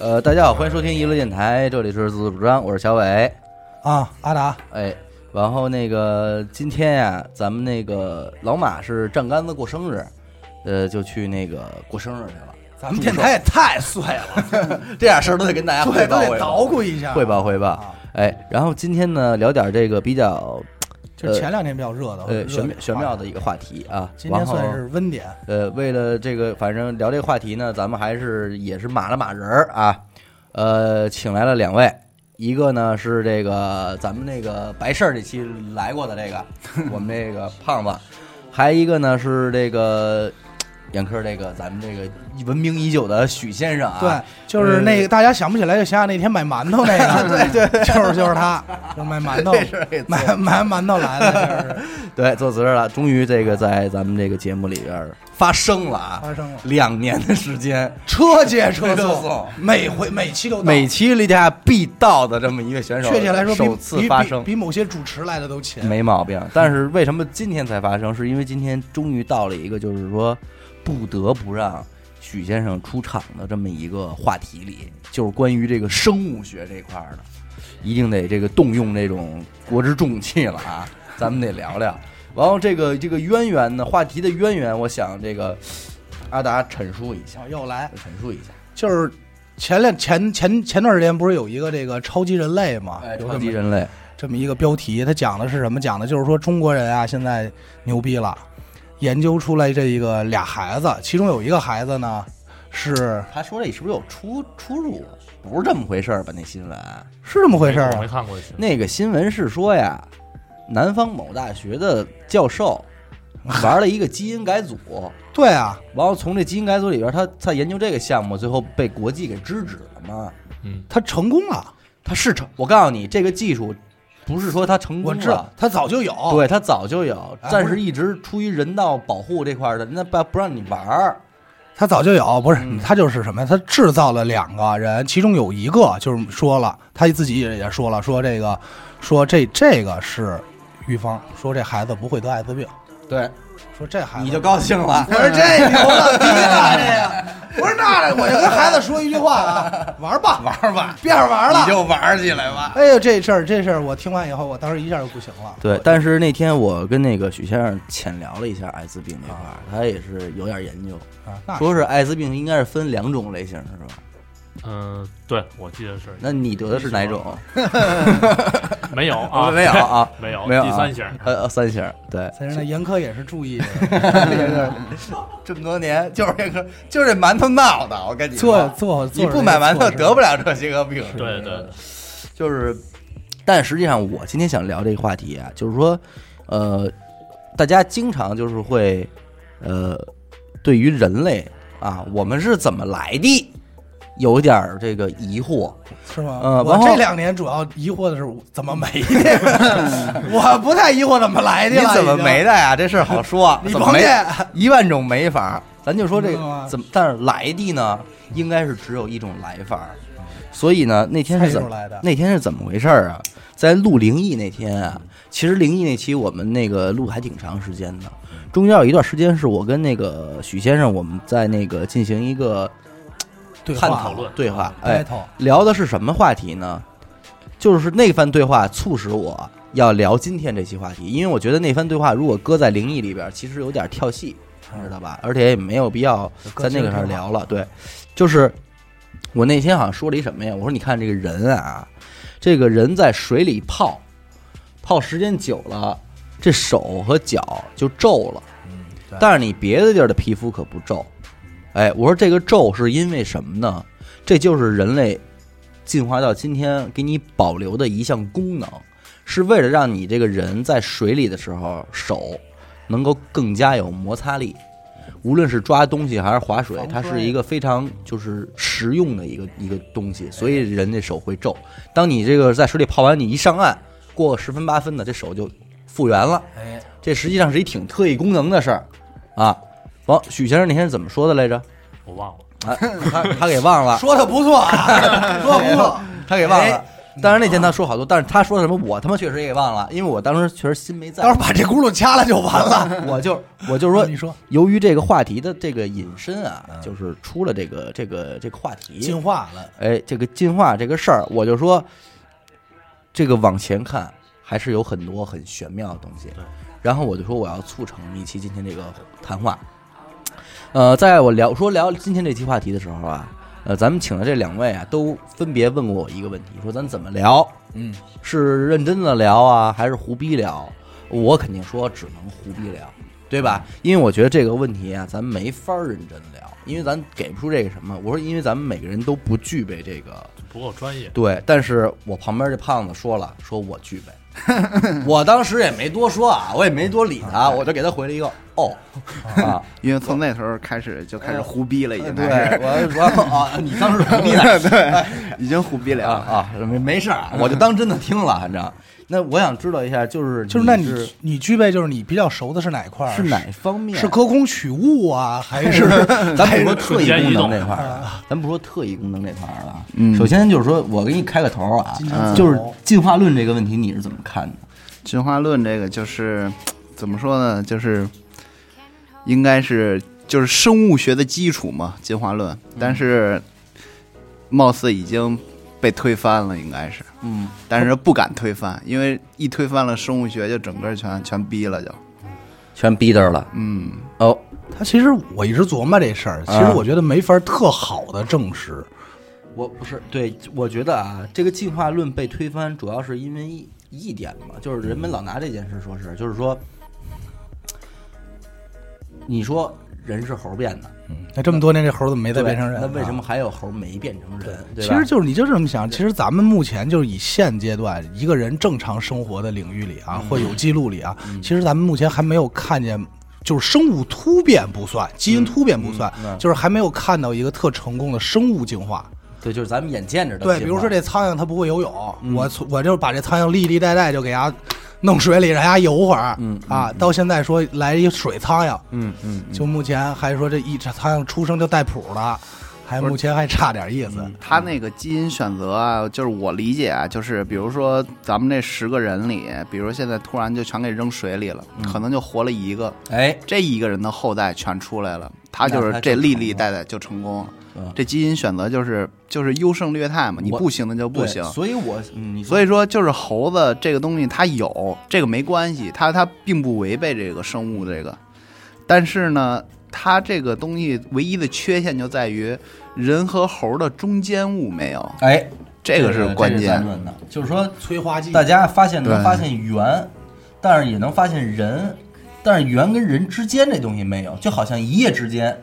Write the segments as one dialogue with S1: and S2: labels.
S1: 呃，大家好，欢迎收听娱乐电台，这里是自主张，我是小伟。
S2: 啊，阿达，
S1: 哎，然后那个今天呀、咱们那个老马是站杆子过生日，呃，就去那个过生日去了。
S2: 咱们电台也太碎了，
S1: 这点事儿都得跟大家汇
S2: 对，都
S1: 报
S2: 得
S1: 汇报
S2: 捣，鼓一下，
S1: 汇报汇报。
S2: 啊，
S1: 哎，然后今天呢，聊点这个比较
S2: 就是前两天比较热
S1: 呃
S2: 的，哦热
S1: 玄妙玄妙的一
S2: 一
S1: 个话题啊。
S2: 今天
S1: 然
S2: 算
S1: 后
S2: 是温点，
S1: 呃，为了这个，反正聊这个话题呢，咱们还是也是码了码人儿啊，呃，请来了两位，一个呢是这个咱们那个白事儿这期来过的这个 我们这个胖子，还一个呢是这个眼科这个咱们这个闻名已久的许先生啊，呃
S2: 对，就是那个大家想不起来就想想那天买馒头那 个， 对对，就是就是他，就卖馒头
S1: 这，事儿给做
S2: 买买馒头来的，就是
S1: 对做责任了，终于这个在咱们这个节目里边儿发生了啊，
S2: 发生了
S1: 两年的时间，
S2: 车接车
S1: 车
S2: 送
S1: 送，
S2: 每回每期都到
S1: 每期例假必到的这么一个选手，
S2: 确切来说比
S1: 首次
S2: 比
S1: 发
S2: 比
S1: 生，
S2: 比某些主持来的都勤，
S1: 没毛病。但是为什么今天才发生？是因为今天终于到了一个就是说不得不让许先生出场的这么一个话题里，就是关于这个生物学这块儿的，一定得这个动用这种国之重器了啊，咱们得聊聊。然后这个这个渊源呢，话题的渊源，我想这个阿达陈述一下，
S2: 啊又来，
S1: 陈述一下。
S2: 就是前两前前前段时间不是有一个这个超级人类嘛，有
S1: 啊哎超
S2: 哎这
S1: 级
S2: 么
S1: 人类，
S2: 这么一个标题，它讲的是什么？讲的就是说中国人啊，现在牛逼了，研究出来这一个俩孩子，其中有一个孩子呢是
S1: 他说这是不是有出出入？不是这么回事儿吧？那新闻，
S2: 是这么回事儿
S3: 我
S2: 啊
S3: 没？看过去。
S1: 那个新闻是说呀，南方某大学的教授 玩了一个基因改组，
S2: 对啊，
S1: 然后从这基因改组里边，他他研究这个项目，最后被国际给制止了嘛？
S3: 嗯，
S2: 他成功了，
S1: 他是成，我告诉你，这个技术不是说他成
S2: 我
S1: 功
S2: 知道
S1: 了。
S2: 他早就有。
S1: 嗯对他早就有，
S2: 哎
S1: 但
S2: 不
S1: 是
S2: 是
S1: 一直出于人道保护这块儿的，那不不让你玩儿，
S2: 他早就有，不是、
S1: 嗯
S2: 他就是什么呀？他制造了两个人，其中有一个就是说了，他自己也说了，说这个，说这这个是预防，说这孩子不会得艾滋病，
S1: 对，
S2: 说这孩子
S1: 你就高兴了
S2: 哎我。说这牛 了，逼大这个，我说那我就跟孩子说一句话啊，玩吧，玩吧，别 玩了，
S1: 玩起来吧。
S2: 哎呦，这事儿这事儿我听完以后，我当时一下就不行了。
S1: 对，但是那天我跟那个许先生浅聊了一下艾滋病这块儿，他也是有点研究，
S2: 啊，那
S1: 啊说是艾滋病应该是分两种类型，是吧？
S3: 嗯，对，我记得是
S1: 那你得的是哪种？
S3: 没有啊，
S1: 没有啊，
S3: 没有，
S1: 没有啊
S3: 第三型。
S1: 呃，呃三型儿，对，
S2: 但是呢，严科也是 注意，
S1: 这么多年就是这个，就是这馒头闹的，我跟你
S2: 做做做，了。
S1: 了这些个病。
S3: 对对，
S1: 就是，但实际上我今天想聊这个话题啊，就是说，呃，大家经常就是会，呃，对于人类啊，我们是怎么来的，有点儿这个疑惑。
S2: 是吗？
S1: 呃
S2: 我
S1: 然后
S2: 这两年主要疑惑的是怎 么没的，我不太疑惑怎么来的
S1: 你
S2: 了。
S1: 怎么
S2: 已经
S1: 没的呀？这事儿好说，
S2: 你
S1: 怎么
S2: 甭嗯
S1: 没
S2: 介
S1: 一万种没法儿，咱就说这
S2: 你知道吗
S1: 个怎么？但是来的呢，应该是只有一种来法儿。所以呢，那天是
S2: 猜
S1: 怎
S2: 出来的
S1: 那天是怎么回事儿啊？在录灵异那天啊，其实灵异那期我们那个录的还挺长时间的，中间有一段时间是我跟那个许先生我们在那个进行一个
S2: 对
S1: 探
S2: 话
S1: 讨
S3: 讨论
S1: 对话，哎，
S2: battle？
S1: 聊的是什么话题呢？就是那番对话促使我要聊今天这期话题，因为我觉得那番对话如果搁在灵异里边，其实有点跳戏，你知道吧？而且也没有必要在那个上聊了。对，就是我那天好像说了一什么呀？我说你看这个人啊，这个人在水里泡，泡时间久了，这手和脚就皱了。
S2: 嗯，对
S1: 但是你别的地儿的皮肤可不皱。哎，我说这个皱是因为什么呢？这就是人类进化到今天给你保留的一项功能，是为了让你这个人在水里的时候手能够更加有摩擦力。无论是抓东西还是划水
S2: 防，
S1: 它是
S2: 摔
S1: 一个非常就是实用的一个一个东西，所以人这手会皱。当你这个在水里泡完，你一上岸，过个十分八分的，这手就复原了。
S2: 哎，
S1: 这实际上是一挺特异功能的事儿啊。王许先生那天是怎么说的来着？
S3: 我忘了。
S1: 啊，他他给忘了，
S2: 说的不错 啊，说得不错，
S1: 他给忘了
S2: 哎。
S1: 当然那天他说好多，但是他说的什么我他妈确实也给忘了，因为我当时确实心没在
S2: 到。时候把这轱辘掐了就完了。
S1: 我就我就说
S2: 你，说嗯
S1: 由于这个话题的这个引申啊，就是出了这个这个这个话题
S2: 进，化了，
S1: 哎，这个进化这个事儿，我就说，这个往前看还是有很多很玄妙的东西
S3: 对。
S1: 然后我就说我要促成一期今天这个谈话。呃，在我聊说聊今天这期话题的时候啊，呃，咱们请的这两位啊，都分别问过我一个问题，说咱怎么聊？
S2: 嗯，
S1: 是认真的聊啊，还是胡逼聊？我肯定说只能胡逼聊，对吧？因为我觉得这个问题啊，咱没法儿认真聊，因为咱给不出这个什么。我说，因为咱们每个人都不具备这个。
S3: 不够专业，
S1: 对，但是我旁边这胖子说了，说我具备。 我当时也没多说啊，我也没多理 他，我就给他回了一个哦 啊，
S4: 因为从那时候开始就开始胡逼了，已
S1: 呃对，
S4: 经开始，
S1: 哎我我啊，你当时胡逼 呢？
S4: 对，已经胡逼
S1: 啊
S4: 了。
S1: 啊，没没事儿啊，我就当真的听了，反正。那我想知道一下，就是
S2: 就是那
S1: 是
S2: 你你具备就是你比较熟的是哪一块儿？
S1: 是哪方面？
S2: 是隔空取物啊，还是
S1: 咱 不说特异啊功能
S3: 还
S1: 这
S3: 是
S1: 块儿了，咱不说特异功能这块儿了。
S4: 嗯
S1: 首先就是说我给你开个头啊
S2: 今天自由，
S1: 就是进化论这个问题你是怎么看的？
S4: 进化论这个就是怎么说呢？就是应该是就是生物学的基础嘛，进化
S1: 嗯
S4: 论。但是貌似已经被推翻了，应该是，
S1: 嗯，
S4: 但是不敢推翻，因为一推翻了生物学，就整个全全逼了，就
S1: 全逼着了。
S4: 嗯，
S1: 哦，
S2: 他其实我一直琢磨这事儿，其实我觉得没法特好的证实。
S1: 我不是，对，我觉得啊，这个进化论被推翻，主要是因为一一点嘛，就是人们老拿这件事说事，就是说，你说人是猴变的，
S2: 那这么多年，这猴儿怎么没
S1: 没
S2: 再变成人？啊
S1: 那为什么？还有猴没变成人？对
S2: 其
S1: 吧
S2: 实就是你就这么想，其实咱们目前就是以现阶段一个人正常生活的领域里啊，或有记录里啊，其实咱们目前还没有看见，就是生物突变不算，基因突变不算，就是还没有看到一个特成功的生物进化。
S1: 对，就是咱们眼见着的进化。
S2: 对，比如说这苍蝇它不会游泳，
S1: 嗯
S2: 我从我就把这苍蝇历历代代就给它弄水里让它游会儿，
S1: 嗯
S2: 啊，到现在说来一水苍蝇，
S1: 嗯，嗯嗯，
S2: 就目前还说这一只苍蝇出生就带谱了，还目前还差点意思。
S1: 嗯
S4: 他那个基因选择啊，就是我理解啊，就是比如说咱们这十个人里，比如现在突然就全给扔水里了，
S1: 嗯
S4: 可能就活了一个，
S1: 哎，
S4: 这一个人的后代全出来了，他就
S1: 那
S4: 是
S1: 他
S4: 这
S1: 就
S4: 历
S1: 成
S4: 历
S1: 功
S4: 代代就成功了。
S1: 嗯
S4: 这基因选择就是就是优胜劣汰嘛，你
S1: 我
S4: 不行的就不
S1: 对
S4: 行。
S1: 所以我嗯你
S4: 所以说，就是猴子这个东西，它有这个没关系，它它并不违背这个生物这个，但是呢，它这个东西唯一的缺陷就在于人和猴的中间物没有，
S1: 哎，
S4: 这个是关
S1: 这是咱
S4: 键。
S1: 论的，就是说
S2: 催化剂，
S1: 大家发现能
S4: 对
S1: 发现圆，但是也能发现人，但是圆跟人之间这东西没有，就好像一夜之间，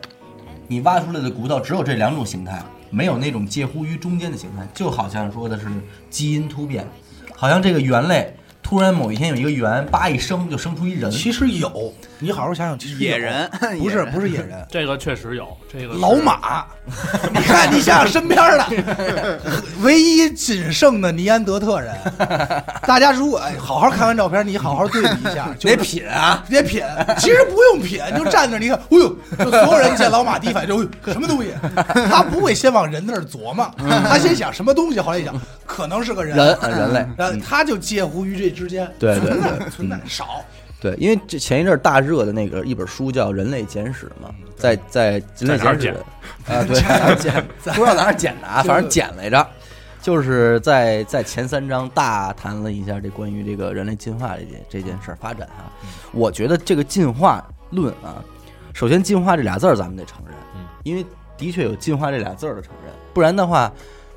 S1: 你挖出来的骨头只有这两种形态，没有那种介乎于中间的形态，就好像说的是基因突变，好像这个猿类突然某一天有一个猿叭一生就生出一人，
S2: 其实有，你好好想想，其实有
S4: 野人
S2: 不
S4: 野
S2: 是
S4: 人
S2: 不是野 人。
S3: 这个确实有这个是
S2: 老，马，你看，你想想身边的，唯一仅剩的尼安德特 人，大家如果哎好好看完照片，你好好对比一 下，就是
S1: 得品啊，
S2: 别品，其实不用品，就站那儿，你看，哎呦，就所有人见老马第一反应就哎呦什么东西， 他不会先往人那儿琢磨，他先想什么东西，后来一想可能是个人，
S1: 嗯人啊人类
S2: 然后他就介乎于这之间，
S1: 对对
S2: 存在
S1: 对嗯
S2: 存在少，
S1: 对，因为这前一阵儿大热的那个一本书叫《人类简史》嘛，在在《人类
S3: 嗯在哪儿
S1: 简史》啊，对， 在哪儿捡，不知道哪儿捡的啊，反正捡来着。就是在在前三章大谈了一下这关于这个人类进化这件这件事儿发展啊，
S3: 嗯
S1: 我觉得这个进化论啊，首先进化这俩字儿咱们得承认
S3: 嗯，
S1: 因为的确有进化这俩字儿的承认，不然的话，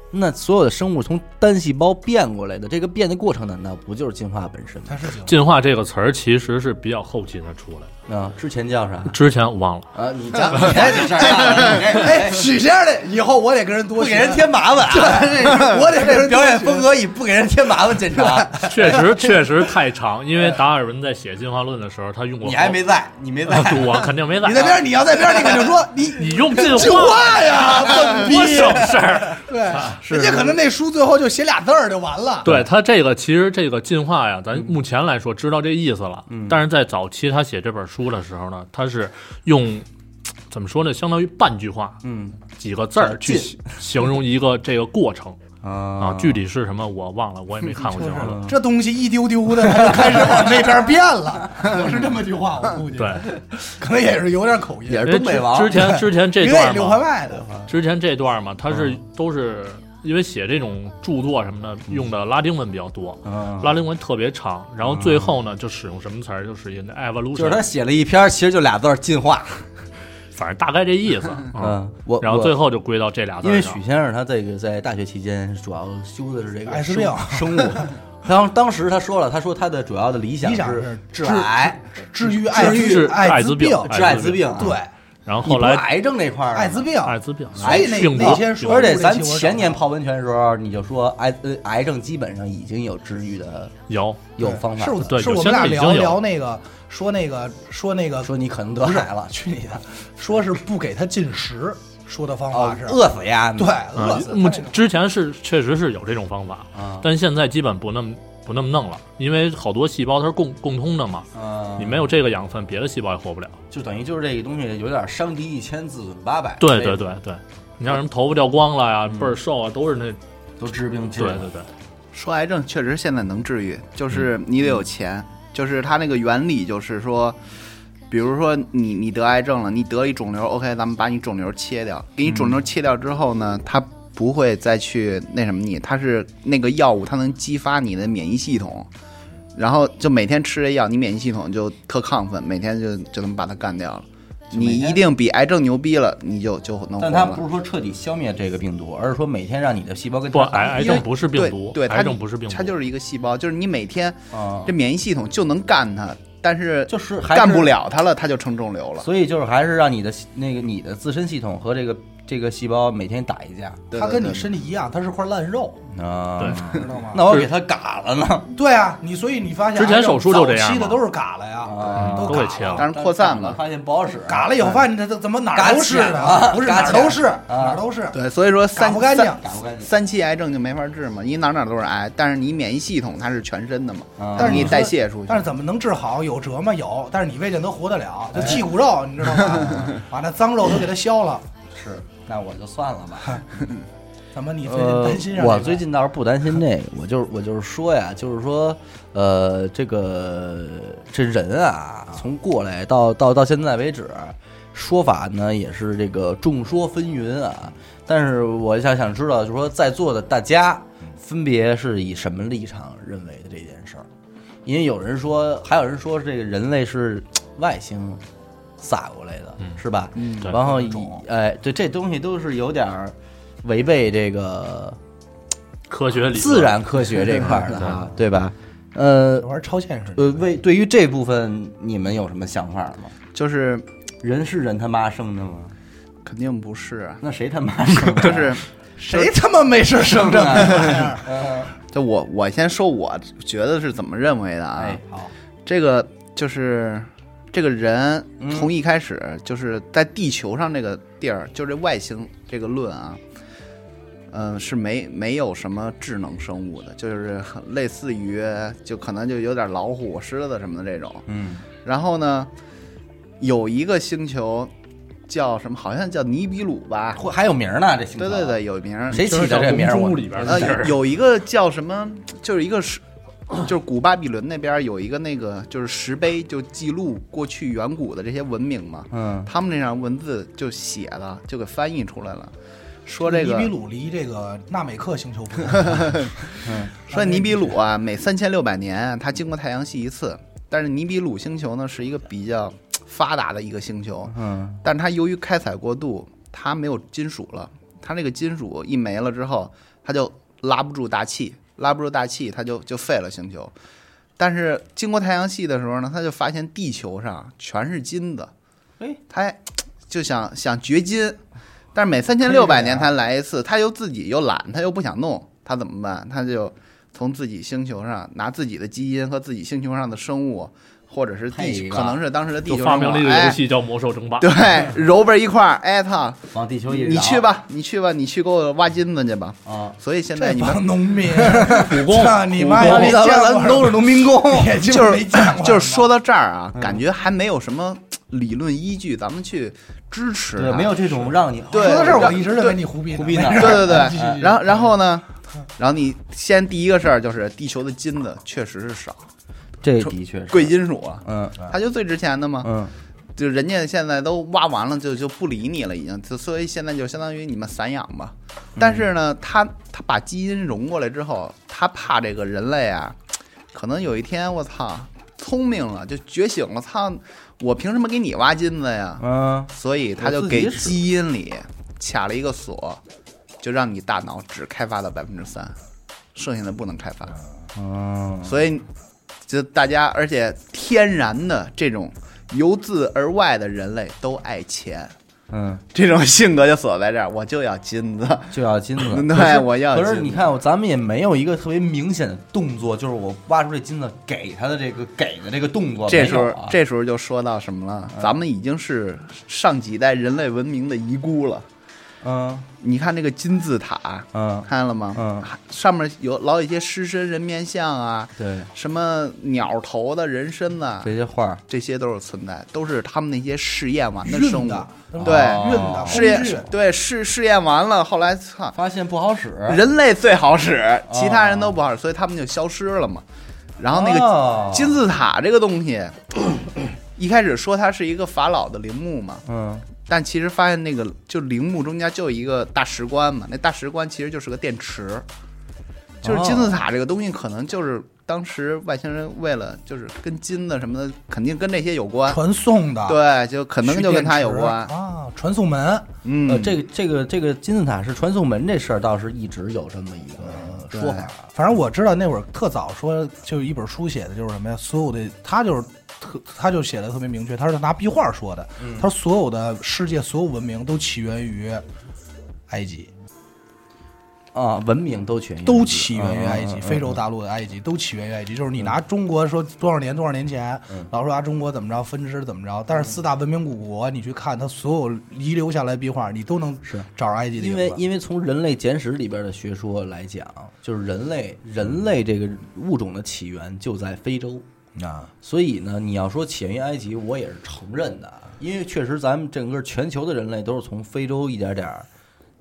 S1: 那所有的生物从单细胞变过来的这个变的过程，难道不就是进化本身吗？
S2: 他是行。
S3: 进化这个词儿其实是比较后期才出来的，
S1: 啊，之前叫啥
S3: 之前我 忘了，
S1: 啊？你讲你这事儿 啊，
S2: 哎，许先生的，以后我得跟人多
S1: 不给人
S2: 学
S1: 添麻烦 啊！
S2: 我得跟人多
S1: 表演
S2: 学
S1: 风格以不给人添麻烦见啊 长。
S3: 确实确实太长，因为达尔文在写进化论的时候，他用过
S1: 你还没在，你没在
S3: 好，，我肯定没在
S2: 你。在边儿，你要在边儿，你肯定说 你
S3: 你用进
S2: 进
S3: 化
S2: 化呀，笨逼
S3: 多！省事儿。
S2: 对，
S3: 是
S2: 人家可能那书最后就写俩字儿就完
S1: 啊
S2: 了。
S3: 对他这个其实这个进化呀，
S1: 嗯
S3: 咱目前来说知道这意思了，但是在早期他写这本书的时候呢，他是用怎么说呢，相当于半句话、
S1: 嗯
S3: 几个字儿去
S1: 进
S3: 形容一个这个过程啊
S1: 啊，
S3: 具体是什么我忘了，我也没看过进化论。
S2: 这东西一丢丢的，它就开始往那边变了。我是这么句话，我估计
S3: 对，，
S2: 可能也是有点口音，
S1: 也是
S3: 因为
S1: 哎东北王
S3: 之 之前之前这
S2: 因为
S3: 段
S2: 六环
S3: 嘛，
S2: 外的话，
S3: 之前这段嘛，他
S1: 嗯
S3: 是都是因为写这种著作什么的用的拉丁文比较多，
S1: 嗯
S3: 拉丁文特别长，然后最后呢就使用什么词儿，就使用那 evolution，
S1: 就是他写了一篇，其实就俩字儿进化。
S3: 反正大概这意思。嗯，
S1: 嗯，我
S3: 然后
S1: 我
S3: 最后就归到这俩字
S1: 因
S3: 儿
S1: 为
S3: 上
S1: 许。先生他这个在大学期间主要修的是这个
S2: 艾滋
S1: 生
S2: 病
S1: 生物。 当当时他说了，他说他的主要的理想
S2: 理想
S1: 是
S2: 是
S1: 治
S2: 治
S1: 癌、
S2: 治愈艾
S1: 治愈
S2: 滋
S3: 艾滋
S2: 滋
S3: 病
S1: 治艾滋病。
S2: 对，，
S3: 然后
S1: 你不
S3: 后来
S1: 癌症那块儿，啊
S2: 艾滋。病，
S3: 艾滋病，
S2: 所以那
S3: 病毒
S2: 那些说
S1: 而且咱
S2: 这期我
S1: 前年
S2: 找到
S1: 泡温泉的时候，你就说癌呃癌症基本上已经有治愈的
S3: 有
S1: 有方法
S2: 是，我
S3: 对
S2: 是
S3: 有
S2: 我
S3: 些
S2: 们俩
S3: 已经
S2: 聊
S3: 有
S2: 聊那个说那个说那个
S1: 说你可能得
S2: 不是
S1: 癌了，
S2: 去你的！说是不给他进食，说的方
S1: 哦
S2: 法是，
S1: 饿死呀，
S2: 对，
S3: 啊
S2: 饿死，
S3: 目
S2: 他那个
S3: 之前是确实是有这种方法，
S1: 啊，
S3: 但现在基本不那么不那么弄了，因为好多细胞它是共共通的嘛，
S1: 嗯
S3: 你没有这个养分，别的细胞也活不了。
S1: 就等于就是这个东西有点伤敌一千，自损八百，
S3: 对对，对对，你像什么头发掉光了
S1: 嗯
S3: 呀，倍儿瘦啊，都是那
S1: 都治病治
S3: 对
S1: 了
S3: 对对，
S4: 说癌症确实现在能治愈，就是
S3: 嗯
S4: 你得有钱，就是它那个原理就是说，比如说你你得癌症了，你得一肿瘤，OK，咱们把你肿瘤切掉，给你
S3: 嗯
S4: 肿瘤切掉之后呢，它不会再去那什么你，它是那个药物它能激发你的免疫系统。然后就每天吃这药，你免疫系统就特亢奋，每天就就能把它干掉了。
S1: 就每
S4: 你
S1: 天
S4: 一定比癌症牛逼了，你就就能活
S1: 但它
S4: 了
S1: 不。是说彻底消灭这个病毒，而是说每天让你的细胞跟
S3: 不
S1: 它
S3: 癌癌
S1: 因为
S3: 症不是病毒，
S4: 对，对它
S3: 癌症不是病毒，
S4: 它就是一个细胞，就是你每天
S1: 啊，
S4: 这免疫系统就能干它，但是
S1: 就是还是
S4: 干不，了它了，它就成肿瘤了。
S1: 所以就是还是让你的那个你的自身系统和这个这个细胞每天打一架
S4: 对
S2: 他跟
S4: 对
S2: 你身体一样，他是块烂肉，
S1: 啊。
S3: 对
S2: 知道吗？
S1: 那我给它嘎了呢
S2: 对啊，你所以你发现
S3: 之前
S2: 癌症
S3: 手术就这样
S2: 早期的
S3: 嘛
S2: 都是嘎了呀，
S1: 啊，
S3: 都
S2: 都
S3: 给
S2: 嘎
S3: 切
S2: 了
S3: 了。
S4: 但是扩散了。
S1: 发现不好使，啊
S2: 嘎了以后发现他怎么哪
S1: 嘎
S2: 儿都是
S1: 浅了
S2: 的，不是
S1: 嘎
S2: 哪儿都
S1: 浅
S2: 是
S1: 啊
S2: 哪儿都是，
S4: 对，所以说
S2: 嘎
S4: 三
S2: 不干净
S4: 三。
S1: 嘎不干净。
S4: 三期癌症就没法治嘛，你哪哪都是癌，但是你免疫系统它是全身的嘛，
S1: 啊
S2: 但是
S4: 你
S2: 你
S4: 代谢出去
S2: 但。是怎么能治好？有辙吗？有，但是你未见得活得了，就剔骨肉，你知道 吗？把那脏肉都给它消了。
S1: 是，那我就算了吧。
S2: 怎么你最近
S1: 呃
S2: 担心，上这个？
S1: 我最近倒是不担心这个，我就是我就是说呀，就是说，呃，这个这人啊，从过来到到到现在为止，说法呢也是这个众说纷纭啊。但是我想想知道，就是说在座的大家分别是以什么立场认为的这件事儿？因为有人说，还有人说这个人类是外星撒过来的，是吧？
S4: 嗯
S3: 对
S1: 然后以
S2: 种
S1: 哎，对，这东西都是有点儿违背这个
S3: 科学理论
S1: 自然科学这块儿的 哈，对吧？
S2: 这
S1: 呃
S2: 玩意儿超现实。
S1: 呃，为对于这部分你们有什么想法吗？
S2: 嗯
S4: 就是
S1: 人是人他妈生的吗？
S4: 肯定不是啊，
S1: 那谁他妈生的？啊
S4: 就是
S2: 谁他妈没事生这么一玩意儿？
S4: 就我我先说我觉得是怎么认为的啊，
S1: 哎，好，
S4: 这个就是这个人
S1: 嗯
S4: 从一开始就是在地球上这个地儿，就这外星这个论啊，嗯、是没没有什么智能生物的，就是很类似于就可能就有点老虎、狮子什么的这种。
S1: 嗯
S4: 然后呢，有一个星球叫什么，好像叫尼比鲁吧？
S1: 或还有名儿呢，这星
S4: 对
S1: 球
S4: 对，对，有名儿。
S1: 谁起的这名儿？
S3: 就是
S1: 我
S3: 小里边的地
S4: 呃，
S3: 儿，
S4: 有一个叫什么，就是一个石，就是古巴比伦那边有一个那个就是石碑，就记录过去远古的这些文明嘛。
S1: 嗯
S4: 他们那上文字就写了，就给翻译出来了，说这
S2: 尼比
S4: 个
S2: 鲁离这个纳美克星球不远，
S4: 说尼比鲁啊，每三千六百年它经过太阳系一次，但是尼比鲁星球呢是一个比较发达的一个星球，
S1: 嗯
S4: 但是它由于开采过度，它没有金属了，它这个金属一没了之后，它就拉不住大气，拉不住大气，它就就废了星球。但是经过太阳系的时候呢，他就发现地球上全是金子，
S1: 哎，
S4: 他就想想掘金，但是每三千六百年才来一次，他又自己又懒，他又不想弄，他怎么办？他就从自己星球上拿自己的基因和自己星球上的生物，或者是
S1: 配
S4: 地
S1: 一
S4: 球，
S1: 个
S4: 可能是当时的地
S3: 就
S4: 球
S3: 发明了一
S4: 生物
S3: 个游
S4: 哎，
S3: 戏叫《魔兽争霸》，
S4: 对，揉巴一块儿，哎操，
S1: 往地球一
S4: 你去吧，你去吧，你去给我挖金子去吧。
S1: 啊！
S4: 所以现在
S2: 这
S4: 你们
S2: 帮农民，
S3: 苦工
S2: 操你妈
S1: 哎
S2: 呀！
S1: 呀，
S2: 没
S1: 咱
S2: 见
S1: 咱
S2: 过
S1: 都是农民工，
S2: 也就
S4: 就是
S2: 没见过，
S4: 就是说到这儿啊，
S1: 嗯
S4: 感觉还没有什么理论依据，咱们去支持
S1: 对，
S4: 它
S1: 没有这种让你
S4: 对
S2: 说到这儿，
S4: 让
S2: 我一直认为你胡逼呢
S1: 胡逼呢
S2: 没事
S4: 对对对嗯
S2: 继续继续
S4: 然
S1: 嗯
S4: 后然后呢，然后你先第一个事儿就是地球的金子确实是少，
S1: 这的确是
S4: 贵，金属啊，
S1: 嗯
S4: 它就最值钱的嘛。
S1: 嗯，
S4: 就人家现在都挖完了，就就不理你了，已经。就所以现在就相当于你们散养吧。
S1: 嗯
S4: 但是呢，他他把基因融过来之后，他怕这个人类啊，可能有一天我操，聪明了就觉醒了，操，我凭什么给你挖金子呀？
S1: 嗯，
S4: 所以他就给基因里卡了一个锁，就让你大脑只开发到百分之三，剩下的不能开发。
S1: 嗯，
S4: 所以就大家，而且天然的这种由自而外的人类都爱钱，
S1: 嗯，
S4: 这种性格就锁在这儿，我就要金子。
S1: 就要金子。
S4: 对
S1: 可是
S4: 我要
S1: 可是
S4: 金
S1: 你
S4: 子
S1: 看，我咱们也没有一个特别明显的动作，就是我挖出这金子给他的这个给的这个动作。
S4: 这时
S1: 没
S4: 候
S1: 有啊，嗯
S4: 这时候就说到什么了？咱们已经是上几代人类文明的遗孤了。
S1: 嗯
S4: 你看这个金字塔，
S1: 嗯，
S4: 看见了吗？
S1: 嗯，
S4: 上面有老有一些狮身人面像啊，
S1: 对，
S4: 什么鸟头的人参呐、
S1: 这些画儿
S4: 这些都是存在，都是他们那些试验完的生
S2: 运
S4: 物，
S2: 的，哦
S4: 对嗯
S2: 运的
S4: 试验
S2: 工具啊
S4: 对试试验完了，后来操，
S1: 发现不好使，
S4: 人类最好使，其他人都不好使，所以他们就消失了嘛。然后那个
S1: 个
S4: 金，字塔这个东西， 一开始说它是一个法老的陵墓嘛，
S1: 嗯，
S4: 但其实发现那个就陵墓中间就有一个大石棺嘛，那大石棺其实就是个电池，就是金字塔这个东西可能就是当时外星人为了就是跟金子什么的，肯定跟这些有关，
S2: 传送的，，
S4: 对，就可能就跟它有关，
S2: 啊，传送门。
S4: 嗯，
S1: 呃，这个这个这个金字塔是传送门这事儿，倒是一直有这么一个
S4: 对
S1: 说法。
S2: 反正我知道那会儿特早说，就一本书写的就是什么呀？所有的他就是特，他就写的特别明确，他是拿壁画说的。
S4: 嗯
S2: 他说所有的世界所有文明都起源于埃及，
S1: 啊，文明都起源于
S2: 都起源于埃
S1: 嗯嗯
S2: 及，
S1: 嗯
S2: 非洲大陆的埃及都起源于埃及。就是你拿中国说多少年多少年前，
S1: 嗯
S2: 老说啊中国怎么着分支怎么着，但是四大文明古国你去看它所有遗留下来的壁画，你都能
S1: 是
S2: 找着埃及的
S1: 因
S2: 影
S1: 为
S2: 子。
S1: 因为从人类简史里边的学说来讲，就是人类人类这个物种的起源就在非洲，
S2: 啊，
S1: 所以呢，你要说起源于埃及，我也是承认的，因为确实咱们整个全球的人类都是从非洲一点点儿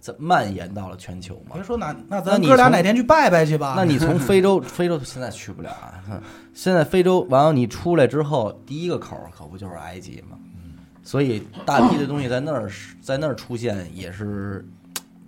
S1: 在蔓延到了全球嘛
S2: 别。说那那
S1: 那
S2: 咱
S1: 你
S2: 哥俩
S1: 从
S2: 哪天去拜拜去吧？
S1: 那你从非洲，非洲现在去不了啊。哼现在非洲完了，你出来之后，第一个口儿可不就是埃及吗？所以大批的东西在那儿是，在那儿出现也是，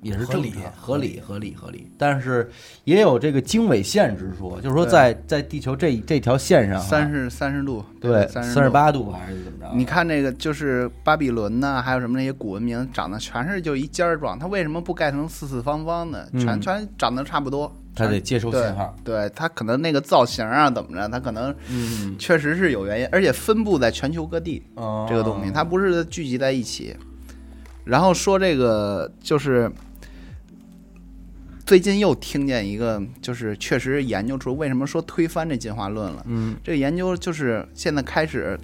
S1: 也是
S2: 合理
S1: 正常合理、合理、合理。但是也有这个经纬线之说，就是说在在地球这这条线上啊，
S4: 三十三十度，
S1: 对
S4: 三
S1: 三十。八度还是怎么着？
S4: 你看那个，就是巴比伦呐、还有什么那些古文明，长得全是就一尖儿状，它为什么不盖成四四方方的？全、
S1: 嗯
S4: 全长得差不多。
S1: 它得接收
S4: 对
S1: 信号。
S4: 对，它可能那个造型啊，怎么着，它可能
S1: 嗯，
S4: 确实是有原因，而且分布在全球各地。
S1: 哦
S4: 这个东西，它不是聚集在一起。然后说这个就是最近又听见一个，就是确实研究出为什么说推翻这进化论了。
S1: 嗯，
S4: 这个研究就是现在开始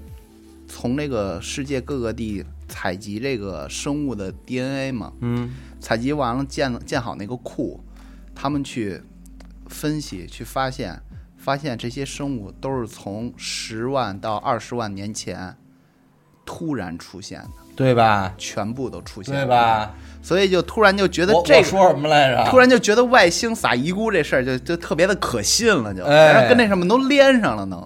S4: 从这个世界各个地采集这个生物的 DNA 嘛，
S1: 嗯
S4: 采集完了建了建好那个库，他们去分析去发现，发现这些生物都是从十万到二十万年前突然出现的，
S1: 对吧？
S4: 全部都出现，
S1: 对？吧？
S4: 所以就突然就觉得
S1: 我
S4: 这
S1: 我
S4: 个。
S1: 说什啊么来着？
S4: 突然就觉得外星撒遗孤这事儿就就特别的可信了就，
S1: 哎
S4: 然后跟那什么都连上了能，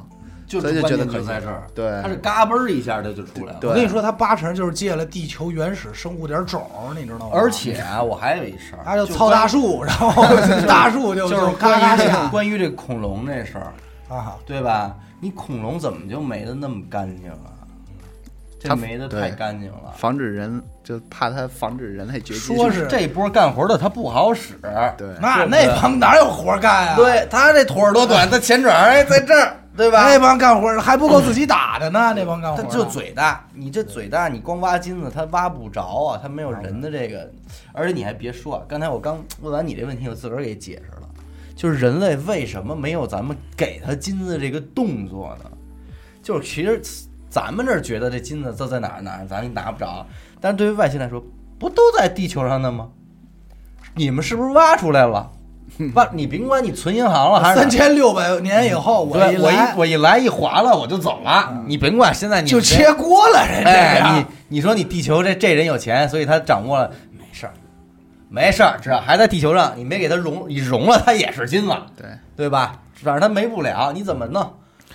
S1: 就
S4: 所以就
S1: 关
S4: 觉得
S1: 键
S4: 可
S1: 就
S4: 惜
S1: 在这儿，
S4: 对
S1: 它是嘎嘣儿一下它就出来了。
S4: 对
S2: 我跟你说，他八成就是借了地球原始生物点种儿，你知道吗？
S1: 而且啊，我还有一事儿，
S2: 他就操 大树，然后 大树就
S1: 就是
S2: 咔
S1: 关
S2: 咔
S1: 于这个
S2: 下
S1: 关于这恐龙这事儿，
S2: 啊。
S1: 对吧？你恐龙怎么就没的那么干净啊？这
S4: 它
S1: 没的
S4: 对
S1: 太干净了。
S4: 防止人就怕它防止人类绝迹。
S2: 说是
S1: 这波干活的他不好使，
S4: 对，
S2: 那那帮哪有活干啊？，
S1: 对他这腿儿多短，他前爪儿哎在这儿，对吧？
S2: 那帮干活的还不够自己打的呢，那帮干活
S1: 他
S2: 的
S1: 就嘴大，你这嘴大，你光挖金子，他挖不着啊，他没有人的这个，而且你还别说，啊刚才我刚问完你这问题，我自个儿给解释了，就是人类为什么没有咱们给他金子这个动作呢？就是其实咱们这儿觉得这金子都在哪儿哪儿，咱拿不着，但是对于外星来说，不都在地球上呢吗？你们是不是挖出来 了？挖，你甭管你存银行了还是哪儿
S2: 三千六百年以后， 我
S1: 对
S2: 一
S1: 我
S2: 来嗯
S1: 一我一来一划了我就走了，你甭管现在你
S2: 就是
S1: 谁
S2: 切锅了，人家呀
S1: 哎，你你说你地球这这人有钱，所以他掌握了，没事儿，没事儿，只要还在地球上，你没给他融，你融了他也是金子，
S4: 对，
S1: 对吧？反正他没不了，你怎么弄？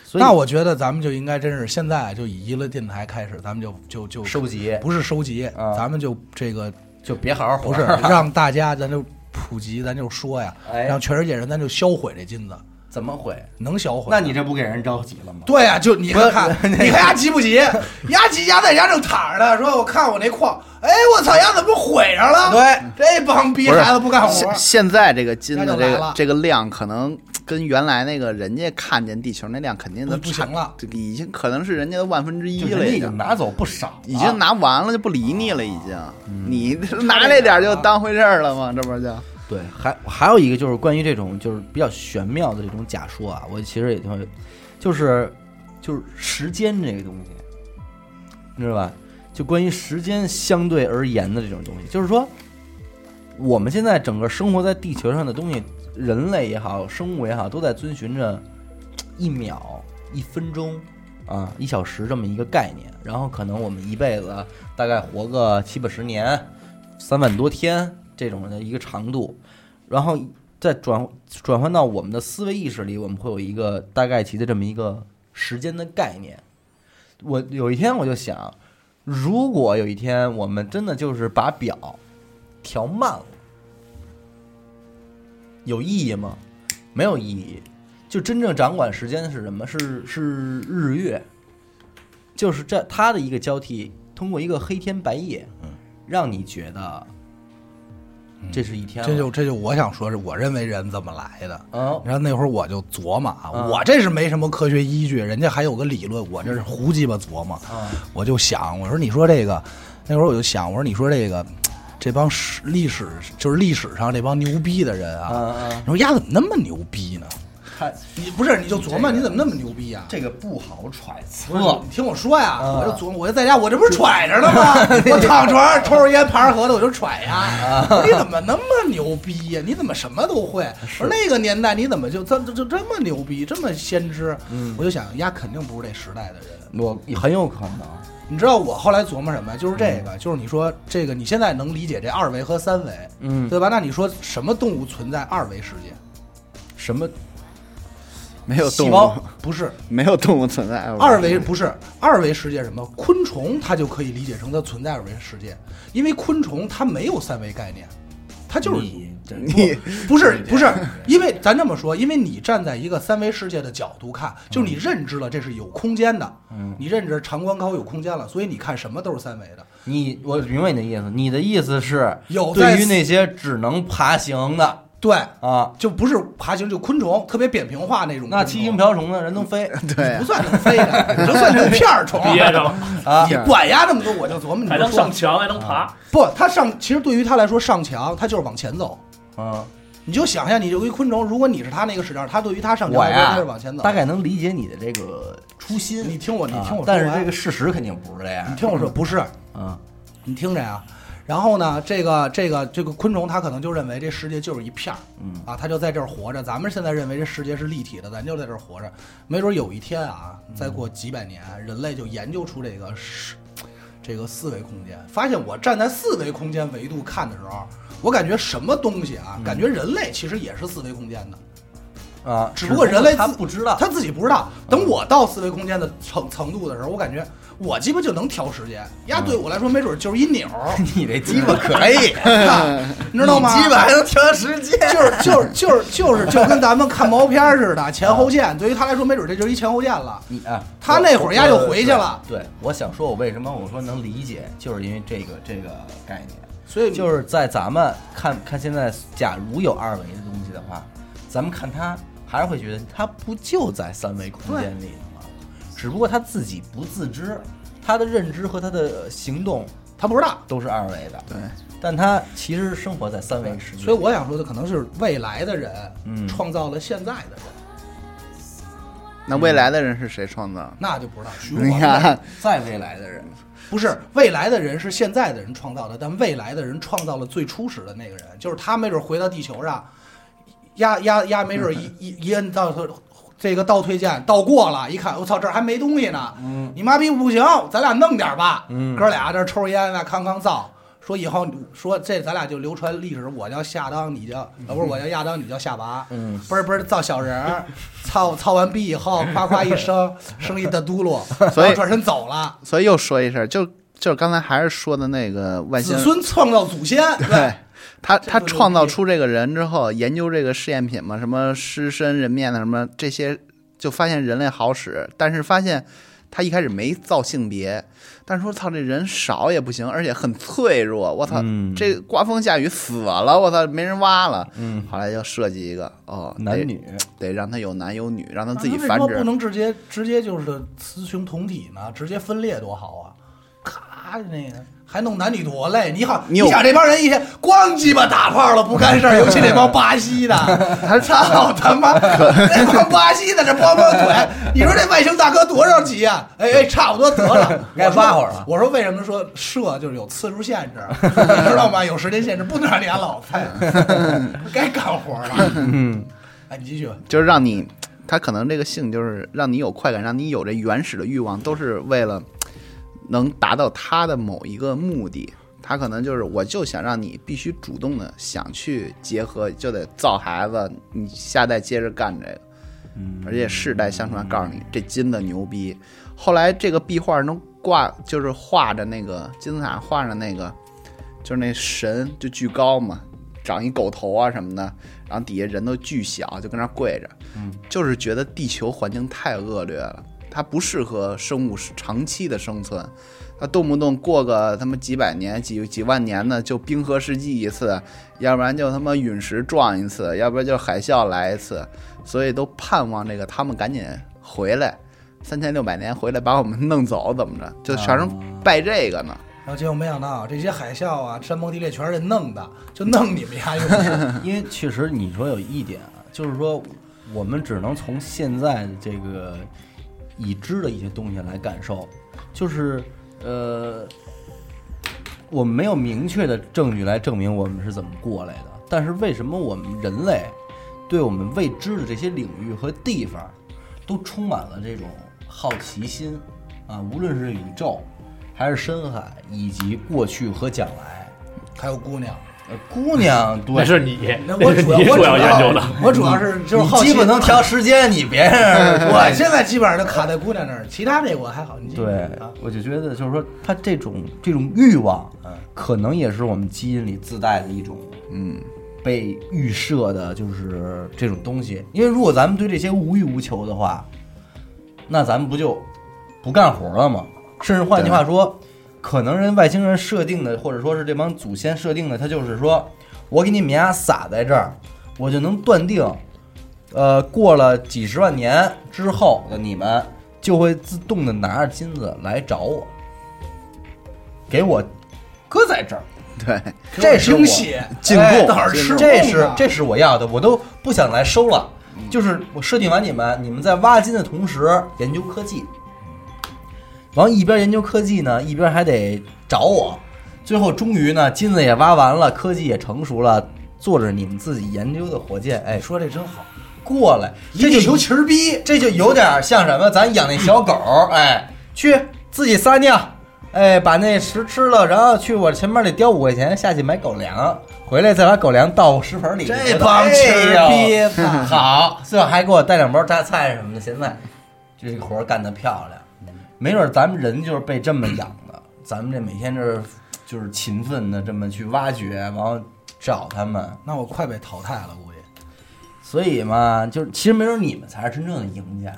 S1: 所以
S2: 那我觉得咱们就应该真是现在就以一乐电台开始，咱们就就就
S1: 收集
S2: 不是收集，
S1: 啊
S2: 咱们就这个
S1: 就别好好活
S2: 不是
S1: 了
S2: 让大家咱就普及，咱就说呀，
S1: 哎
S2: 让全世界人咱就销毁这金子，
S1: 怎么毁？
S2: 能销毁？
S1: 那你这不给人着急了吗？
S2: 对呀、啊就你看看，你看丫急不急？丫急，丫在家正躺着呢，说我看我那矿，哎，我操，丫怎么毁上了？对，这帮逼
S4: 不是
S2: 孩子不干活
S4: 现。现在这个金
S2: 那
S4: 的
S2: 就
S4: 这
S2: 来了
S4: 个这个量，可能跟原来那个人家看见地球那量肯定
S2: 不
S4: 都
S2: 不行了，
S4: 这个已经可能是人家的万分之一
S1: 就
S4: 了，
S1: 人家
S4: 已
S1: 已
S4: 经
S1: 经拿啊走不少了，
S4: 已经拿完了就不理你了，已经。你拿这点儿就当回事儿了吗？这不就
S1: 对，还还有一个就是关于这种就是比较玄妙的这种假说啊，我其实也就就是就是时间这个东西，你知道吧？就关于时间相对而言的这种东西，就是说我们现在整个生活在地球上的东西，人类也好，生物也好，都在遵循着一秒、一分钟啊、一小时这么一个概念。然后可能我们一辈子大概活个七八十年，三万多天这种的一个长度，然后再转转换到我们的思维意识里，我们会有一个大概其的这么一个时间的概念。我有一天我就想，如果有一天我们真的就是把表调慢了，有意义吗？没有意义。就真正掌管时间的是什么？是是日月，就是这它的一个交替，通过一个黑天白夜，
S2: 嗯
S1: 让你觉得这是一天了。
S2: 这就这就我想说，是我认为人怎么来的。
S1: 嗯，
S2: 然后那会儿我就琢磨啊，
S1: 嗯
S2: 我这是没什么科学依据，人家还有个理论，我这是胡鸡巴琢磨。
S1: 啊
S2: 我就想，我说你说这个，那会儿我就想，我说你说这个，这帮史历史就是历史上这帮牛逼的人啊，
S1: 啊！
S2: 你说丫怎么那么牛逼呢？
S1: 看
S2: 你不是你就琢磨你怎么那么牛逼啊呀、
S1: 这个不好揣测
S2: 不是你听我说呀，
S1: 啊
S2: 我就琢磨，我就在家，我这不是揣着呢 吗？我躺床上抽着烟，盘着核桃，我就揣呀。
S1: 啊
S2: 我说你怎么那么牛逼呀？你怎么什么都会？我说那个年代你怎么就这这这这么牛逼，这么先知？
S1: 嗯
S2: 我就想，丫肯定不是这时代的人。
S1: 我很有可能，
S2: 你知道我后来琢磨什么？就是这个，就是你说这个，你现在能理解这二维和三维，
S1: 嗯，
S2: 对吧？那你说什么动物存在二维世界？
S1: 什么
S4: 没有动
S1: 细
S4: 物
S1: 胞，
S2: 不是
S4: 没有动物存在。
S2: 二维不是二维世界什么？昆虫它就可以理解成它存在二维世界，因为昆虫它没有三维概念，它就是
S1: 你这
S4: 你
S2: 不是不是，因为咱这么说，因为你站在一个三维世界的角度看，就是你认知了这是有空间的，
S1: 嗯
S2: 你认知长宽高有空间了，所以你看什么都是三维的。
S1: 你我明白你的意思，你的意思是
S2: 有在
S1: 对于那些只能爬行的
S2: 对，
S1: 啊，
S2: 就不是爬行，就昆虫特别扁平化那种昆虫。
S1: 那七星瓢虫呢，人能 飞
S4: 对
S2: 不算能飞的， 你就算成片儿虫。
S3: 憋着了，
S1: 啊
S2: 你管呀那么多，我就琢磨你
S3: 还
S2: 就
S3: 能
S2: 说
S3: 上墙，还能爬，
S2: 不，它上其实对于它来说上墙，它就是往前走。
S1: 啊，
S2: 你就想象，你就一昆虫，如果你是它那个视角，它对于它上墙
S1: 我
S2: 来说，它
S1: 呀
S2: 是往前走。
S1: 大概能理解你的这个初心，
S2: 你听我，你
S1: 啊
S2: 听我说完，
S1: 但是这个事实肯定不是这样
S2: 你听我说，不是，
S1: 啊，
S2: 你听着呀。然后呢，这个这个这个昆虫，它可能就认为这世界就是一片儿，
S1: 嗯
S2: 啊，它就在这儿活着。咱们现在认为这世界是立体的，咱就在这儿活着。没准有一天啊，再过几百年，人类就研究出这个是这个四维空间，发现我站在四维空间维度看的时候，我感觉什么东西啊，感觉人类其实也是四维空间的。
S1: 啊，
S2: 只不过人类自
S1: 他不知道，
S2: 他自己不知道。等我到四维空间的程程度的时候，我感觉我鸡巴就能调时间，呀，对我来说没准就是一钮儿，
S1: 你这鸡巴可以，
S2: 你知道吗？
S1: 你鸡巴还能调时间，
S2: 就是 就是就是就是就跟咱们看毛片儿似的，前后键。对于他来说，没准这就是一前后键了。
S1: 你啊，
S2: 他那会儿丫就回去了
S1: 对，我想说，我为什么我说能理解，就是因为这个这个概念，
S2: 所以
S1: 就是在咱们看看现在，假如有二维的东西的话，咱们看它还是会觉得它不就在三维空间里吗？只不过他自己不自知，他的认知和他的行动
S2: 他不知道。
S1: 都是二维的，
S4: 对，
S1: 但他其实生活在三维世界。
S2: 所以我想说的可能是未来的人
S1: 嗯
S2: 创造了现在的人，
S4: 那未来的人是谁创造？
S2: 那就不知道。循
S4: 你
S2: 环的
S4: 看，
S1: 在未来的人，
S2: 不是未来的人是现在的人创造的，但未来的人创造了最初始的那个人，就是他没准回到地球上，压压压没
S4: 嗯
S2: 准一一一摁到这个倒退键倒过了，一看我操这儿还没东西呢，你妈逼不行，咱俩弄点儿吧，
S4: 嗯
S2: 哥俩这抽着烟呢，康康造。说以后说这咱俩就流传历史，我叫夏当，你叫呃不是我叫亚当，你叫夏娃，
S1: 嗯，
S2: 嘣儿嘣儿造小人儿，操操完逼以后，夸夸一 生生一大嘟噜，
S4: 所
S2: 然
S4: 以
S2: 后转身走了。
S4: 所以又说一声，就就是刚才还是说的那个外星
S2: 子孙创造祖先，
S4: 对，他
S2: 这
S4: 他
S2: 不牛
S4: 创造
S2: 逼
S4: 出这个人之后，研究这个试验品嘛，什么狮身人面的啊什么这些，就发现人类好使，但是发现他一开始没造性别，但是说操这人少也不行，而且很脆弱，我操，
S1: 嗯
S4: 这刮风下雨死了，我操没人挖了，嗯，后来要设计一个哦，得
S1: 男女
S4: 得让他有男有女，让他
S2: 啊那
S4: 自己
S2: 为
S4: 繁
S2: 什么不
S4: 殖，
S2: 能直接直接就是雌雄同体呢？直接分裂多好啊！咔，那个还弄男女多累。你好，
S4: 你
S2: 你
S4: 有
S2: 想这帮人一天光鸡巴打炮了，不干事儿，尤其那帮巴西 的，他操他妈，那帮巴西的这光光腿，你说这外星大哥多少级啊？哎哎，差不多得 了，
S1: 该
S2: 我说
S1: 挖会儿了
S2: 我说为什么说射就是有次数限制，啊 你知道吗？有时间限制，不能让你俩老 菜，该干活了。嗯，哎，你继续。
S4: 就是让你。他可能这个性就是让你有快感，让你有这原始的欲望，都是为了能达到他的某一个目的。他可能就是，我就想让你必须主动的想去结合，就得造孩子，你下代接着干这个，而且世代相传，告诉你这金的牛逼。后来这个壁画能挂，就是画着那个金字塔，画着那个，就是那神就巨高嘛，长一狗头啊什么的，然后底下人都巨小，就跟那儿跪着，就是觉得地球环境太恶劣了，它不适合生物长期的生存。它动不动过个他妈几百年、几几万年的就冰河世纪一次，要不然就他妈陨石撞一次，要不然就海啸来一次，所以都盼望这个他们赶紧回来，三千六百年回来把我们弄走，怎么着？就全是拜这个呢。
S2: 然后结果没想到这些海啸啊、山崩地裂全是人弄的，就弄你们家用的。
S1: 因为确实你说有一点啊，就是说我们只能从现在的这个已知的一些东西来感受，就是呃，我们没有明确的证据来证明我们是怎么过来的，但是为什么我们人类对我们未知的这些领域和地方都充满了这种好奇心啊？无论是宇宙，还是深海，以及过去和将来。
S2: 还有姑娘，
S1: 呃姑娘，对，
S3: 那是你，
S2: 嗯那我
S3: 那是
S2: 主要
S3: 你
S2: 我
S3: 主
S2: 主
S3: 要研究的。
S2: 我主要是就是
S1: 你
S2: 好奇
S1: 基本能。调时间，你别
S2: 我
S1: 我
S2: 现在基本上就卡在姑娘那儿，其他这我还好。你继续
S1: 对
S2: 啊，
S1: 我就觉得就是说，他这种这种欲望，可能也是我们基因里自带的一种
S4: 嗯，
S1: 被预设的，就是这种东西。因为如果咱们对这些无欲无求的话，那咱们不就不干活了吗？甚至换句话说，可能人外星人设定的，或者说是这帮祖先设定的，他就是说我给你们家撒在这儿，我就能断定，呃，过了几十万年之后的你们就会自动的拿着金子来找我，给我搁在这儿。
S4: 对，
S2: 给我
S1: 这是我
S2: 惊喜，
S4: 进
S1: 哎
S4: 贡
S2: 哪儿吃
S1: 这
S2: 贡
S1: 是
S2: 啊嗯
S1: 这是我要的，我都不想来收了。就是我设定完你们，你们在挖金的同时研究科技，然后一边研究科技呢，一边还得找我。最后终于呢，金子也挖完了，科技也成熟了，坐着你们自己研究的火箭，哎，
S2: 说这真好，
S1: 过来，
S2: 一
S1: 这
S2: 地
S1: 就
S2: 球
S1: 有
S2: 旗儿逼，
S1: 这就有点像什么？咱养那小狗， 哎，去自己撒尿，哎，把那食吃了，然后去我前面得叼五块钱下去买狗粮，回来再把狗粮倒食盆里。
S2: 这帮旗儿
S1: 哎 呦
S2: 逼，操
S1: 好，最后还给我带两包榨菜什么的。现在这活儿干得漂
S2: 嗯
S1: 亮，没准儿咱们人就是被这么养的。 咱们这每天这就是勤奋的这么去挖掘，然后找他们。
S2: 那我快被淘汰了，估计
S1: 所以嘛，就是其实没准你们才是真正的赢家，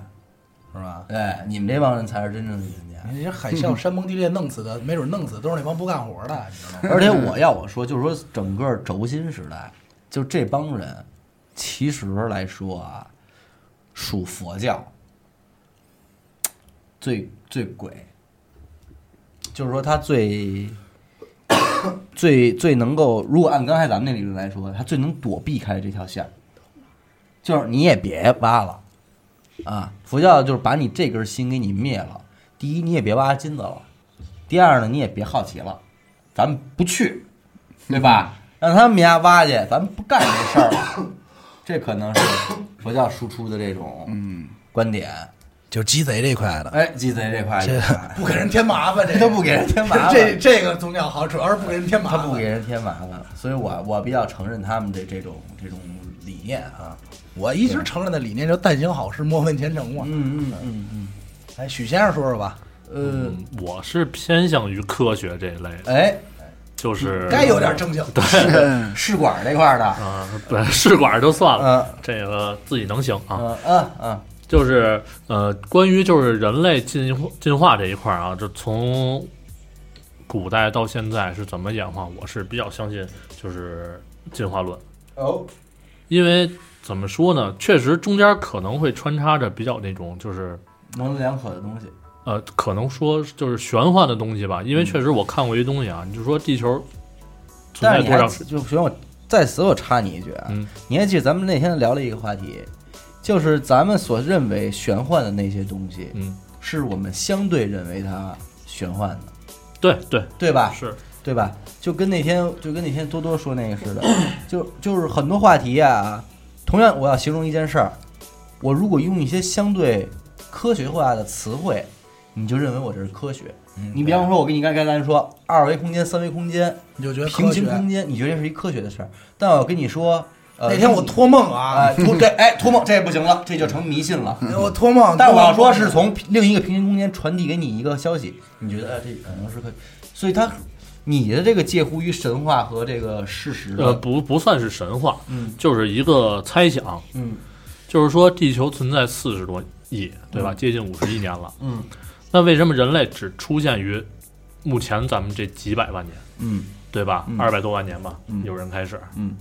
S2: 是吧？
S1: 哎，你们这帮人才是真正的赢家。
S2: 你这海啸、山崩地裂弄死的，没准弄死都是那帮不干活的，你知道 吗？
S1: 而且我要我说，就是说整个轴心时代，就这帮人，其实来说啊，属佛教，最最鬼，就是说它最最最能够，如果按刚才咱们那理论来说，它最能躲避开这条线儿，就是你也别挖了啊！佛教就是把你这根心给你灭了。第一，你也别挖金子了；第二呢，你也别好奇了，咱们不去，对吧？让他们家挖去，咱们不干这事儿了。这可能是佛教输出的这种
S4: 嗯，
S1: 观点。
S2: 就是鸡贼这一块的，
S1: 哎，鸡贼这块
S2: 这
S1: 儿，
S2: 不给人添麻 烦，这
S1: 他不给人添麻烦
S2: 这这个宗教好，主要是不给人添麻
S1: 他
S2: 烦。
S1: 不给，人添麻烦，所以我我比较承认他们的这种这种理念啊。
S2: 我一直承认的理念就是但行好事，莫问前程嘛。
S1: 嗯嗯嗯嗯。
S2: 哎，许先生说说吧，
S1: 呃，
S3: 嗯，我是偏向于科学这一类的，
S1: 哎，
S3: 就是
S2: 嗯该有点正经。
S1: 试管这块儿的，
S3: 啊，不试管就算了，
S1: 嗯
S3: 这个自己能行啊。
S1: 嗯嗯嗯，
S3: 就是呃，关于就是人类进化进化这一块儿啊，就从古代到现在是怎么演化，我是比较相信就是进化论，
S1: 哦，
S3: 因为怎么说呢，确实中间可能会穿插着比较那种就是
S1: 模棱两可的东西，
S3: 呃，可能说就是玄幻的东西吧，
S1: 嗯
S3: 因为确实我看过一东西啊，你就说地球存
S1: 但
S3: 在
S1: 是你
S3: 多
S1: 还
S3: 少时，
S1: 就行，我在此我插你一句啊，
S3: 嗯
S1: 你还记得咱们那天聊了一个话题，就是咱们所认为玄幻的那些东西，
S3: 嗯，
S1: 是我们相对认为它玄幻的，
S3: 对对
S1: 对吧？
S3: 是，
S1: 对吧？就跟那天就跟那天多多说那个 似的，就就是很多话题啊，同样我要形容一件事儿，我如果用一些相对科学化的词汇，你就认为我这是科学。
S2: 嗯
S1: 你比方说，我跟你刚才咱说二维空间、三维空间，
S2: 你就觉得啊
S1: 平
S2: 科
S1: 行
S2: 学。
S1: 空间，你觉得这是一科学的事儿？但我跟你说，呃，
S2: 那天我托梦啊，
S1: 啊托这哎托梦这不行了，这就成迷信了。
S2: 哎我托梦，
S1: 但我要说是从另一个平行空间传递给你一个消息，你觉得哎这可能是可以，所以它你的这个介乎于神话和这个事实
S3: 呃，
S1: 的，
S3: 不不算是神话，
S1: 嗯
S3: 就是一个猜想，
S1: 嗯
S3: 就是说地球存在四十多亿，对吧？接近五十亿年了。
S1: 嗯
S3: 那为什么人类只出现于目前咱们这几百万年，
S1: 嗯
S3: 对吧
S1: 嗯？
S3: 二百多万年吧
S1: 嗯，
S3: 有人开始。
S1: 嗯。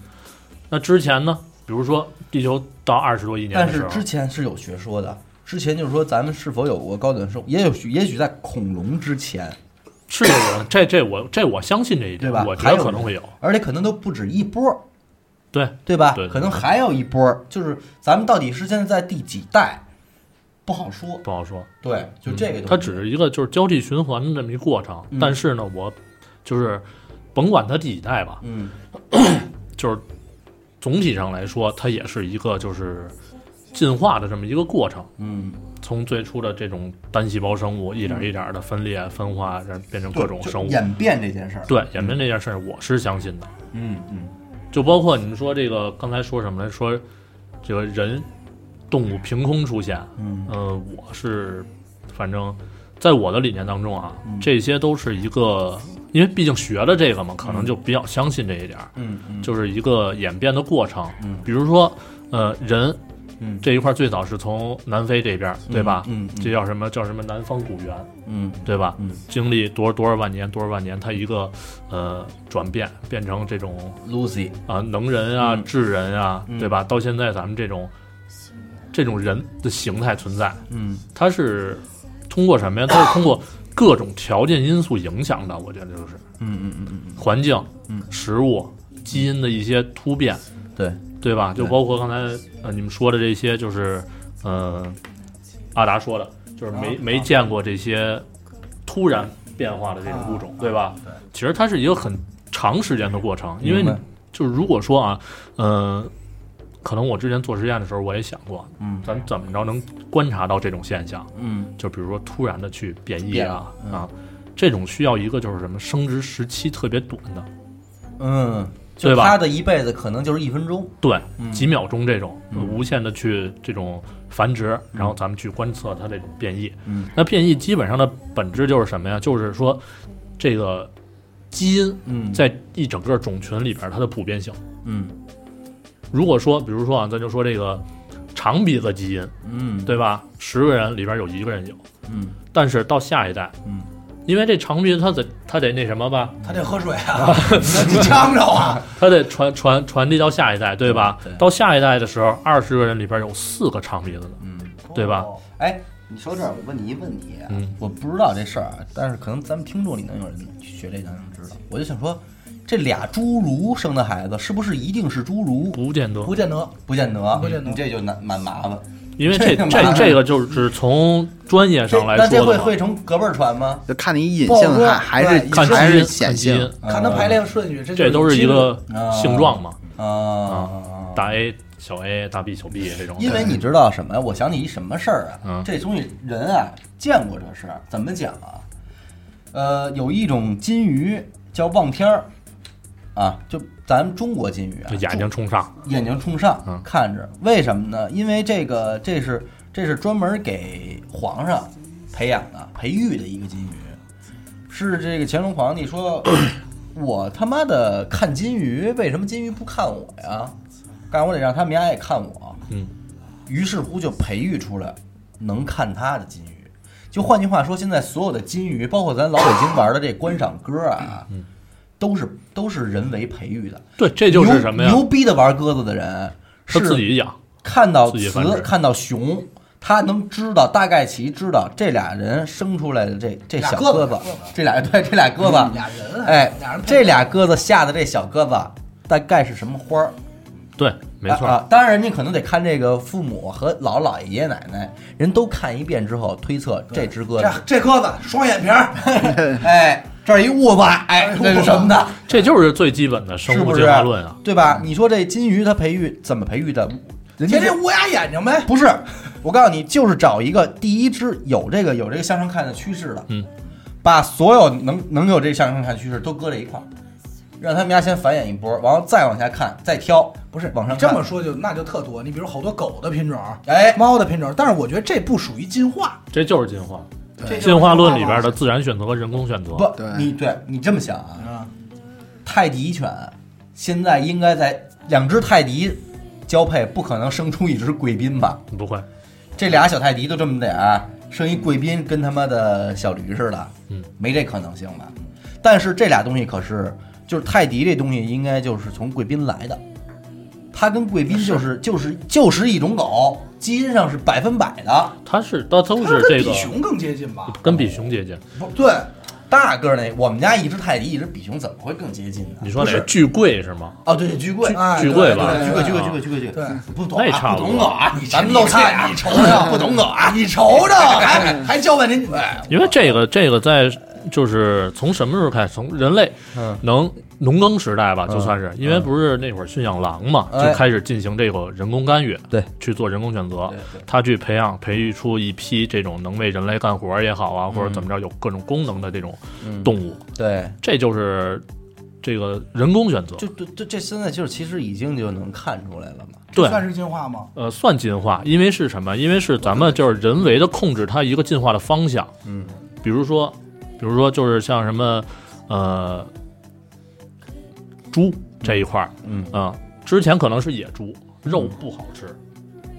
S3: 那之前呢？比如说地球到二十多亿年
S1: 但
S3: 的时
S1: 是
S3: 候
S1: 之，前是有学说的，之前就是说咱们是否有过高等生，也有许也许在恐龙之前，
S3: 是有人这这我这我相信这一
S1: 对
S3: 点
S1: 吧，
S3: 我觉
S1: 还有
S3: 得可
S1: 人
S3: 能会有。
S1: 而且可能都不止一波儿，
S3: 对，
S1: 对吧？
S3: 对对
S1: 可能还有一波儿，就是咱们到底是现在在第几代，不好说。
S3: 不好说。
S1: 对，就这个东西、
S3: 嗯它只是一个就是交替循环的这么一过程
S1: 嗯。
S3: 但是呢，我就是甭管它第几代吧，
S1: 嗯
S3: 就是总体上来说，它也是一个就是进化的这么一个过程。
S1: 嗯，
S3: 从最初的这种单细胞生物，一点一点的分裂、分化，然后变成各种
S1: 就
S3: 生物。
S1: 演嗯变这件事儿，
S3: 对演变这件事儿，我是相信的。
S1: 嗯嗯
S3: 就包括你们说这个刚才说什么来说，这个人动物凭空出现，
S1: 嗯
S3: 呃，我是反正在我的理念当中啊，
S1: 嗯
S3: 这些都是一个，因为毕竟学了这个嘛，可能就比较相信这一点儿，
S1: 嗯嗯，
S3: 就是一个演变的过程。
S1: 嗯
S3: 比如说，呃，人
S1: 嗯
S3: 这一块儿最早是从南非这边儿，对吧？
S1: 嗯嗯
S3: 这叫什么叫什么南方古猿，
S1: 嗯
S3: 对吧？
S1: 嗯
S3: 经历多少多少万年，多少万年，它一个呃转变，变成这种
S1: ，Lucy，
S3: 啊、能人啊、
S1: 嗯
S3: 智人啊，
S1: 嗯
S3: 对吧？到现在咱们这种这种人的形态存在，
S1: 嗯
S3: 它是通过什么呀？它是通过各种条件因素影响的，我觉得就是
S1: 嗯嗯嗯嗯，
S3: 环境、
S1: 嗯
S3: 食物、基因的一些突变，
S1: 对，
S3: 对吧？就
S1: 对
S3: 包括刚才呃你们说的这些，就是嗯、呃阿达说的，就是没、
S2: 啊
S3: 没见过这些突然变化的这种物
S1: 啊
S3: 种，对吧？
S2: 对
S3: 其实它是一个很长时间的过程，因为
S1: 明
S3: 你
S1: 白
S3: 就是如果说啊，嗯、可能我之前做实验的时候我也想过，
S1: 嗯
S3: 咱怎么着能观察到这种现象？
S1: 嗯
S3: 就比如说突然的去变异
S1: 变
S3: 啊
S1: 了嗯
S3: 啊，这种需要一个就是什么生殖时期特别短的，
S1: 嗯，就
S3: 对吧
S1: 他的一辈子可能就是一分钟，
S3: 对，
S1: 嗯
S3: 几秒钟这种、
S1: 嗯
S3: 无限的去这种繁殖，然后咱们去观测它的变异。
S1: 嗯
S3: 那变异基本上的本质就是什么呀？就是说这个基因
S1: 嗯
S3: 在一整个种群里边它的普遍性。
S1: 嗯
S3: 如果说，比如说啊，咱就说这个长鼻子基因，
S1: 嗯
S3: 对吧？十个人里边有一个人有，
S1: 嗯
S3: 但是到下一代，
S1: 嗯，
S3: 因为这长鼻它得它得那什么吧，
S2: 他得喝水啊，你呛着 啊，
S3: 它得传传传递到下一代，对吧？
S1: 对
S3: 到下一代的时候，二十个人里边有四个长鼻子的，
S1: 嗯
S3: 对吧？
S1: 哎，你说这儿，我问你一问题啊，
S3: 嗯
S1: 我不知道这事儿啊，但是可能咱们听众里能有人学这个能知道。我就想说，这俩侏儒生的孩子是不是一定是侏儒？
S3: 不见得
S2: 不，见得。
S1: 不见得，
S2: 不见得
S1: 你这就难蛮麻烦。
S3: 因为
S1: 这
S3: 这
S1: 个
S3: 这
S1: 嘛
S3: 这个就是从专业
S1: 这
S3: 上来
S1: 那这
S3: 说
S1: 会
S3: 的嘛
S1: 会，成隔辈儿传吗？
S4: 就看你隐
S2: 不好
S4: 性
S2: 说
S4: 还还是
S2: 对
S3: 看基
S4: 还是
S3: 因看
S4: 显
S3: 基
S4: 性
S3: 因，
S2: 看他排列顺序，这就
S3: 这都是
S2: 基
S3: 一
S2: 因
S3: 个
S1: 啊
S3: 性状嘛，
S1: 啊，
S3: 大 A 小 A 大 B 小 B 这种的，
S1: 因为你知道什么呀？我想起一什么事儿啊？
S3: 嗯
S1: 这东西人啊见过这事儿，怎么讲啊？呃，有一种金鱼叫望天儿，啊，就咱们中国金鱼啊
S3: 就，眼睛冲上，
S1: 眼睛冲上、
S3: 嗯
S1: 看着，为什么呢？因为这个这是这是专门给皇上培养的、培育的一个金鱼，是这个乾隆皇帝 说，我他妈的看金鱼，为什么金鱼不看我呀？但我得让他们家也看我，
S3: 嗯，
S1: 于是乎就培育出了能看它的金鱼。就换句话说，现在所有的金鱼，包括咱老北京玩的这观赏鸽啊，
S3: 嗯
S1: 都是都是人为培育的。
S3: 对，这就是什么呀
S1: 牛？牛逼的玩鸽子的人
S3: 他
S1: 是
S3: 自己养，
S1: 看到
S3: 自己繁殖
S1: 雌，看到雄，他能知道大概其知道这俩人生出来的这这
S2: 俩
S1: 小
S2: 鸽子
S1: 鸽子
S2: 俩鸽子，嗯
S1: 这俩对这俩鸽子，
S2: 俩人还，啊
S1: 哎
S2: 俩人，配
S1: 这俩鸽子下的这小鸽子大概是什么花儿？
S3: 对，没错
S1: 啊
S3: 儿，
S1: 啊当然，你可能得看这个父母和姥姥、姥爷、爷爷奶奶，人都看一遍之后推测这只鸽子，
S2: 这这鸽子双眼皮儿，
S1: 哎，这儿一痦子，哎，这是什么的？
S3: 这就是最基本的生
S1: 是
S3: 物
S1: 不
S3: 进
S1: 是
S3: 化论啊。？
S1: 对吧？你说这金鱼它培育怎么培育的？人家这
S2: 天天乌鸦眼睛呗。
S1: 不是，我告诉你，就是找一个第一只有这个有这个向上看的趋势的，
S3: 嗯，
S1: 把所有能能有这个向上看趋势都搁在一块儿，让他们家先繁衍一波，完了再往下看，再挑，
S2: 不是
S1: 往上
S2: 你这
S1: 看
S2: 么说就那就特多。你比如好多狗的品种，
S1: 哎
S2: 猫的品种，但是我觉得这不属于进化，
S3: 这就是进化，
S2: 这就是
S3: 进化论里边的自然选择和人工选择。
S1: 不，
S4: 对
S1: 你对你这么想啊，
S2: 啊，
S1: 泰迪犬现在应该在两只泰迪交配，不可能生出一只贵宾吧？
S3: 不会，
S1: 这俩小泰迪都这么点儿，生一贵宾跟他妈的小驴似的，
S3: 嗯，
S1: 没这可能性吧？但是这俩东西可是，就是泰迪这东西应该就是从贵宾来的，它跟贵宾就是就是就是一种狗，基因上是百分百的，
S3: 它是它都
S2: 它
S3: 是
S2: 跟
S3: 这个
S2: 比熊更接近吧？
S3: 跟比熊接近。
S1: 不对。大个儿那，我们家一只泰迪，一只比熊，怎么会更接近呢？
S3: 你说
S1: 不
S3: 哪
S1: 是
S3: 个巨贵是吗？
S1: 哦，对对，巨贵，
S2: 哎
S3: 巨贵
S2: 对
S3: 吧
S2: 对
S1: 巨
S2: 对
S1: 贵，
S2: 对
S1: 巨贵，巨贵，巨贵，巨贵，
S2: 对
S1: 不懂
S3: 那
S1: 啊，
S3: 差
S1: 不
S3: 不多
S1: 懂我啊，
S2: 你
S1: 咱们露
S2: 你
S1: 怯
S2: 看
S1: 啊，
S2: 你瞅
S1: 瞅， 不懂我啊，你瞅瞅，还还教半天，哎
S3: 因为这个这个在就是从什么时候开始？从人类
S1: 嗯
S3: 能农耕时代吧，
S1: 嗯
S3: 就算是因为不是那会儿驯养狼嘛，
S1: 哎
S3: 就开始进行这个人工干预，
S1: 对，
S3: 去做人工选择
S1: 对对。
S3: 他去培养培育出一批这种能为人类干活儿也好啊，或者怎么着有各种功能的这种
S1: 嗯
S3: 动物，
S1: 对，
S3: 这就是这个人工选择，
S1: 就对对，这现在就是其实已经就能看出来了嘛。
S3: 对
S2: 这。算是进化吗？
S3: 呃，算进化，因为是什么？因为是咱们就是人为的控制它一个进化的方向。
S1: 嗯，
S3: 比如说，比如说就是像什么，呃，猪这一块儿，
S1: 嗯
S3: 啊、之前可能是野猪，肉不好吃，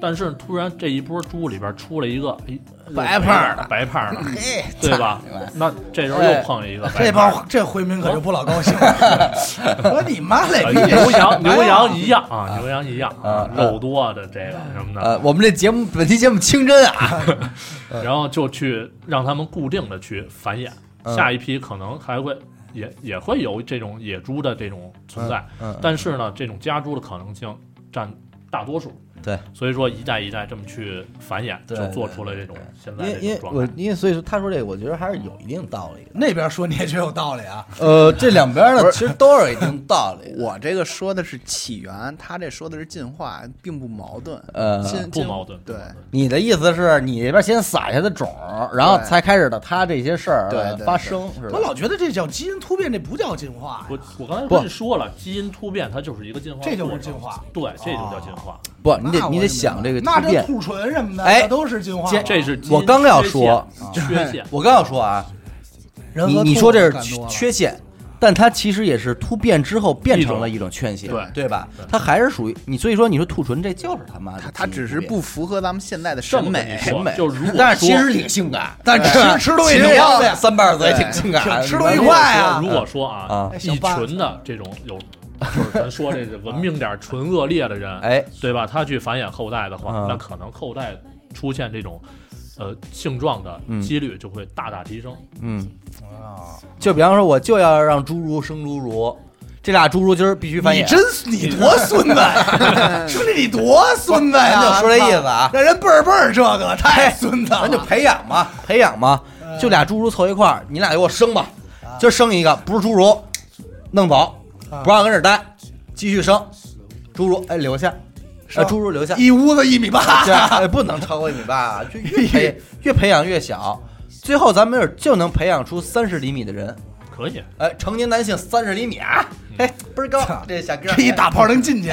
S3: 但是突然这一波猪里边出了一个，哎，
S2: 白胖儿
S3: 的，白胖儿的，
S1: 嘿，
S3: 对
S1: 操
S3: 吧
S1: 对吧？
S3: 那这时候又碰一个白
S1: 哎
S2: 这
S3: 胖儿的。
S2: 帮这回民可就不老高
S1: 哦
S2: 兴了。 我你妈嘞
S1: 哎
S2: 哎
S3: 呃！
S2: 你这
S3: 牛羊牛羊一样啊，牛羊一样
S1: 啊
S3: 肉多的这个什么的，
S1: 呃，我们这节目本期节目清真啊，
S3: 然后就去让他们固定的去繁衍，
S1: 嗯
S3: 下一批可能还会也也会有这种野猪的这种存在，
S1: 嗯嗯
S3: 但是呢，这种家猪的可能性占大多数，
S1: 对，
S3: 所以说一代一代这么去繁衍，
S1: 对
S3: 就做出了这种现在
S1: 因为因
S3: 这
S1: 为
S3: 种
S1: 我
S3: 状态。
S1: 因为所以说他说这个，我觉得还是有一定道 理的。
S2: 那边说你也觉得有道理啊？
S1: 呃，这两边呢，其实都是有一定道理的。
S4: 我这个说的是起源，他这说的是进化，并不矛盾。
S1: 呃
S4: 进
S3: 不
S4: 进
S3: 矛盾，
S4: 对
S3: 不矛盾
S1: 你的意思是你这边先撒下的种儿，然后
S4: 对
S1: 才开始的他这些事儿
S4: 对
S1: 呃
S4: 对
S1: 发
S4: 对
S1: 生，是吧
S2: 我？老觉得这叫基因突变，这不叫进化呀
S3: 我。我刚才
S1: 不
S3: 跟你说了，基因突变它就是一个进化，
S2: 这就是进化，
S3: 对，这就叫进化。
S1: 不，你
S2: 那
S1: 得
S2: 我
S1: 你
S2: 就
S1: 得
S2: 明
S1: 想
S2: 白
S1: 这个
S2: 那
S1: 突
S2: 这
S1: 变。
S2: 兔唇什么的，
S1: 哎
S2: 那都是进化吧。
S3: 这是基因
S1: 我刚要说
S3: 缺陷，缺陷
S1: 我刚要说啊，
S2: 人和
S1: 你
S2: 兔
S1: 你说这
S2: 感
S1: 是
S2: 多了
S1: 缺陷，但它其实也是突变之后变成了一种圈
S3: 一
S1: 形，
S3: 种
S1: 对吧
S3: 对？
S1: 它还是属于你，所以说你说兔唇这就是他妈的基
S4: 它
S1: 因突变，
S4: 它只是不符合咱们现在的
S3: 这
S4: 审
S3: 么跟你
S4: 美。
S3: 说
S1: 审美
S3: 就如果
S2: 但是其
S3: 说
S2: 实挺性感，但
S4: 对
S2: 其
S1: 哎
S2: 实吃东西挺方便，三瓣子也挺性感，
S5: 吃东西快
S2: 你说
S5: 啊
S3: 如果说啊
S1: 啊，
S3: 一群的这种有，就是咱说这个文明点儿、纯恶劣的人，
S1: 哎，
S3: 对吧？他去繁衍后代的话
S1: 嗯，
S3: 那可能后代出现这种呃性状的几率就会大大提升。
S1: 嗯，
S5: 啊，
S1: 就比方说我就要让侏儒生侏儒，这俩侏儒今儿必须繁
S2: 你
S1: 衍，
S2: 真你 多孙子呀，兄弟你多孙子
S1: 咱
S2: 呀！
S1: 就说这意思啊，
S2: 让人倍儿倍儿这个太孙子了，
S1: 咱就培养嘛，培养嘛，
S2: 嗯
S1: 就俩侏儒凑一块儿，你俩给我生吧，
S2: 啊
S1: 今儿生一个不是侏儒，弄走，不让跟这儿待，继续生，侏儒哎留下，呃侏儒留下，
S2: 一屋子一米八
S1: 这，样哎不能超过一米八啊，就越 培越培养越小，最后咱们这儿就能培养出三十厘米的人，
S3: 可 以，
S1: 哎，成年男性三十厘米啊，哎倍儿高，这小哥儿
S2: 这一打炮能 进去，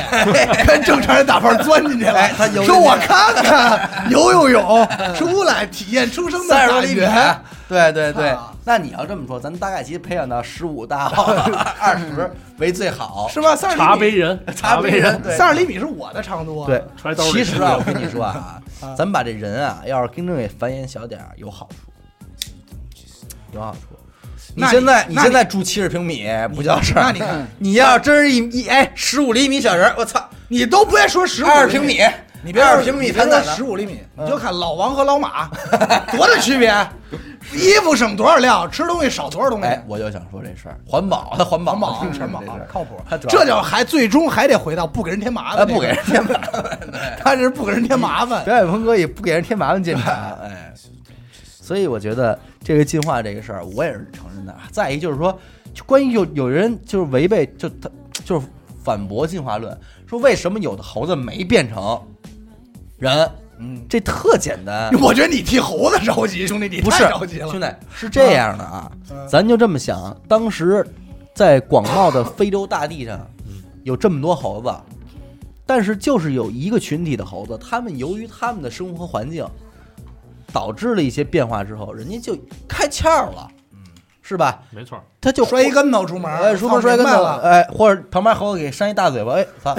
S2: 跟正常人打炮钻进去了
S1: 哎他。游进去
S2: 说我看看，游游泳，出来体验出生的
S1: 三十多
S2: 感
S1: 厘米啊
S2: 觉。，
S1: 对对对
S2: 操。
S1: 那你要这么说，咱大概其实培养到十五到 二十为最好，
S2: 是吗？三十
S3: 茶
S2: 厘
S3: 杯
S2: 米，
S3: 人，
S1: 茶杯人对
S2: 三十厘米是我的长度啊。
S1: 对，
S3: 揣兜里
S1: 其实啊，我跟 你说啊，咱们把这人啊，要是跟着给繁衍小点儿，有好处，有好处。你
S2: 那你
S1: 现在
S2: 那
S1: 你
S2: 你
S1: 现在住七十平米不叫事儿，
S2: 那你看，
S1: 你要真是一一哎十五厘米小人儿，我操，
S2: 你都不愿说十五
S1: 二十平米，
S2: 你别
S1: 二
S2: 说
S1: 十平米嗯
S2: 你别
S1: 谈
S2: 说
S1: 谈
S2: 十五厘米，你就看老王和老马，多大区别？衣服省多少料，吃东西少多少东西，
S1: 哎，我就想说这事儿，环保，它环保，
S2: 环保啊
S1: 是
S2: 环保
S1: 这事儿
S2: 靠谱
S1: 它主要
S2: 这叫还最终还得回到不给人添麻
S1: 哎
S2: 烦这个，
S1: 不给人添麻烦。
S2: 他这是不给人添麻烦。
S1: 表演风格也不给人添麻烦进场， 哎，所以我觉得这个进化这个事儿，我也是承认的。啊再一就是说，就关于有有人就是违背，就他就是反驳进化论，说为什么有的猴子没变成人？嗯，这特简单，
S2: 我觉得你替猴子着急，兄弟，你
S1: 不
S2: 太
S1: 是
S2: 着急了
S1: 兄。弟是这样的啊
S2: 嗯，
S1: 咱就这么想，当时在广袤的非洲大地上，
S2: 嗯
S1: 有这么多猴子，但是就是有一个群体的猴子，他们由于他们的生活环境，导致了一些变化之后，人家就开窍了，是吧？
S3: 没错儿，
S1: 他就
S2: 嗯摔一跟头出门，
S1: 哎，出门
S2: 操
S1: 摔一跟
S2: 明白
S1: 头，
S2: 了，
S1: 哎，或者旁边猴子给扇一大嘴巴，哎， 操，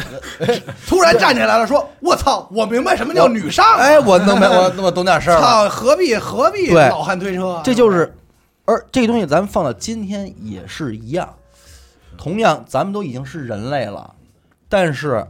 S1: 哎
S2: 突然站起来了，说：“我操，我啊明白什么叫女上了。
S1: 哎，我弄明我我懂点事儿了。
S2: 操，何必何必
S1: 对
S2: 老汉推车啊？
S1: 这就是，而这个东西咱们放到今天也是一样，同样咱们都已经是人类了，但是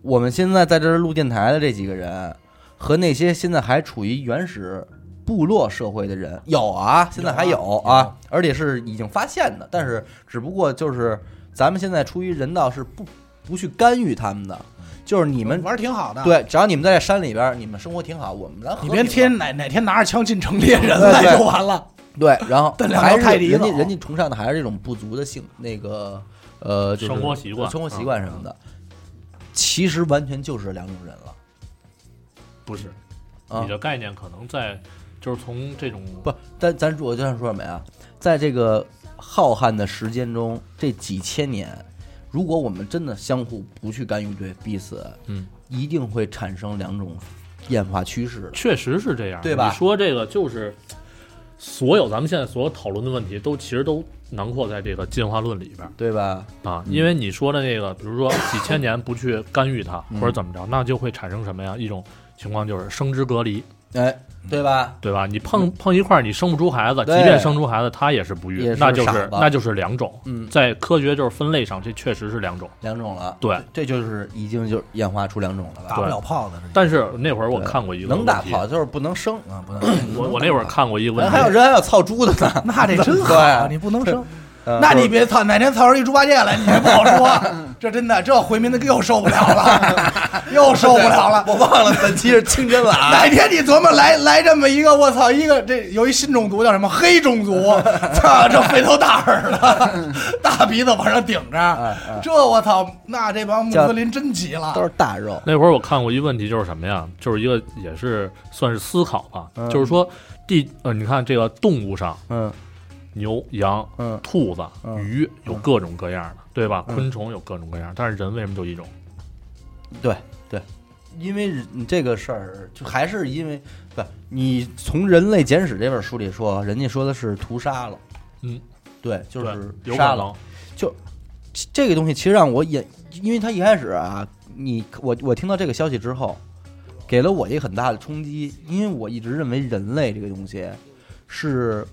S1: 我们现在在这儿录电台的这几个人，和那些现在还处于原始部落社会的人，有啊，现在还有啊，而且是已经发现的，但是只不过就是咱们现在出于人道是不不去干预他们的，就是你们。
S2: 玩儿挺好的。，
S1: 对，只要你们在这山里边儿，你们生活挺好，我们咱
S2: 你
S1: 和
S2: 别
S1: 平吧
S2: 天哪哪天拿着枪进城猎人来
S1: 对
S2: 就完了。
S1: 对，然后
S2: 但两条
S1: 还是
S2: 泰迪
S1: 人家
S2: 走
S1: 人家崇尚的还是这种部族的性那个呃、就是
S3: 生活习惯
S1: 生活习惯什么的，其实完全就是两种人了
S3: 不是
S1: 啊
S3: 你。的概念可能在就是从这种
S1: 不，但咱我就想说什么呀？在这个浩瀚的时间中，这几千年，如果我们真的相互不去干预对彼此，
S3: 嗯，
S1: 一定会产生两种演化趋势的。
S3: 确实是这样，
S1: 对吧
S3: 你说这个就是所有咱们现在所有讨论的问题，都其实都囊括在这个进化论里边儿
S1: 对吧？
S3: 啊。因为你说的那个，比如说几千年不去干预它，
S1: 嗯
S3: 或者怎么着，那就会产生什么呀？一种情况就是生殖隔离，
S1: 哎，对吧？
S3: 对吧？你碰碰一块儿，你生不出孩子，即
S1: 嗯对
S3: 便生出孩子，它也是不育
S1: 也，是
S3: 那就
S1: 傻
S3: 是
S1: 子
S3: 那就是两种。
S1: 嗯
S3: 在科学就是分类上，这确实是两种。
S1: 两种了。
S3: 对，
S1: 这就是已经就演化出两种了
S5: 打不
S1: 吧？
S5: 了炮的，
S3: 但是那会儿我看过一个
S1: 能打
S3: 问题
S1: 炮，就是不能生。
S5: 啊，不能，
S3: 我我那会儿看过一个问
S1: 人
S3: 题，
S1: 哎还有人还有操猪的呢，
S5: 那这真好啊，你不能生，
S1: 嗯
S2: 那你别操，哪天操出一猪八戒来，你也不好说。 这真的，这回民的又受不了了，又受不了 了。
S1: 我忘了本期是清真了啊，
S2: 哪天你琢磨来来这么一个，我操，一个这有一新种族叫什么黑种族，操，这肥头大耳的，大鼻子往上顶
S1: 哎
S2: 着，这我操，那这帮穆斯林真急了
S1: 都。是大肉，
S3: 那会儿我看过一问题，就是什么呀？就是一个也是算是思考吧，就是说地呃，你看这个动物上，
S1: 嗯
S3: 牛、羊、
S1: 嗯
S3: 兔子、
S1: 嗯
S3: 鱼有各种各样的，对吧？昆虫有各种各样，但是人为什么就一种？
S1: 对对，因为你这个事儿就还是因为不，你从《人类简史》这本书里说，人家说的是屠杀了，
S3: 嗯，
S1: 对，就
S3: 对
S1: 是
S3: 有
S1: 杀
S3: 可
S1: 了。
S3: 能，
S1: 这个东西其实让我也，因为他一开始啊，你我我听到这个消息之后，给了我一个很大的冲击，因为我一直认为人类这个东西是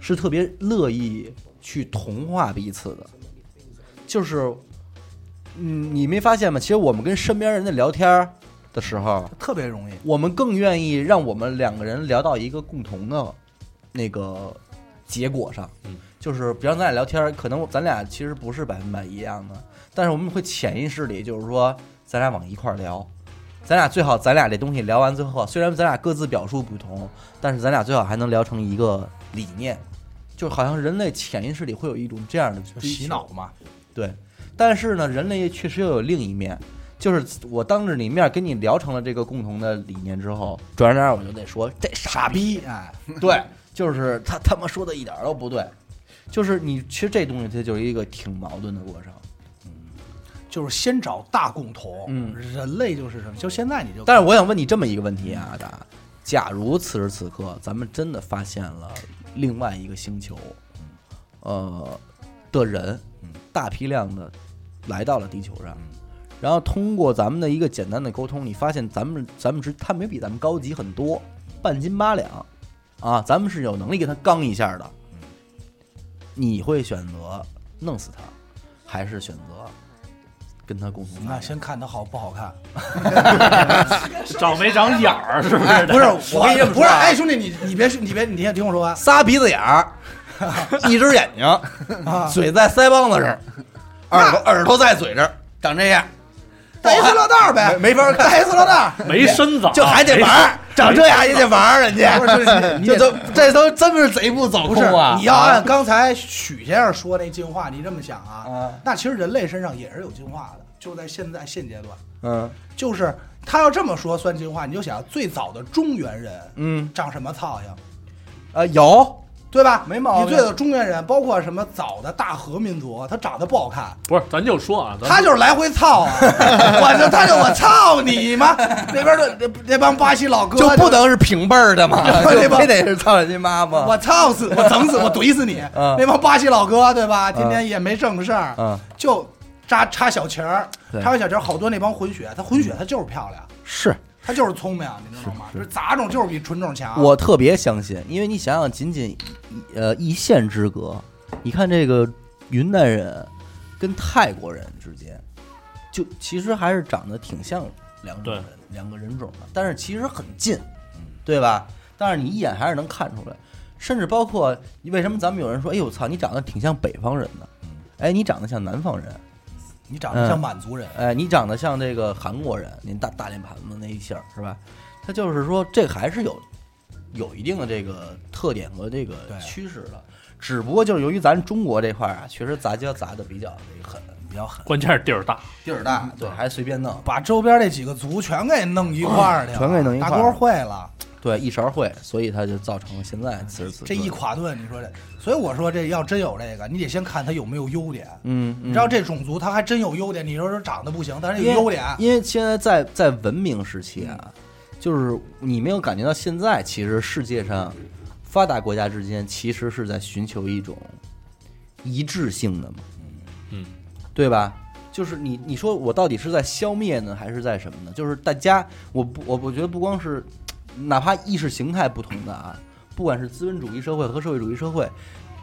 S1: 是特别乐意去同化彼此的，就是嗯，你没发现吗？其实我们跟身边人的聊天儿的时候，
S2: 特别容易。
S1: 我们更愿意让我们两个人聊到一个共同的那个结果上，
S3: 嗯，
S1: 就是比方咱俩聊天儿，可能咱俩其实不是百分百一样的，但是我们会潜意识里就是说，咱俩往一块儿聊，咱俩最好咱俩这东西聊完之后，虽然咱俩各自表述不同，但是咱俩最好还能聊成一个理念，就好像人类潜意识里会有一种这样的
S2: 就
S1: 追
S2: 洗
S1: 求
S2: 脑嘛，
S1: 对，但是呢，人类确实又有另一面，就是我当着你面跟你聊成了这个共同的理念之后，转而然我就得说这傻逼，
S2: 哎，
S1: 对，就是他他妈说的一点儿都不对，就是你其实这东西它就是一个挺矛盾的过程。
S2: 就是先找大共同。
S1: 嗯
S2: 人类就是什么？就现在你就，
S1: 但是我想问你这么一个问题啊，达，假如此时此刻咱们真的发现了另外一个星球，呃的人，嗯大批量的来到了地球上，
S2: 嗯
S1: 然后通过咱们的一个简单的沟通，你发现咱们咱们是他没比咱们高级很多，半斤八两，啊，咱们是有能力给他刚一下的，你会选择弄死他，还是选择跟他共同发
S2: 那
S1: 展？
S2: 先看它好不好看。
S3: 长没长眼儿是 不
S6: 哎
S3: 是？
S6: 不是，我
S1: 跟你这么
S6: 不
S1: 说
S6: 是，
S1: 啊
S6: 哎，兄弟，你你别你别，你先听我说啊完。
S1: 仨鼻子 眼儿，一只眼睛，
S6: 啊
S1: 嘴在腮帮子这儿，耳朵耳朵在嘴这儿，长这样，
S6: 带一塑料袋哎儿 呗，
S1: 没没法看，
S6: 带一塑料袋儿。
S3: 没身子 啊，
S1: 就还得玩
S6: 哦哎
S1: 儿，长这样也得玩儿，人家
S6: 不是就是 你
S1: 这都这都真是贼不走
S6: 不
S1: 空
S6: 是
S1: 啊！，
S6: 你要按刚才许先生说那进化，你这么想啊
S1: 嗯？
S6: 那其实人类身上也是有进化的，就在现在现阶段，
S1: 嗯
S6: 就是他要这么说算进化，你就想最早的中原人
S1: 嗯
S6: 长什么操性，
S1: 啊有
S6: 对吧？
S1: 没毛病
S6: 你最早的中原人，包括什么早的大河民族，他长得不好看，
S3: 不是，咱就说啊，咱
S6: 他就是来回操 啊，我就他就我操你妈！那边的那那帮巴西老哥
S1: 就不能是平辈儿的 嘛，
S6: 对
S1: 就
S6: 吧
S1: 非得是操人家妈妈。
S6: 我操死，我整死，我怼死你！
S1: 嗯
S6: 那帮巴西老哥，对
S1: 啊
S6: 吧？天天也没正事儿，
S1: 嗯
S6: 就扎插小旗儿，
S1: 对嗯
S6: 插完小旗儿，好多那帮混血，他混血他就是漂亮，
S1: 是
S6: 他就是聪明，你知道吗？就是杂种就是比纯种强。
S1: 我特别相信，因为你想想，仅仅一呃一线之隔，你看这个云南人跟泰国人之间，就其实还是长得挺像两种人，两个人种的，但是其实很近，嗯对吧？但是你一眼还是能看出来，甚至包括为什么咱们有人说，哎呦操，你长得挺像北方人的，哎，你长得像南方人，
S2: 你长得像满族人，
S1: 哎，你长得像这个韩国人，您大大脸盘子那一下儿是吧？他就是说，这还是有有一定的这个特点和这个
S2: 对
S1: 趋势的，只不过就是由于咱中国这块儿啊，确实杂交砸的比较这个狠，比较狠，
S3: 关键是地儿大，
S1: 地儿大，对，还随便弄，
S2: 嗯把周边这几个族全给弄一块儿去了，
S1: 全给弄一块儿
S2: 大锅烩了。
S1: 对，一勺烩，所以它就造成了现在此时此刻
S2: 这一，垮顿，你说这，所以我说这要真有这个，你得先看他有没有优点。
S1: 嗯，
S2: 你
S1: 你
S2: 知道这种族他还真有优点，你说说长得不行，但是有优点。嗯
S1: 因为现在在在文明时期啊，就是你没有感觉到现在其实世界上发达国家之间其实是在寻求一种一致性的嘛，
S3: 嗯，
S1: 对吧？就是你你说我到底是在消灭呢，还是在什么呢？就是大家，我不我我觉得不光是，哪怕意识形态不同的啊，不管是资本主义社会和社会主义社会，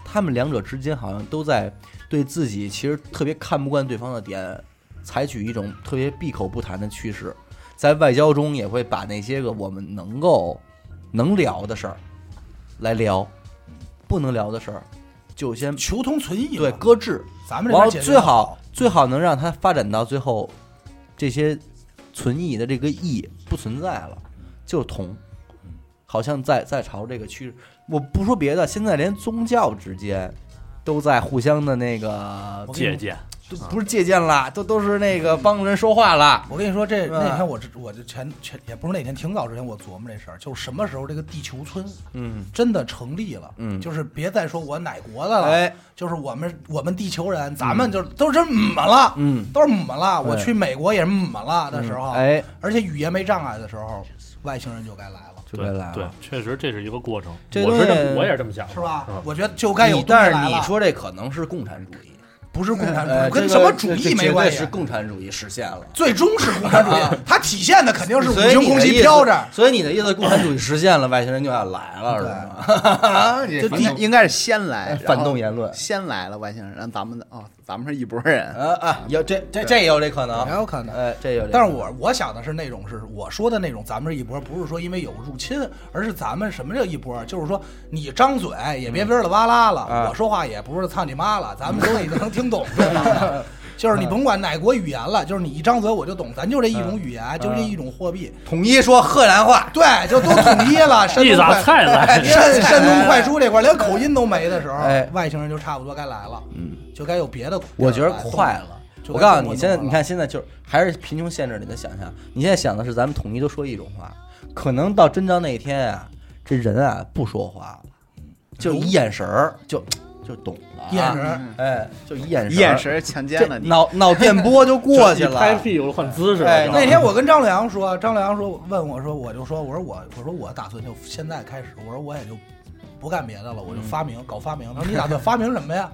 S1: 他们两者之间好像都在对自己其实特别看不惯对方的点，采取一种特别闭口不谈的趋势，在外交中也会把那些个我们能够能聊的事儿来聊，不能聊的事儿就先
S2: 求同存异嘛，
S1: 对搁置，
S2: 咱们这
S1: 然后
S2: 边解决
S1: 最
S2: 得
S1: 好最好能让它发展到最后，这些存异的这个异不存在了，就是同，好像在在朝这个趋势。我不说别的，现在连宗教之间都在互相的那个
S2: 我跟你
S3: 哦借鉴，嗯
S1: 都不是借鉴了，都都是那个帮人说话了。
S2: 我跟你说，这
S1: 吧
S2: 那天我这我就前前也不是那天，挺早之前我琢磨这事儿，就是什么时候这个地球村
S1: 嗯，
S2: 真的成立了，
S1: 嗯
S2: 就是别再说我哪国
S3: 嗯
S2: 的了，
S1: 哎
S2: 就是我们我们地球人，咱们就都是真嗯么了，
S1: 嗯
S2: 都是嗯么了。我
S1: 对
S2: 去美国也是嗯么了的时候，
S1: 嗯哎，
S2: 而且语言没障碍的时候，外星人就该来了，
S1: 就
S3: 对
S1: 该来
S3: 对
S1: 了。，啊
S3: 确实这是一个过程。
S1: 这
S3: 我是这
S1: 东
S3: 么
S1: 西
S3: 我也是这么想的，
S2: 是吧？
S3: 嗯
S2: 我觉得就该有
S1: 啊你
S2: 东西
S1: 但
S2: 来了。
S1: 是你说这可能是共产主义，
S2: 不是共产主义，
S1: 呃，
S2: 跟
S1: 这
S2: 什么
S1: 个
S2: 主
S1: 这
S2: 义
S1: 绝
S2: 没
S1: 对
S2: 关系
S1: 是。共产主义实现了。
S2: 最终是共产主义， 它体现的肯定是五
S1: 所以
S2: 星
S1: 你
S2: 红
S1: 的意
S2: 旗
S1: 思
S2: 飘着。
S1: 所以你的意思，共产主义实现了，外星人就要来了，是吗？
S4: 就应应该是先来
S1: 反动言论
S4: 先来了外星人，咱们的哦，咱们是一拨人，
S1: 啊啊，有这这这也有这可能，
S2: 也有可能
S1: 哎，这有这可能。
S2: 但是我我想的是那种是我说的那种，咱们这一波不是说因为有入侵，而是咱们什么叫一波？就是说你张嘴也别嗡啦哇啦了，
S1: 嗯啊
S2: 我说话也不是操你妈了，咱们都已经能听懂对 方的。就是你甭管哪国语言了，就是你一张嘴我就懂，咱就这一
S1: 嗯
S2: 种语言，就这一种货币，
S1: 统一说河南话，
S2: 对，就都统 一了。山
S3: 一
S2: 东
S3: 咋
S2: 快
S1: 哎
S3: 菜来着？
S2: 山山东快书这块儿连口音都没的时候，
S1: 哎
S2: 外星人就差不多该来了，嗯，就该有别的。
S1: 我觉得快了。
S2: 就
S1: 我
S2: 该
S1: 告诉
S2: 中国
S1: 你，现在
S2: 弄
S1: 你
S2: 了
S1: 看，现在就是还是贫穷限制了你的想象。你现在想的是咱们统一都说一种话，可能到真到那一天啊，这人啊不说话了，就一眼神儿就就懂了啊，
S2: 眼神儿
S1: 哎，就一眼
S4: 一
S1: 神儿
S4: 眼神儿强奸
S1: 这
S4: 了你。
S1: 脑脑电波就 过去
S3: 一拍
S1: 了。
S3: 屁股换姿势了。
S1: 哎
S3: 就啊
S2: 那天我跟张洛阳说，张洛阳说问我说，我就说我说我我说我打算就现在开始，我说我也就不干别的了，我就发明、搞发明。他说你打算发明什么呀？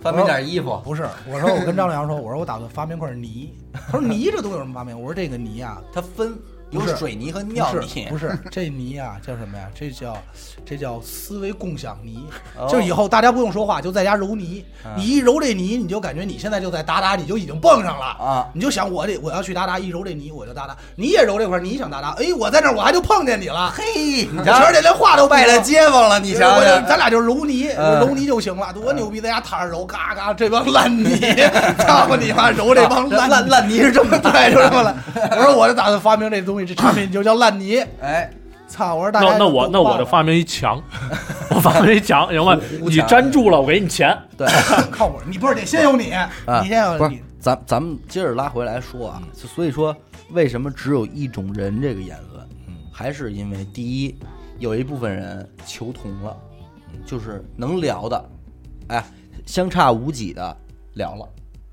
S1: 发明点衣服，
S2: 不是，我说我跟张洛阳说，我说我打算发明块泥。他说泥这东西有什么发明？我说这个泥啊，
S1: 它分有
S2: 不是
S1: 水泥和
S2: 不
S1: 尿
S2: 是
S1: 泥，
S2: 不是 这泥啊叫什么呀？这叫这叫思维共享泥
S1: 哦，
S2: 就是以后大家不用说话，就在家揉泥。
S1: 啊
S2: 你一揉这泥，你就感觉你现在就在达达，你就已经蹦上了
S1: 啊
S2: 你就想我得我要去达达，一揉这泥我就达达，你也揉这块，你想达达，哎，我在那儿我还就碰见你了，嘿，
S1: 你瞧
S2: 瞧这连话都不
S1: 拜
S2: 说
S1: 了街坊了，你
S2: 我
S1: 瞧瞧
S2: 就，咱俩就揉泥，
S1: 嗯
S2: 揉泥就行了，多牛逼！在家躺着揉，嘎嘎，这帮烂泥， 操你妈，揉这帮烂
S1: 啊烂烂泥是这 么
S2: 对，就这么了。我说我就打算发明这东西，这产品就叫烂泥。
S1: 哎，
S2: 操！我说大家
S3: 那那我
S2: 都
S3: 那我就
S2: 忘了
S3: 发明 一墙，我发明一墙，行吧？
S1: 糊
S3: 你
S1: 墙
S3: 粘住了，我给你钱。
S1: 对，
S2: 靠我，你不是得先有你，
S1: 啊
S2: 你先
S1: 不
S2: 有
S1: 是
S2: 你，，嗯
S1: 咱咱们接着拉回来说啊，就所以说为什么只有一种人这个言论，
S2: 嗯
S1: 还是因为第一，有一部分人求同了，
S2: 嗯
S1: 就是能聊的，哎，相差无几的聊了，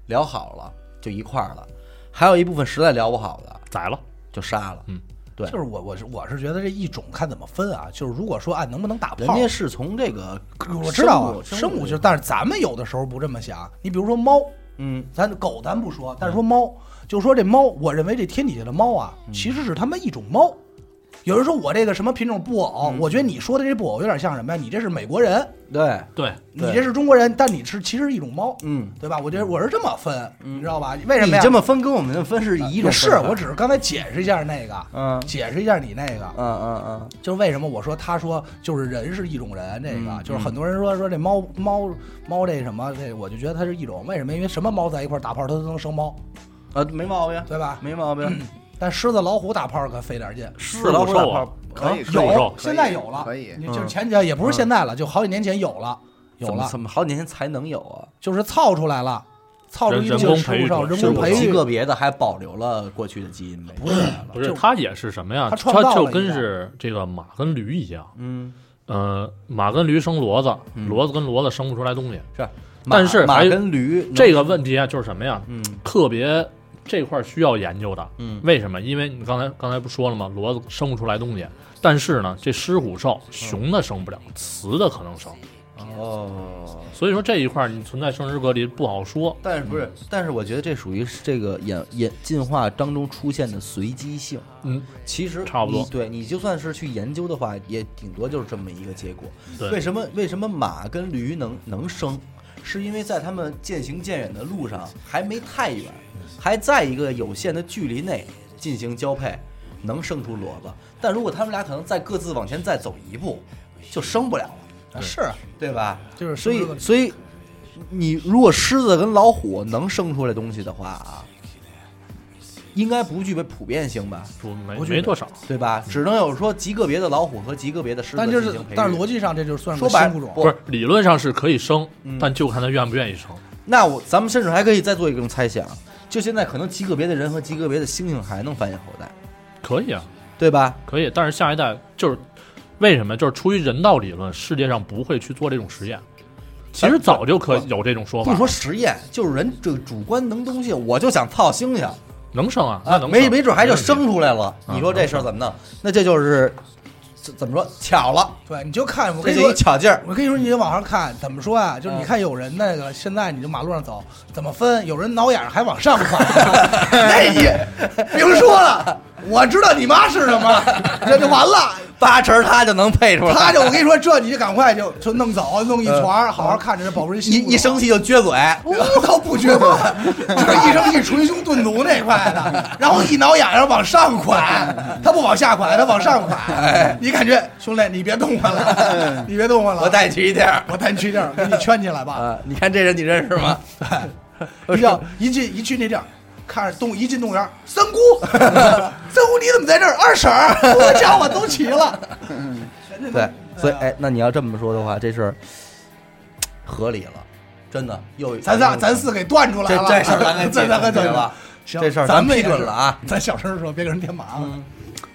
S1: 聊好了就一块儿了，还有一部分实在聊不好的
S3: 宰了，
S1: 就杀了，
S3: 嗯，
S1: 对
S2: 就，是我我是我是觉得这一种看怎么分啊，就是如果说按能不能打
S1: 人
S2: 炮
S1: 家，是从这个
S2: 我知道啊
S1: 生物，
S2: 生物就是，但是咱们有的时候不这么想，你比如说猫，
S1: 嗯
S2: 咱狗咱不说，但是说猫，就说这猫，我认为这天底下的猫啊，
S1: 嗯
S2: 其实是他妈一种猫。有人说我这个什么品种布
S1: 嗯
S2: 偶，我觉得你说的这布偶有点像什么呀？你这是美国人，
S1: 对，
S3: 对，
S2: 你
S1: 对
S2: 这是中国人，但你是其实是一种猫，
S1: 嗯，
S2: 对吧？我觉得我是这么分，你知道吧？为什么
S1: 你
S2: 呀？
S1: 这么分跟我们的分是一种分
S2: 不啊是
S1: 法，
S2: 我只是刚才解释一下那个，
S1: 嗯
S2: 解释一下你那个，
S1: 嗯嗯嗯，
S2: 就是为什么我说他说就是人是一种人，这个、
S1: 嗯
S2: 就是很多人说说这猫猫猫这什么这，我就觉得它是一种为什么？因为什么猫在一块儿打炮，它都能生猫，
S1: 啊，没毛病，
S2: 对吧？
S1: 没毛
S2: 嗯
S1: 病。
S2: 但狮子老虎打炮可费点劲，
S1: 狮子老虎打
S3: 兽啊
S1: 炮
S4: 可以，可以
S2: 有
S3: 肉
S2: 现在有了，
S4: 可以
S2: 你就是
S1: 嗯
S2: 前几也不是现在了，就好几年前有了，有
S1: 怎么
S2: 了，
S1: 怎么好几年才能有啊？
S2: 就是操出来了，操出一定
S3: 人工
S2: 程度上
S3: 培
S2: 人
S3: 育者
S2: 工
S1: 就
S2: 培
S1: 是极
S2: 育，
S1: 个别的还保留了过去的基因呗。
S2: 不是
S3: 不
S2: 啊
S3: 是
S2: 就
S3: 它也是什么呀？
S2: 它
S3: 它
S2: 创造了
S3: 就
S2: 一
S3: 跟
S2: 代
S3: 是这个马跟驴一样，
S1: 嗯，
S3: 呃，马跟驴生骡子，
S1: 嗯
S3: 骡子跟骡子生不出来东西。
S1: 是。
S3: 但
S1: 马
S3: 是
S1: 马
S3: 还有
S1: 跟驴
S2: 嗯
S1: 能
S3: 这个问题啊，就是什么呀？
S1: 嗯
S3: 特别这块儿需要研究的。
S1: 嗯
S3: 为什么？因为你刚才刚才不说了吗？骡子生不出来东西，但是呢，这狮虎兽
S2: 嗯
S3: 雄的生不了，雌的可能生。
S1: 哦，
S3: 所以说这一块儿你存在生殖隔离不好说。
S1: 但是不是？但是我觉得这属于是这个演演进化当中出现的随机性。
S3: 嗯，
S1: 其实
S3: 差不多
S1: 你对你就算是去研究的话，也顶多就是这么一个结果。为
S3: 对，
S1: 什么为什么马跟驴能能生？是因为在他们渐行渐远的路上还没太远，
S3: 嗯
S1: 还在一个有限的距离内进行交配，能生出骡子。但如果他们俩可能再各自往前再走一步，就生不了了，
S2: 啊是啊
S1: 对吧？
S2: 就是
S1: 所
S2: 狮子
S1: 以所以你如果狮子跟老虎能生出来东西的话啊，应该不具备普遍性吧？
S3: 不没
S2: 我觉得
S3: 没多少。
S1: 对吧？只能有说极个别的老虎和极个别的狮子
S2: 但就
S1: 进
S2: 是
S1: 行培育。
S2: 但是逻辑上这就算是
S1: 说
S2: 个
S1: 白
S2: 新物种，
S1: 不
S3: 不是理论上是可以生
S1: 嗯，
S3: 但就看他愿不愿意生。
S1: 那我咱们甚至还可以再做一种猜想，就现在可能极个别的人和极个别的猩猩还能繁衍后代，
S3: 可以啊，
S1: 对吧？
S3: 可以。但是下一代就是为什么？就是出于人道理论，世界上不会去做这种实验。其实早就可有这种说法
S1: 不，说实验，就是人这个主观能动性，我就想操猩猩
S3: 能生啊，那
S1: 啊，
S3: 能
S1: 没
S3: 生
S1: 没准还就
S3: 问题
S1: 生出来了。
S3: 嗯
S1: 你说这事儿怎么弄？那这就是这怎么说巧了，
S2: 对，你就看我
S1: 这
S2: 跟你
S1: 就
S2: 说
S1: 一，巧劲儿。
S2: 我跟你说，你得往上看，怎么说啊？就是你
S1: 嗯
S2: 看有人那个，现在你就马路上走，怎么分？有人挠痒还往上 看，
S4: 哎
S2: 那也
S6: 明说了，哎我知道你妈是什么，这就完了。
S1: 八成他就能配出来，
S2: 他就我跟你说，这你就赶快就就弄走，弄一床，好好看着这宝贝
S1: 嗯
S2: 儿
S1: 一
S2: 辛苦
S1: 一生气就撅嘴，
S6: 我靠，不觉 得，就是一生气捶胸顿足那块的，然后一挠痒痒往上款，他不往下款，他往上 款。你感觉兄弟，你别动我了，你别动我了，
S1: 哎嗯我带你去一地儿。
S6: 我带你去地儿，给你圈起来吧。
S1: 啊，你看这人你认识 吗？
S6: 一 叫一进一去那地儿，看着动一进动物园，三姑， 三姑你怎么在这儿？二婶儿，我家伙都齐了。
S1: 对，
S2: 嗯
S1: 所以哎，那你要这么说的话，这事儿合理了，真的又
S6: 咱仨咱四给断出来
S1: 这
S6: 了，
S1: 这事儿咱 给
S6: 咱咱
S1: 解
S6: 咱
S1: 决
S6: 咱
S1: 了，
S6: 行，
S1: 这事儿
S6: 咱
S1: 咱
S6: 们
S1: 批
S6: 也
S1: 准
S6: 是
S1: 了嗯啊。
S6: 咱小声说，别给人添麻烦。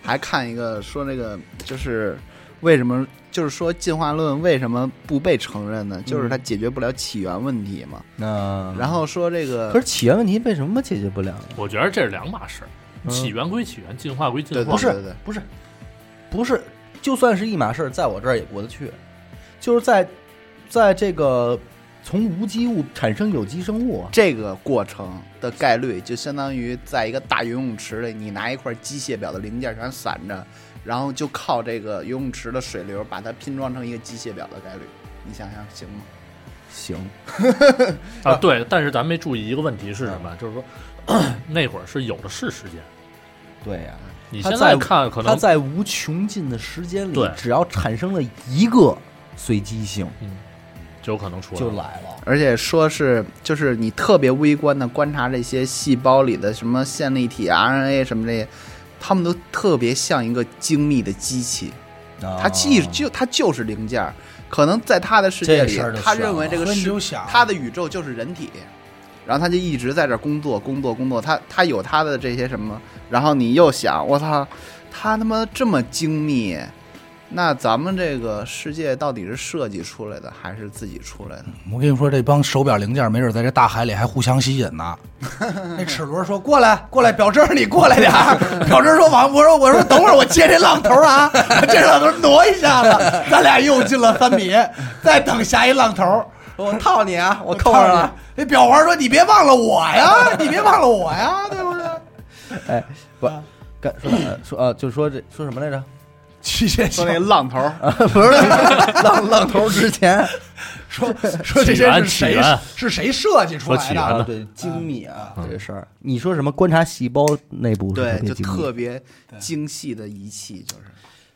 S4: 还看一个说那个就是为什么就是说进化论为什么不被承认
S1: 嗯
S4: 呢？就是它解决不了起源问题嘛。
S1: 那
S4: 然后说这个
S1: 啊可是起源问题为什么解决不了呢？
S3: 我觉得这是两码事儿，
S1: 嗯
S3: 起源归起源，进化归进
S4: 对
S3: 化。
S1: 不
S4: 对
S1: 是不是不是，就算是一码事儿，在我这儿也过得去。就是在在这个从无机物产生有机生物啊，
S4: 这个过程的概率，就相当于在一个大游泳池里，你拿一块机械表的零件全散着，然后就靠这个游泳池的水流把它拼装成一个机械表的概率，你想想行吗？
S1: 行，
S3: 啊，对，但是咱没注意一个问题是什么，就是说 那会儿是有的是时间，
S1: 对呀、
S3: 你
S1: 他
S3: 现
S1: 在
S3: 在看可
S1: 它
S3: 能
S1: 在无穷尽的时间里
S3: 对，
S1: 只要产生了一个随机性，
S3: 就有可能出来
S1: 就
S3: 了。
S1: 来了。
S4: 而且说是就是你特别微观的观察这些细胞里的什么线粒体、RNA 啊什么这些，它们都特别像一个精密的机器，
S2: 啊
S1: 哦
S4: 它既就它就是零件儿，可能在他的世界
S1: 这
S4: 里
S1: 事儿就，啊
S4: 他
S1: 悬了
S4: 认为这个
S2: 所以你
S4: 世
S2: 就想
S4: 他的宇宙就是人体，然后他就一直在这儿工作工作工作，他他有他的这些什么，然后你又想，我操，他他妈这么精密，那咱们这个世界到底是设计出来的还是自己出来的？
S2: 我跟你说，这帮手表零件没准在这大海里还互相吸引呢。那齿轮说：“过来，过来，表针，你过来点儿。”表针说：“王，我说，我说，等会儿我接这浪头啊，这浪头挪一下子，咱俩又进了三米，再等下一浪头。”
S1: 我套你啊，我
S2: 扣上了。那表环说：“你别忘了我呀，你别忘了我呀，对不对
S1: 哎，不，干说哪儿说呃，就说这说什么来 着？
S2: 机械
S4: 说那个浪头儿，
S1: 不是 浪浪头之 前
S2: 说说这些是
S3: 起
S2: 谁
S3: 源
S2: 是谁设计出来
S3: 说起源
S2: 的？嗯
S1: 啊，对精密啊这个事儿，你说什么观察细胞内部是
S4: 对，
S1: 别
S4: 就
S1: 精密
S4: 特别精细的仪器，就是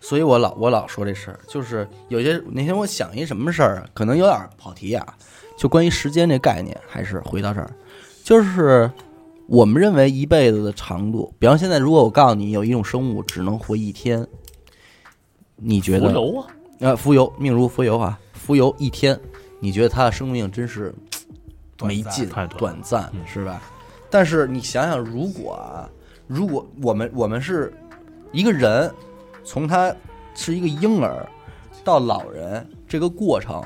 S1: 所以我老我老说这事儿，就是有些那天我想一什么事儿，啊可能有点跑题啊，就关于时间这概念，还是回到这儿，就是我们认为一辈子的长度，比方现在如果我告诉你有一种生物只能活一天，你觉
S3: 浮
S1: 得
S3: 游啊，
S1: 呃浮游命如浮游啊，浮游一天，你觉得它的生命真是
S2: 短暂
S1: 没劲，
S3: 太短
S1: 短暂
S3: 嗯
S1: 是吧？但是你想想，如果啊，如果我们我们是一个人，从他是一个婴儿到老人这个过程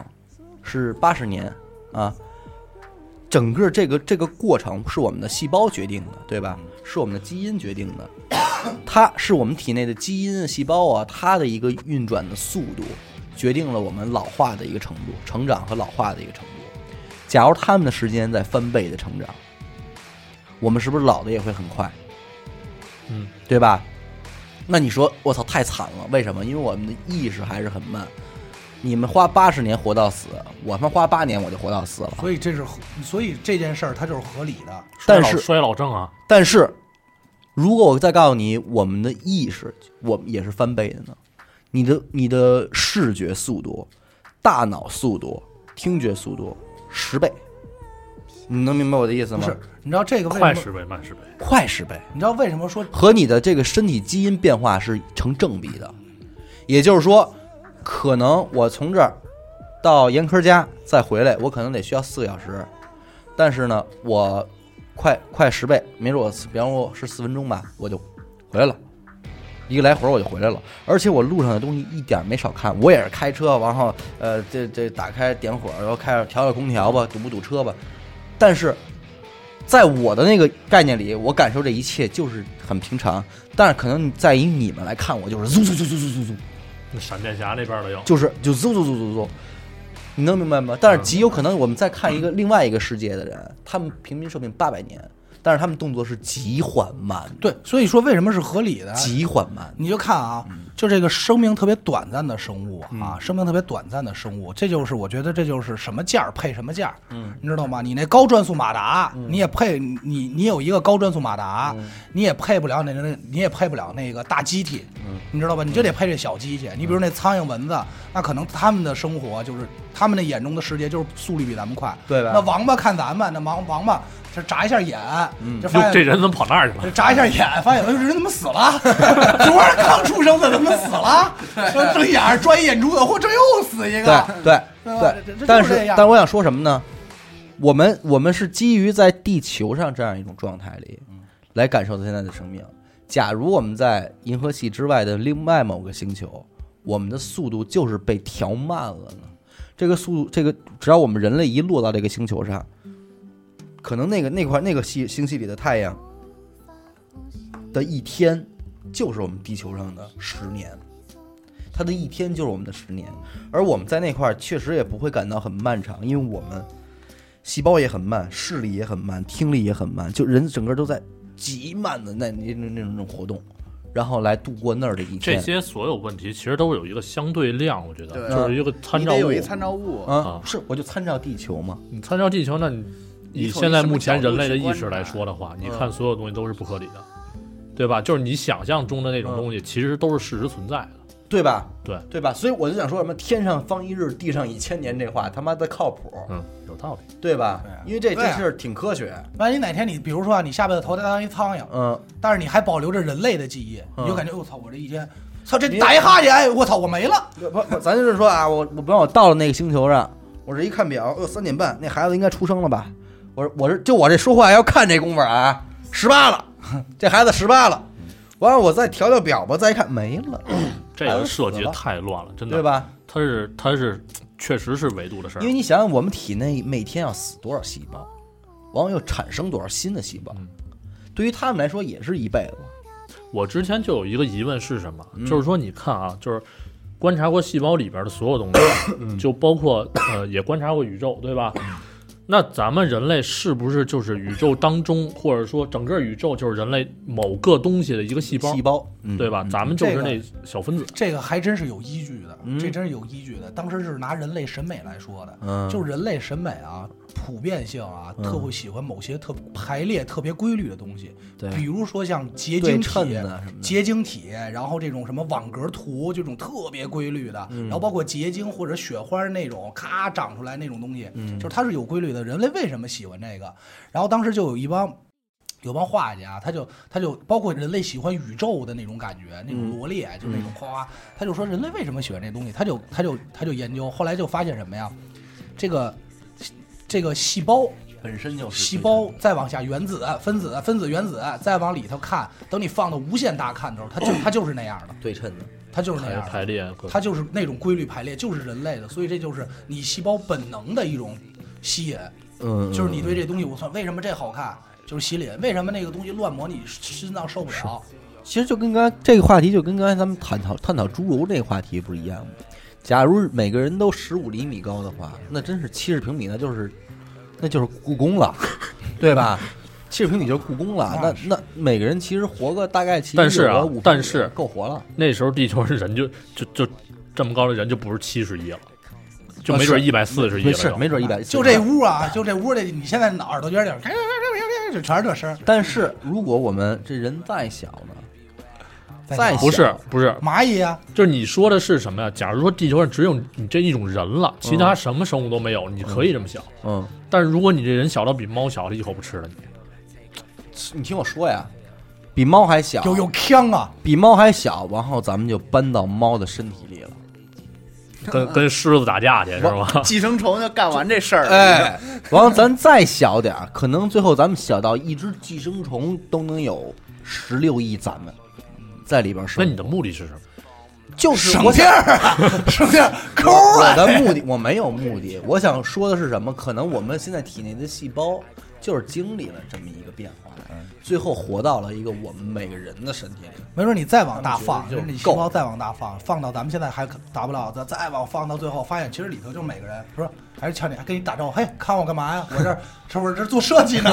S1: 是八十年啊，整个这个这个过程是我们的细胞决定的，对吧？是我们的基因决定的， 它是我们体内的基因细胞啊，它的一个运转的速度决定了我们老化的一个程度、成长和老化的一个程度。假如他们的时间在翻倍的成长，我们是不是老的也会很快？
S3: 嗯，
S1: 对吧？那你说，我操，太惨了！为什么？因为我们的意识还是很慢。你们花八十年活到死，我他妈花八年我就活到死了。
S2: 所以这是合，所以这件事儿它就是合理的。
S1: 但
S3: 衰老
S1: 是
S3: 衰老症啊，
S1: 但是，如果我再告诉你，我们的意识，我们也是翻倍的呢。你的你的视觉速度、大脑速度、听觉速度十倍，你能明白我的意思
S2: 不
S1: 吗？
S2: 是，你知道这个为什么
S3: 快？十倍慢十倍，
S1: 快十倍。
S2: 你知道为什么说
S1: 和你的这个身体基因变化是成正比的，也就是说，可能我从这儿到严科家再回来，我可能得需要四个小时，但是呢，我快快十倍，没准我比方说我是四分钟吧，我就回来了，一个来回我就回来了。而且我路上的东西一点没少看，我也是开车，然后呃，这这打开点火，然后开着调调空调吧，堵不堵车吧。但是在我的那个概念里，我感受这一切就是很平常。但是可能在于你们来看，我就是嗖嗖嗖嗖嗖嗖嗖，
S3: 那闪电侠那边的有，
S1: 就是就嗖嗖嗖嗖嗖。你能明白吗？但是极有可能我们再看一个另外一个世界的人，他们平均寿命八百年，但是他们动作是极缓慢的，
S2: 对，所以说为什么是合理的？
S1: 极缓慢。
S2: 你就看啊，就这个生命特别短暂的生物啊，生命特别短暂的生物，这就是我觉得这就是什么价儿配什么价，嗯，你知道吗？你那高转速马达，你也配你你有一个高转速马达，你也配不了那那你也配不了那个大机体，你知道吧？你就得配这小机器。你比如那苍蝇蚊子，那可能他们的生活就是他们的眼中的世界就是速率比咱们快，
S1: 对吧
S2: 那王八看咱们，那王王八这眨一下眼，这发
S3: 哟
S2: 现
S3: 这人怎么跑那 儿去了？
S2: 这眨一下眼，发现哎呦，这人怎么死了？ 昨儿刚出生的怎么死了？说睁眼儿抓一眼珠子，嚯，这又死 一
S1: 对
S2: 个。
S1: 对
S2: 对吧这这
S1: 对
S2: 就，
S1: 但
S2: 是这
S1: 是
S2: 样
S1: 但我想说什么呢？我们我们是基于在地球上这样一种状态里，来感受到现在的生命。假如我们在银河系之外的另外某个星球，我们的速度就是被调慢了呢？这个速度，这个只要我们人类一落到这个星球上，可能那个那块那个系星系里的太阳的一天，就是我们地球上的十年。它的一天就是我们的十年，而我们在那块儿确实也不会感到很漫长，因为我们细胞也很慢，视力也很慢，听力也很慢，就人整个都在极慢的那那那那种活动，然后来度过那儿的一
S3: 这
S1: 天。
S3: 些所有问题其实都是有一个相对量，我觉得
S4: 对
S3: 就是一个参
S4: 你
S3: 照
S4: 得
S3: 物
S4: 有一。参照物，
S1: 啊
S3: 啊，
S1: 是我就参照地球嘛，
S3: 你参照地球，那你以
S4: 你从
S3: 现在
S4: 什么
S3: 目前
S4: 角度
S3: 人类的
S4: 去
S3: 意识
S4: 观察
S3: 来说的话，你
S4: 嗯
S3: 看所有东西都是不合理的，对吧？就是你想象中的那种东西，其实都是事实存在的。
S1: 对吧？
S3: 对，
S1: 对吧？所以我就想说什么“天上方一日，地上一千年”这话他妈的靠谱，
S3: 嗯，有道理。
S1: 对吧？因为这
S2: 对
S1: 这
S2: 啊
S1: 是挺科学。
S2: 万一哪天你，比如说啊，你下辈子投胎当一苍蝇，
S1: 嗯，
S2: 但是你还保留着人类的记忆，
S1: 嗯
S2: 你就感觉我操，我这一天，操这打一哈欠，哎，我操，我没了。
S1: 不不，咱就是说啊，我我不让我到了那个星球上，我这一看表，呃，三点半，那孩子应该出生了吧？我说我这就我这说话要看这功夫啊，十八了，这孩子十八了。完了，我再调调表吧，再一看没了，
S3: 这
S1: 孩
S3: 个
S1: 子
S3: 设计
S1: 死了
S3: 太乱了，真的。
S1: 对？吧？
S3: 它是它是确实是维度
S2: 嗯
S3: 的事儿
S1: 因。为你想想，我们体内每天要死多少细胞，完了又产生多少新的细
S2: 嗯
S1: 胞，对于他们来说也是一辈子。
S3: 我之前就有一个疑问是什么？
S1: 嗯
S3: 就是说，你看啊，就是观察过细胞里边的所有东
S1: 嗯
S3: 西，啊就包括呃，也观察过宇宙，对吧？那咱们人类是不是就是宇宙当中，或者说整个宇宙就是人类某个东西的一个细胞
S1: 细，胞，嗯
S3: 对吧？咱们就是那小分子。
S2: 这个还真是有依据的，这真是有依据的。当时是拿人类审美来说的，
S1: 嗯
S2: 就是人类审美啊，普遍性啊，特会喜欢某些特排列特别规律的东西，
S1: 对
S2: 比如说像结晶
S1: 对称
S2: 体
S1: 的什么的、
S2: 结晶体，然后这种什么网格图这种特别规律的，
S1: 嗯
S2: 然后包括结晶或者雪花那种咔长出来那种东西，
S1: 嗯
S2: 就是它是有规律的。人类为什么喜欢这个？然后当时就有一帮有帮画家，他就他就包括人类喜欢宇宙的那种感觉，那种罗列，就那种哗哗，他就说人类为什么喜欢这东西，他就他就他就研究，后来就发现什么呀？这个这个细胞
S1: 本身就是
S2: 细胞，再往下原子、分子、分子、原子，再往里头看，等你放到无限大看的时候，它就它就是那样的，
S1: 对称的。
S2: 它就是那
S3: 排
S2: 样的，
S3: 排列，
S2: 它就是那种规律排列，就是人类的，所以这就是你细胞本能的一种吸引，
S1: 嗯
S2: 就是你对这东西，我操，为什么这好看？就是吸引，为什么那个东西乱磨你心脏受不了？
S1: 其实就跟刚才这个话题，就跟刚才咱们探讨探讨侏儒这个话题不是一样吗？假如每个人都十五厘米高的话，那真是七十平米，那就是那就是故宫 了，对吧？七十平米就是故宫了。那那每个人其实活个大概其实
S3: 但是啊
S1: 有个五平米
S3: 但是
S1: 够活了，
S3: 那时候地球上人就就就这么高的人就不是七十一了，就没准一百四十一
S1: 啊没
S3: 了。
S1: 事，没准一百。
S2: 就这屋啊，就这屋的，你现在脑耳朵尖儿顶，咔咔咔咔咔就全是这声儿。
S1: 但是如果我们这人再小呢，再
S3: 不是
S1: 小
S3: 不是，
S2: 蚂蚁啊，
S3: 就是你说的是什么呀？假如说地球上只有你这一种人了，其他什么生物都没有，你可以这么想。
S1: 嗯，
S3: 但是如果你这人小到比猫小，它一口不吃 了你。
S1: 你听我说呀，比猫还小，
S2: 有有枪啊，
S1: 比猫还小，然后咱们就搬到猫的身体里了。
S3: 跟跟狮子打架去是吗？
S4: 寄生虫就干完这事儿，，
S1: 哎， 完了咱再小点儿，可能最后咱们小到一只寄生虫都能有十六亿咱们在里边
S3: 那
S1: 生。
S3: 你的目的是什么？
S1: 就是
S6: 省
S1: 我
S6: 劲
S1: 想
S6: 儿啊，省劲儿，抠
S1: 我
S6: 啊！
S1: 的目的我没有目的，我想说的是什么？可能我们现在体内的细胞就是经历了这么一个变化，最后活到了一个我们每个人的身体里。
S2: 没准你再往大放，
S1: 就
S2: 就是你细
S1: 够
S2: 胞再往大放，放到咱们现在还可达不到，咱再往放到最后，发现其实里头就每个人，不是还是瞧你还跟你打招呼，嘿，看我干嘛呀？我这儿是不是这做设计呢？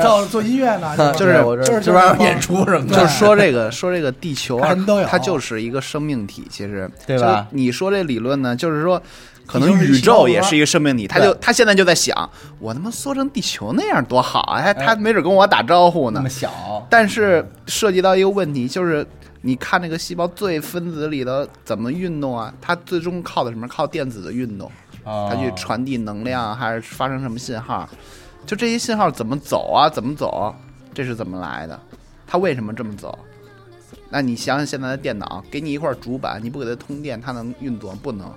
S2: 做做音乐呢？吧
S4: 就是
S1: 我这
S2: 就是
S1: 这玩意
S2: 就是
S1: 演出什么
S4: 就是
S1: 的，
S4: 说这个说这个地球啊
S2: 人都有，
S4: 它就是一个生命体，其实
S1: 对吧
S4: 就是你说这理论呢，就是说。可
S2: 地
S4: 能
S2: 球是
S4: 宇
S2: 细胞核
S4: 宙也是一个生命体，他就他现在就在想，我他妈缩成地球那样多好啊！哎，他没准跟我打招呼
S1: 那
S4: 呢
S1: 么。小，
S4: 但是涉及到一个问题，就是你看那个细胞最分子里头怎么运动啊？它最终靠的什么？靠电子的运动，它
S1: 它
S4: 去传递能量还是发生什么信号？就这些信号怎么走啊？怎么走？这是怎么来的？它为什么这么走？那你想想现在的电脑，给你一块主板，你不给它通电，它能运作吗不能？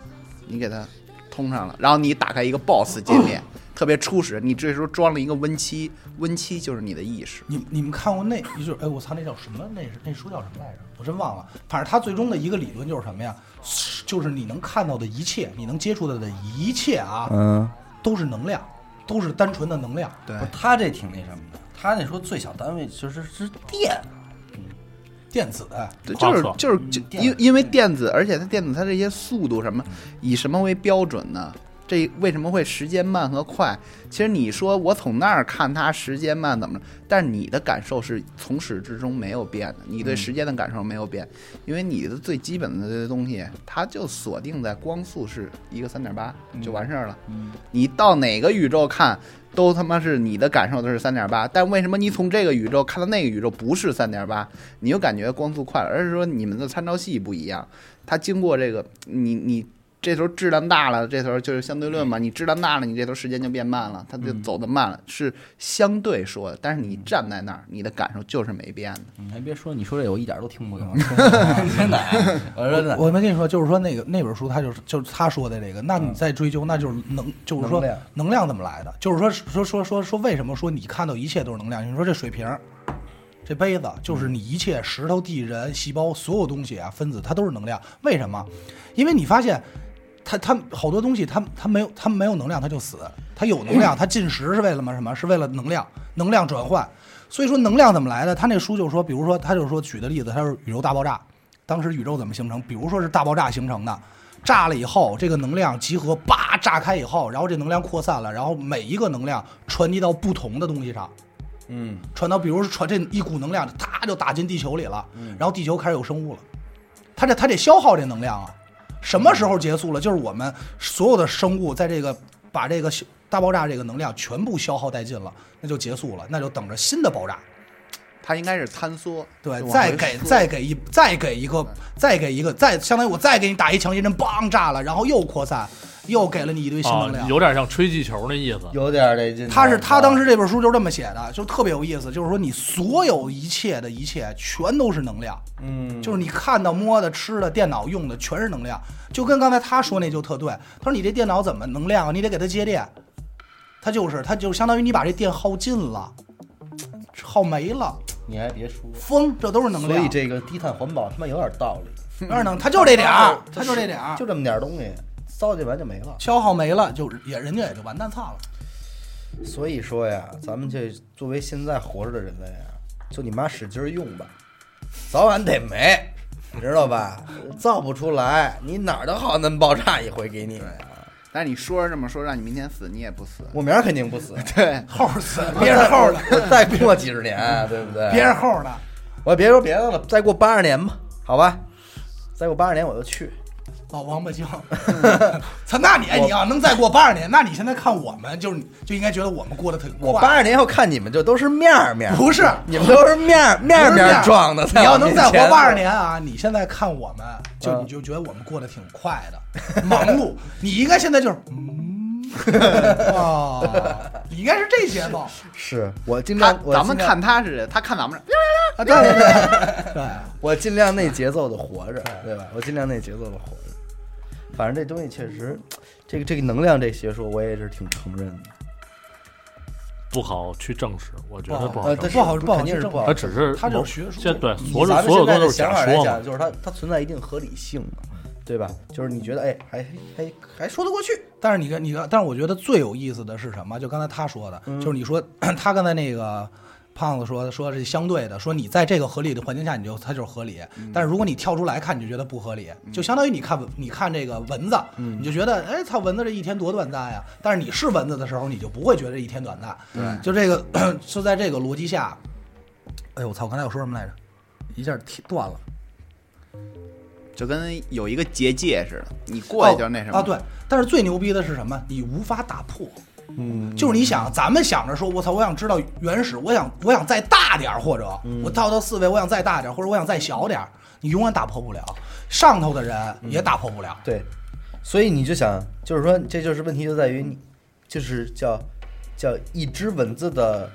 S4: 你给它通上了，然后你打开一个 BOSS 界面，特别初始，你这时候装了一个 Win 七，Win 七就是你的意识。
S2: 你你们看过那，就是哎，我操，那叫什么？那是那书叫什么来着？我真忘了。反正他最终的一个理论就是什么呀？就是你能看到的一切，你能接触到的一切啊，
S1: 嗯，
S2: 都是能量，都是单纯的能量。
S4: 对
S1: 不，他这挺那什么的，他那说最小单位就是是电，
S2: 电子，
S4: 对，
S3: 画
S4: 就是
S3: 册
S4: 就是就
S1: 电
S4: 因因为嗯电子，而且它电子它这些速度什么，以什么为标准呢？这为什么会时间慢和快？其实你说我从那儿看它时间慢怎么着，但是你的感受是从始至终没有变的，你对时间的感受没有变，因为你的最基本的这些东西，它就锁定在光速是一个三点八就完事儿了。你到哪个宇宙看，都他妈是你的感受都是三点八，但为什么你从这个宇宙看到那个宇宙不是三点八，你就感觉光速快了？而是说你们的参照系不一样，它经过这个你你这头质量大了，这头就是相对论嘛，你质量大了，你这头时间就变慢了，它就
S2: 嗯
S4: 走得慢了，是相对说的，但是你站在那儿，你的感受就是没变的。
S1: 你还别说，你说这我一点都听不懂， 真的，啊我说真的，
S2: 我没跟你说，就是说那个那本书，他就是就是他说的这个，那你再追究，那就是能，就是说
S1: 嗯能量
S2: 能量怎么来的？就是说说说说说为什么说你看到一切都是能量？你说这水瓶儿，这杯子，就是你一切石头、地、人、细胞，所有东西啊，分子它都是能量。为什么？因为你发现。它它好多东西，它它没有它没有能量，它就死；它有能量，它进食是为了吗？什么？是为了能量，能量转换。所以说能量怎么来的？他那书就说，比如说他就说举的例子，他是宇宙大爆炸，当时宇宙怎么形成？比如说是大爆炸形成的，炸了以后，这个能量集合，叭炸开以后，然后这能量扩散了，然后每一个能量传递到不同的东西上，
S1: 嗯，
S2: 传到比如说传这一股能量，它就打进地球里了，然后地球开始有生物了，它这它得消耗这能量啊。什么时候结束了？就是我们所有的生物在这个把这个消大爆炸这个能量全部消耗殆尽了，那就结束了，那就等着新的爆炸。
S4: 它应该是坍缩，
S2: 对，
S4: 就往
S2: 再
S4: 回
S2: 给
S4: 缩
S2: 再给一再给一个再给一个再相当于我再给你打一强心针，梆炸了，然后又扩散，又给了你一堆新
S3: 啊
S2: 能，量。
S3: 有点像吹气球那意思。
S1: 哦有点这劲。
S2: 他是他当时这本书就是这么写的，就特别有意思，就是说你所有一切的一切全都是能量，
S1: 嗯，
S2: 就是你看到、摸的、吃的、电脑用的全是能量，就跟刚才他说那就特对。他说你这电脑怎么能量啊？你得给它接电，它就是它就相当于你把这电耗尽了，耗没了，
S1: 你还别说，
S2: 风这都是能
S1: 所以
S2: 量，
S1: 这个低碳环保他妈有点道理，
S2: 哪能？它就这点 儿，它就这点儿，
S1: 就这么点东西，糟践完就没了。
S2: 消耗没了，就也人家也就完蛋操了。
S1: 所以说呀，咱们这作为现在活着的人类啊，就你妈使劲儿用吧，早晚得没，你知道吧？ 造不出来，你哪儿都好能爆炸一回给你。
S4: 但是你说是这么说，让你明天死，你也不死。
S1: 我明儿肯定不死，
S4: 对，
S2: 后死，
S1: 憋
S2: 憋着
S1: 着
S2: 后
S1: 后
S2: 呢，
S1: 再过几十年，对不对？
S2: 憋着后呢。
S1: 我别说别的了，再过八十年吧，好吧，再过八十年我就去。
S2: 老王八精， 操！那你哎，你要能再过八十年，那你现在看我们，就是你就应该觉得我们过得挺快。
S1: 我八十年后看你们就都是面儿面儿，
S2: 不是
S1: 你们都是面儿面儿
S2: 不是
S1: 面
S2: 这
S1: 儿
S2: 样
S1: 撞的。
S2: 你要能再
S1: 在我面
S2: 活
S1: 前
S2: 八十，年啊，你现在看我们，就
S1: 嗯
S2: 你就觉得我们过得挺快的，忙碌。你应该现在就是， 嗯，哦，你应该是这节奏。
S1: 是我尽
S4: 他
S1: 量我
S4: 咱
S1: 尽
S4: 们
S1: 量
S4: 看他是，他看咱们是。
S1: 啊，对对对，我尽量那节奏的活着，对吧？我尽量那节奏的活着。反正这东西确实，这个这个能量这学说我也是挺承认的。
S3: 不好去证实，我觉得不好
S1: 呃，
S3: 证
S1: 但是
S3: 实。
S2: 不好
S1: 不
S2: 不好
S1: 肯定是
S2: 证
S1: 不
S2: 明
S1: 好
S3: 它
S1: 证
S3: 只
S1: 实。
S3: 是
S2: 它就是学术
S3: 现对，
S1: 以
S3: 所有
S1: 咱们
S3: 所
S1: 现
S3: 有
S1: 在
S3: 都
S1: 的
S3: 是
S1: 想法
S3: 假
S1: 来
S3: 说嘛
S1: 讲，。就是它它存在一定合理性嘛，对吧？就是你觉得哎，还还还说得过去，
S2: 但是你跟你跟，但是我觉得最有意思的是什么？就刚才他说的，
S1: 嗯
S2: 就是你说 他刚才那个胖子说的，说是相对的，说你在这个合理的环境下，你就它就是合理。
S1: 嗯
S2: 但是如果你跳出来看，你就觉得不合理，就相当于你看蚊你看这个蚊子，
S1: 嗯
S2: 你就觉得哎操，蚊子这一天多短暂呀！但是你是蚊子的时候，你就不会觉得这一天短暂。
S4: 对
S2: 就这个 就在这个逻辑下，哎呦我操，刚才我说什么来着？一下踢断了。
S4: 就跟有一个结界似的，你过去就那什么
S2: 哦啊？对，但是最牛逼的是什么？你无法打破。
S1: 嗯，
S2: 就是你想，咱们想着说，我操，我想知道原始，我想我想再大点儿，或者
S1: 嗯
S2: 我到到四位，我想再大点儿，或者我想再小点儿，你永远打破不了，上头的人也
S1: 嗯
S2: 打破不了。
S1: 对，所以你就想，就是说，这就是问题就在于你，就是叫叫一只蚊子的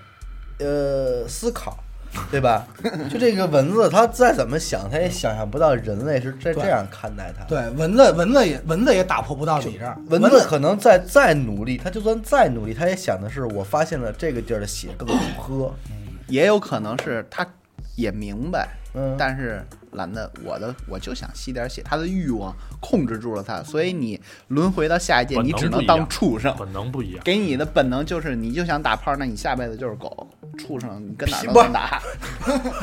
S1: 呃思考，对吧？就这个蚊子，它再怎么想，它也想象不到人类是这
S2: 对
S1: 这样看待它。，
S2: 对，蚊子蚊子也蚊子也打破不到你这儿，
S1: 蚊子可能再再努力，它就算再努力，它也想的是我发现了这个地儿的血更好喝。
S4: 也有可能是他也明白，
S1: 嗯
S4: 但是懒得我的我就想吸点血，他的欲望控制住了他，所以你轮回到下一届，
S3: 本能
S4: 你
S3: 不
S4: 只能
S3: 一样
S4: 当畜生。
S3: 本能不一样。
S4: 给你的本能就是，你就想打炮，那你下辈子就是狗，畜生，你跟哪儿都能打。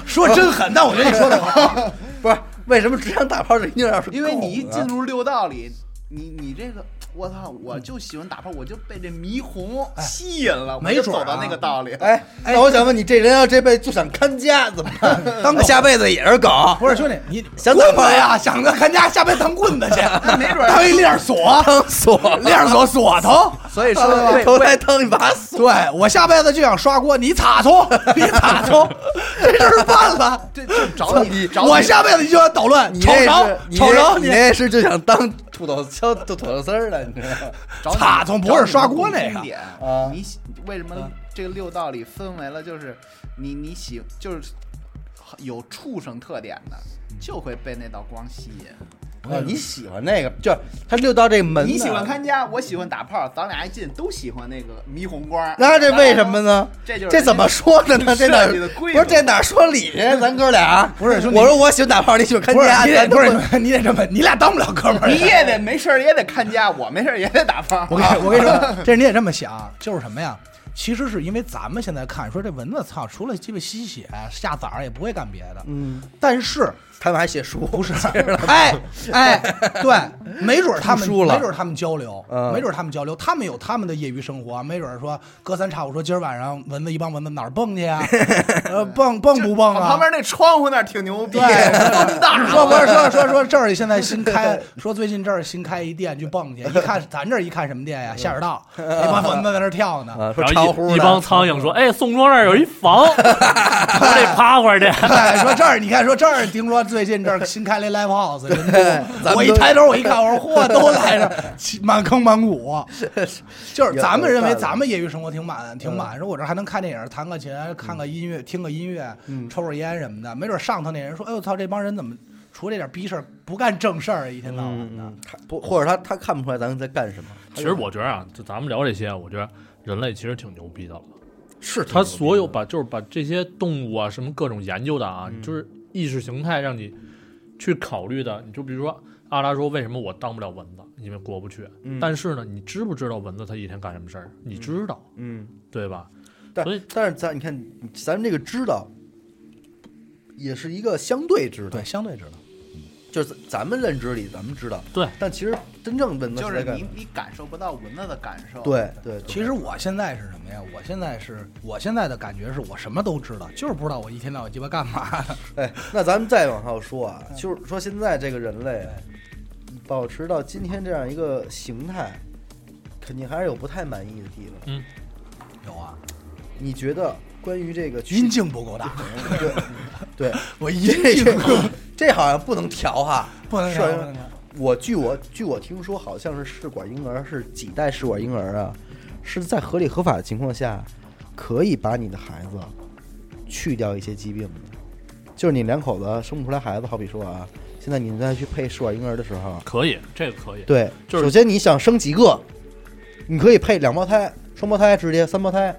S2: 说真狠，但我觉得你说的好。
S1: 不是，为什么只想打炮的一定要是
S4: 因为你一
S2: 啊
S1: 狗呢
S4: 进入六道里，你你这个，我操，我就喜欢打炮，我就被这霓虹吸引了，
S2: 哎没
S4: 我就
S2: 准儿
S4: 走到
S2: 啊
S4: 那个道里。
S1: 哎，那我想问你，这人要这辈子就想看家怎么办？
S2: 当狗
S1: 下辈子也是狗？
S2: 不是兄弟， 你
S1: 想
S6: 棍
S1: 怎
S6: 子
S1: 么
S6: 呀，想着看家下辈子当棍 子去，
S4: 那没准
S2: 啊
S4: 儿
S6: 当一链锁，
S1: 当锁
S6: 链锁锁 头。
S4: 所以说，
S1: 啊头来当一把锁。
S2: 对我下辈子就想刷锅，你擦 搓，你擦搓，这事儿办了。
S4: 对，就找你，找你
S2: 我下辈子就要捣乱，
S1: 你
S2: 瞅
S1: 这
S2: 着
S1: 是，
S2: 瞅着
S1: 你这是就想当土豆丝儿土豆丝儿了，你知道吗？
S4: 找你
S2: 擦从不是刷锅那个
S4: 找你的共
S1: 啊
S4: 同点你喜为什么这个六道里分为了就是你你喜就是有畜生特点的，就会被那道光吸引。
S1: 啊，你喜欢那个，就是他溜到这门，
S4: 你喜欢？看家，我喜欢打炮，咱俩一进都喜欢那个霓虹光。
S1: 那这为什么？呢？
S4: 这就是
S1: 这怎么说的呢？这哪
S4: 设计的规
S1: 不
S4: 矩
S1: 是这哪说理去？咱哥俩啊
S2: 不是兄弟
S1: 我说我喜欢打炮，你喜欢看
S2: 不是
S1: 家，
S2: 你得
S1: 咱
S2: 不是你得这么，你俩当不了哥们儿。
S4: 你也得没事儿也得看家，我没事儿也啊得打炮。
S2: 我跟
S1: 啊
S2: 你我跟你说，这你也这么想，就是什么呀？其实是因为咱们现在看说这蚊子，操，除了鸡巴吸血、下崽儿，也不会干别的。
S1: 嗯，
S2: 但是
S1: 他们还写书，
S2: 不是？哎哎，对，没准儿 他们，
S1: 出书了
S2: 没准儿他们交流，
S1: 嗯
S2: 没准儿他们交流，他们有他们的业余生活，啊没准儿说隔三差五说今儿晚上蚊子一帮蚊子哪儿蹦 去呀？呃，蹦蹦不蹦
S4: 我
S2: 啊？
S4: 旁边那窗户那儿挺 牛逼，
S2: 对
S4: 风大了
S2: 说不是说说说这儿现在新开，说最近这儿新开一店去蹦去，一看咱这儿一看什么店呀？下水 道，哎那帮蚊子在那儿跳呢。
S1: 啊，说
S3: 然
S1: 长
S3: 后
S1: 呼
S3: 一一帮 苍蝇说：“哎，宋庄那儿有一房， 我得趴会儿去。
S2: 哎，说这儿你看，说这儿听说最近这儿新开了一 live house，人
S1: 咱们都
S2: 多我一抬头我一看，我说嚯，都来着，起满坑 满谷。就是咱们认为咱们业余生活挺满
S1: 嗯
S2: 挺满，说我这还能看电影、弹个琴、看个音乐、听个音乐、
S1: 嗯
S2: 抽会儿烟什么的，没准上头那人说，哎呦操，这帮人怎么除这点逼事儿不干正事儿，一天到晚的。
S1: 嗯，他不，或者他他看不出来咱们在干什么。
S3: 其实我觉得啊，就咱们聊这些，我觉得人类其实挺牛逼的了。
S1: 是
S3: 他所有把就是把这些动物啊什么各种研究的啊，
S2: 嗯
S3: 就是意识形态让你去考虑的。你就比如说阿拉说为什么我当不了蚊子，因为过不去。
S2: 嗯
S3: 但是呢，你知不知道蚊子它一天干什么事儿？你知道，
S1: 嗯，
S3: 对吧？
S1: 但
S3: 所以
S1: 但是咱你看，咱们这个知道，也是一个相对知道
S2: 对，，相对知道。
S1: 就是咱咱们认知里咱们知道，
S3: 对
S1: 但其实真正蚊子
S4: 就是
S1: 在干
S4: 你，你感受不到蚊子的感受。，
S1: 对对，对
S2: 其实我现在是什么呀？我现在是我现在的感觉是我什么都知道，就是不知道我一天到晚鸡巴干嘛。
S1: 哎，那咱们再往后说啊，就是说现在这个人类保持到今天这样一个形态，肯定还是有不太满意的地方。
S2: 有啊，
S1: 你觉得关于这个
S2: 阴茎不够大，
S1: 对对，
S2: 我
S1: 这
S2: 阴
S1: 这
S2: 茎
S1: 这好像不能调哈，
S2: 不能
S1: 是
S2: 聊不能聊
S1: 我据我据我听说，好像是试管婴儿是几代试管婴儿啊，是在合理合法的情况下，可以把你的孩子去掉一些疾病的，就是你两口子生不出来孩子，好比说啊，现在你再去配试管婴儿的时候，
S3: 可以，这个可以。
S1: 对，
S3: 就是
S1: 首先你想生几个，你可以配两胞胎、双胞胎，直接三胞胎。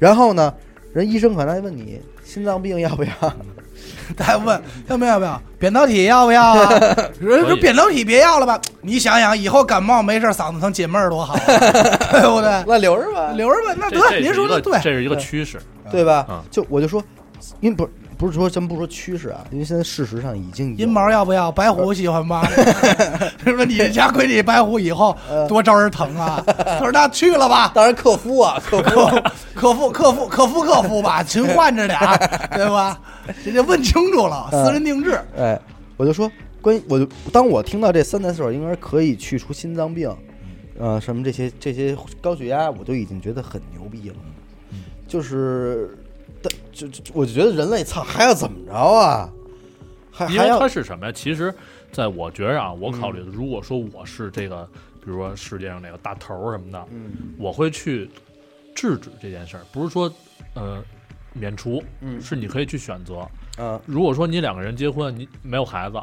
S1: 然后呢，人医生可能还问你心脏病要不要？
S2: 大夫问要不要不要扁桃体要不要啊？ 人
S3: 可
S2: 说
S3: 以
S2: 扁桃体别要了吧？你想想，以后感冒没事儿嗓子疼解闷儿多好啊， 对不对？
S1: 那留着吧，
S2: 留着吧，那
S3: 这这
S2: 得您
S3: 是一
S2: 说
S3: 个
S2: 的对，
S3: 这是一个
S1: 对
S3: 趋势。
S1: 对吧？
S3: 嗯
S1: 就我就说，因为不是不是说真不说趋势啊，因为现在事实上已经有
S2: 阴毛要不要？白虎喜欢吗？ 是不是你家闺女白虎以后多招人疼啊？他说那去了吧，
S1: 当然克夫 啊，克夫。
S2: 克夫克夫克夫克 夫吧，勤换着点儿，对吧？人家问清楚了，私人定制，
S1: 哎，我就说，关于我就当我听到这三台四手婴儿可以去除心脏病，
S3: 嗯
S1: 呃，什么这些这些高血压，我就已经觉得很牛逼了。
S3: 嗯
S1: 就是，但就就我就觉得人类操还要怎么着啊？还
S3: 因
S1: 还
S3: 为
S1: 要嗯
S3: 它是什么呀？其实，在我觉着啊，我考虑的，如果说我是这个，比如说世界上这个大头儿什么的，
S1: 嗯
S3: 我会去制止这件事儿，不是说呃免除，是你可以去选择。
S1: 嗯
S3: 如果说你两个人结婚，你没有孩子，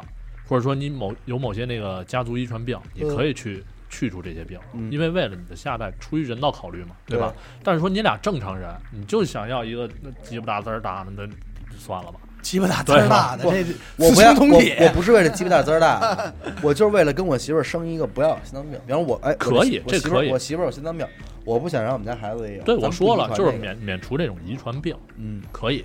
S3: 或者说你某有某些那个家族遗传病，你
S1: 嗯
S3: 可以去。去除这些病，因为为了你的下一代，出于人道考虑嘛，对吧？但是说你俩正常人，你就想要一个那鸡巴大滋儿大的，那就算了吧。
S2: 鸡巴大滋儿大的，这
S1: 我
S2: 雌
S1: 不要
S2: 雄同
S1: 我
S2: 体，
S1: 我不是为了鸡巴大滋儿 大，我就是为了跟我媳妇儿生一个不要有心脏病。比方说我哎，我
S3: 可以
S1: 我媳妇
S3: 这可以
S1: 儿我媳妇儿有心脏病，我不想让我们家孩子也有。
S3: 对，
S1: 咱
S3: 我
S1: 不
S3: 说
S1: 遗
S3: 了，
S1: 传
S3: 就是
S1: 这个
S3: 免免除这种遗传病，嗯，可以，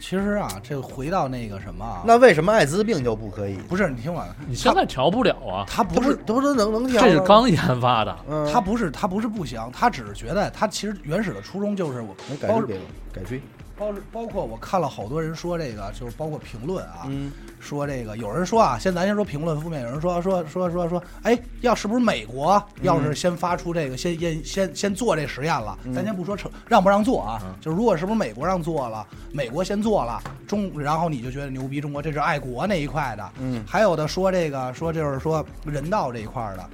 S2: 其实啊，这回到那个什么啊，
S1: 那为什么艾滋病就不可以？
S2: 不是你听我的，
S3: 你现在调不了啊，
S2: 他
S1: 它
S2: 不
S1: 不
S2: 是
S1: 是，它不是能能调
S3: 这是
S1: 吗
S3: 刚研发的，
S1: 嗯
S2: 他不是他不是不行，他只是觉得他其实原始的初衷就是我
S1: 能改
S2: 包
S1: 追别人，改追。
S2: 包包括我看了好多人说这个，就是包括评论啊，
S1: 嗯
S2: 说这个有人说啊，先咱先说评论负面，有人说说说说说，哎，要是不是美国要是先发出这个，先先先先做这实验了，咱先不说成让不让做啊，就是如果是不是美国让做了，美国先做了，中然后你就觉得牛逼，中国这是爱国那一块的，嗯，还有的说这个说就是说人道这一块儿的，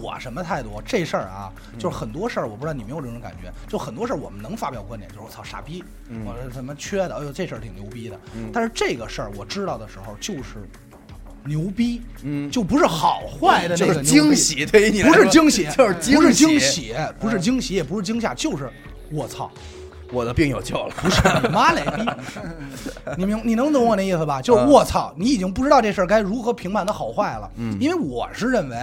S2: 我什么态度？这事儿啊，
S1: 嗯
S2: 就是很多事儿，我不知道你有没有这种感觉。就很多事儿，我们能发表观点，就是我操傻逼，
S1: 嗯
S2: 我是什么缺的，哎呦这事儿挺牛逼的。但是这个事儿我知道的时候，就是牛逼，嗯，就不是好坏的那个牛逼，
S1: 喜，对于你
S2: 不是惊喜，
S1: 就是惊喜嗯
S2: 不是惊喜，不是惊喜，也不是惊吓，就是我操，
S1: 我的病有救 了。
S2: 不是你妈嘞逼！你明你能懂我那意思
S1: 嗯
S2: 吧？就是我操，你已经不知道这事儿该如何评判它好坏了。嗯，因为我是认为，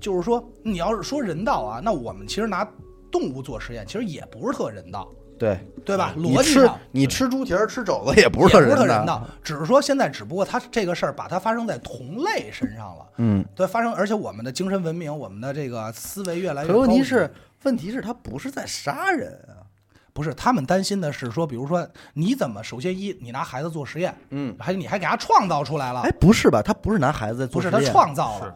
S2: 就是说你要是说人道啊，那我们其实拿动物做实验，其实也不是特人道，
S1: 对，
S2: 对吧？
S1: 嗯你
S2: 啊逻辑
S1: 吃
S2: 上。
S1: 你吃猪蹄儿吃肘子也不是
S2: 也不
S1: 特
S2: 是特
S1: 人
S2: 人道，只是说现在，只不过它这个事儿把它发生在同类身上了，
S1: 嗯，
S2: 对，发生，而且我们的精神文明，我们的这个思维越来越
S1: 可
S2: 高
S1: 是
S2: 级。
S1: 问题是，问题是他不是在杀人啊。
S2: 不是，他们担心的是说，比如说你怎么，首先一你拿孩子做实验，嗯，还你还给他创造出来了
S1: 哎，，不是吧？他不是拿孩子在
S2: 不
S1: 做
S2: 是
S1: 实
S2: 他
S1: 验，
S2: 创造
S3: 是
S2: 了，，
S3: 哦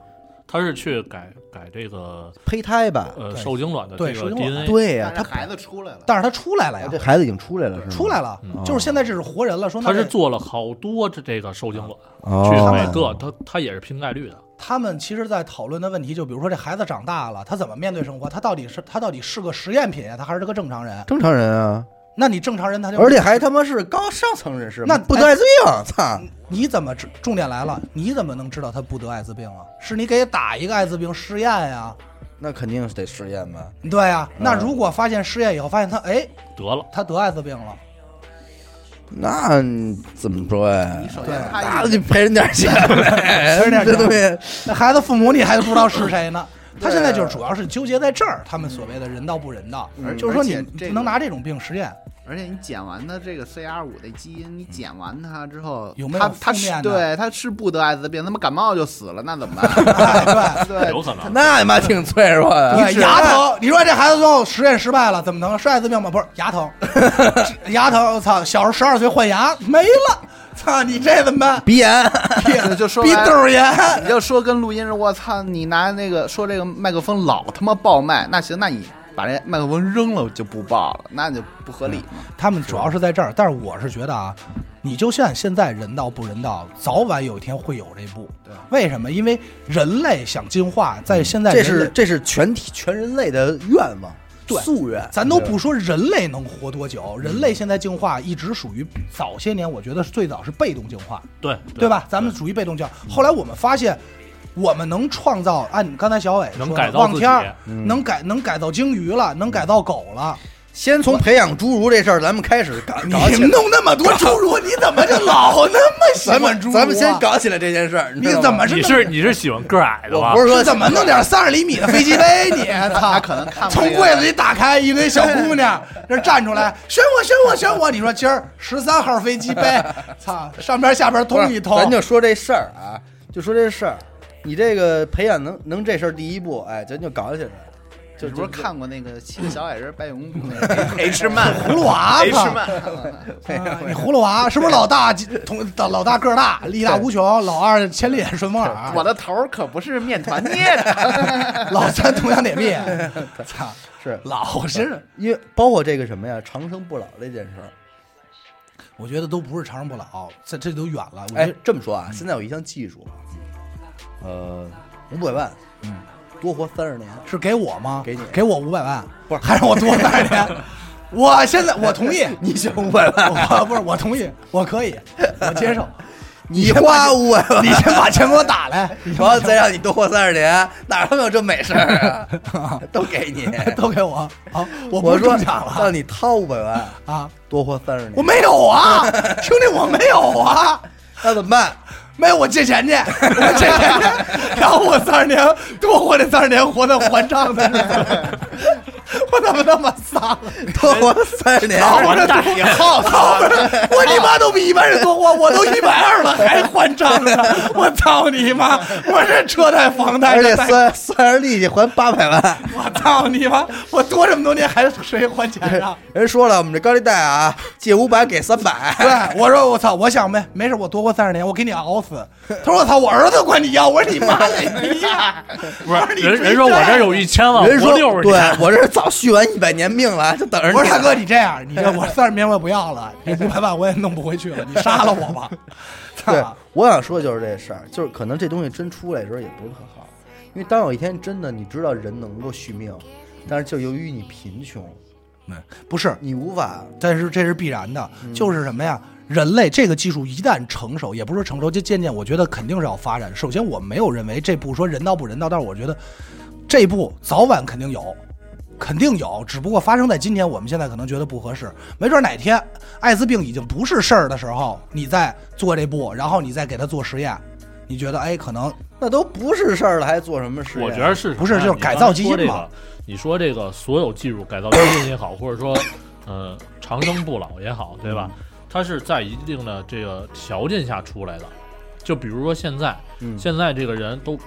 S3: 他是去改改这个
S1: 胚胎吧？
S3: 呃
S2: 对
S3: 受精卵的
S2: 对
S3: 这
S2: 受
S3: 个
S2: 精卵
S3: DNA，
S1: 对呀
S4: 但，是
S1: 他
S4: 孩子出来了，
S2: 但是他出来了
S1: 哎
S2: 呀
S1: 这，孩子已经出来了，是吗？
S2: 出来了，就是现在这是活人了，说那
S3: 他是
S2: 这
S3: 做了好多这这个受精卵，
S1: 哦
S3: 去每个他他也是拼概率的，
S2: 他们其实，在讨论的问题，就比如说这孩子长大了，他怎么面对生活？他到底是他到底是个实验品呀，他还是个正常人？
S1: 正常人啊，
S2: 那你正常人他就
S1: 而且还他妈是高上层人士，哎嗯
S2: 那
S1: 不得艾滋病，操！
S2: 你怎么知？重点来了，你怎么能知道他不得艾滋病啊？是你给打一个艾滋病试验呀？
S1: 那肯定是得实验吧？
S2: 对呀、那
S1: 嗯
S2: 如果发现试验以后发现他哎
S3: 得了，
S2: 他得艾滋病了，
S1: 那你怎么说呀
S4: 你？首
S2: 对
S4: 先他
S1: 那
S4: 一
S1: 就赔人点钱 呗，
S2: 赔人点钱
S1: 这东 西。
S2: 那孩子父母你还不知道是谁 呢。
S4: 啊
S2: 他现在就是主要是纠结在这儿，他们所谓的人道不人道，
S4: 嗯
S2: 就是说
S4: 而且
S2: 你
S4: 这
S2: 不
S4: 个
S2: 能拿这种病实验。
S4: 而且你剪完的这个 CR 五的基因，你剪完它之后，
S2: 有没有
S4: 它它
S2: 负
S4: 是
S2: 面的
S4: 对它是不得艾滋病，他妈感冒就死了，那怎么办？对
S3: 有可能。
S1: 那你妈挺脆弱
S4: 呃
S1: 的，
S2: 对，牙疼，你说这孩子最后实验失败了，怎么疼？是艾滋病吗？不是，牙 疼，牙疼，我操！小时候十二岁换牙没了，操你这怎么办？
S1: 鼻炎，
S4: 对，就说
S2: 鼻
S4: 白了
S2: 窦炎，
S4: 你就说跟录音似的，我操，你拿那个说这个麦克风老他妈爆麦，那行，那你把这麦克风扔了就不爆了，那就不合理嘛。
S2: 他们主要是在这儿，但是我是觉得啊，你就像现在人道不人道，早晚有一天会有这步。
S4: 对
S2: 为什么？因为人类想进化，在现在
S1: 这
S2: 人类
S1: 是这是全体全人类的愿望，
S2: 对
S1: 夙愿，
S2: 咱都不说人类能活多久，人类现在进化一直属于早些年，我觉得最早是被动进化，
S3: 对
S2: 对吧？咱们属于被动教。
S1: 嗯
S2: 后来我们发现，我们能创造，按刚才小伟说
S3: 能
S2: 的
S3: 改造
S2: 望
S3: 自己
S2: 天儿，
S1: 嗯
S2: 能改能改造鲸鱼了，能改造狗了。
S1: 先从培养侏儒这事儿咱们开始搞搞
S2: 你
S1: 起
S2: 们
S1: 来，
S2: 弄那么多侏儒，你怎么就老那么喜
S1: 咱
S2: 欢
S1: 们
S2: 侏儒、啊？
S1: 咱们先，搞起来这件事儿，
S2: 你
S1: 知道
S2: 怎
S1: 吗
S2: 么是
S3: 你
S2: 那
S3: 是你是喜欢个儿矮的
S1: 我
S3: 吧
S1: 不？是
S2: 你
S1: 说
S2: 怎么弄点三十厘米的飞机 杯？你
S4: 他
S2: 操！
S4: 可能看不
S2: 从
S4: 那个
S2: 柜子里打开，一堆小姑娘这站出来，选我，选我，选我！你说今儿十三号飞机 杯，操，上边下边
S1: 不是
S2: 通一通，
S1: 咱就说这事儿啊，就说这事儿，你这个培养能能这事儿第一步，哎，咱就搞起来，就
S4: 你是不是
S1: 就
S4: 看过那个《小矮人白雪公主》那个 H 曼
S2: 葫芦娃
S4: H
S2: 嘛
S4: 曼，
S1: 哎没有
S2: 啊你葫芦娃是不是老大同老大个儿大，力大无穷，老二千里眼顺 风耳，
S4: 我的头儿可不是面团捏 的。
S2: 老三同样点壁， 操，
S1: 是
S2: 老是，
S1: 因为包括这个什么呀，长生不老这件事儿。
S2: 我觉得都不是长生不老，这这都远了，我觉
S1: 哎
S2: 得，
S1: 这么说啊，现在有一项技术，
S2: 嗯
S1: 呃，五百万，嗯，多活三十年，
S2: 是给我吗？
S1: 给你
S2: 给我五百万，
S1: 不是
S2: 还让我多三十 年。我现在我同意，
S1: 你想五百 万，
S2: 我不是我同意，我可以，我 接受。
S1: 你花五百万，
S2: 你先把钱给我打来，
S1: 然后再让你多活三十年，哪他妈有这美事儿 啊？都给你，
S2: 都给我。好，我不
S1: 我
S2: 是
S1: 说呃
S2: 中奖了
S1: 让你掏五百万，
S2: 啊！
S1: 多活三十年，
S2: 我没有啊，兄弟，我没有啊。
S1: 那怎么 办？
S2: 没有，我借钱去，我借钱 去，然后我三十年多活这三十年活的还账的日子， 我怎么那么丧？
S1: 多活三十年，
S2: 我这大爷 耗子，我你妈都比一般人多活，我都一百二了还还账呢，我操你妈！我这车贷房贷
S1: 而且
S2: 这贷款，
S1: 算算上利息还八百万。
S2: 我操你妈！我多这么多年还谁还钱啊？
S1: 人说了，我们这高利贷啊，借五百给三百，
S2: 对，我说我操，我想呗，没事，我多活三十年，我给你熬死。他说我操，我儿子管你要，我说你妈的逼 呀！
S3: 不是
S2: 你
S3: 人
S2: 追
S3: 人说我
S2: 债
S3: 这儿有一千万，
S1: 啊 人
S3: 活
S1: 说
S3: 六十
S1: 对
S3: 年，
S1: 我这早续完一百年命了，就等着你。
S2: 我说大哥，你这样，你这我三十年我也不要了，你五百万我也弄不回去了，你杀了我 吧！
S1: 对
S2: 操，，
S1: 我想说的就是这事儿，就是可能这东西真出来的时候也不是很好，因为当有一天真的你知道人能够续命，但是就由于你贫穷，
S2: 不是，
S1: 你无法
S2: 但是这是必然的，就是什么呀？人类这个技术一旦成熟，也不是说成熟，就渐渐我觉得肯定是要发展。首先，我没有认为这步说人道不人道，但是我觉得这步早晚肯定有，肯定有，只不过发生在今天，我们现在可能觉得不合适。没准哪天艾滋病已经不是事儿的时候，你再做这步，然后你再给他做实验，你觉得哎，可能
S1: 那都不是事儿了，还做什么事？
S3: 我觉得是
S2: 不是
S3: 什么呀
S2: 就是
S3: 你
S2: 改
S3: 刚
S2: 造
S3: 才
S2: 基
S3: 说
S2: 因
S3: 这
S2: 嘛
S3: 个你说这个所有技术改造基因也好， 或者说呃长生不老也好，对
S2: 嗯
S3: 吧？它是在一定的这个条件下出来的。就比如说现在，
S1: 嗯
S3: 现在这个人都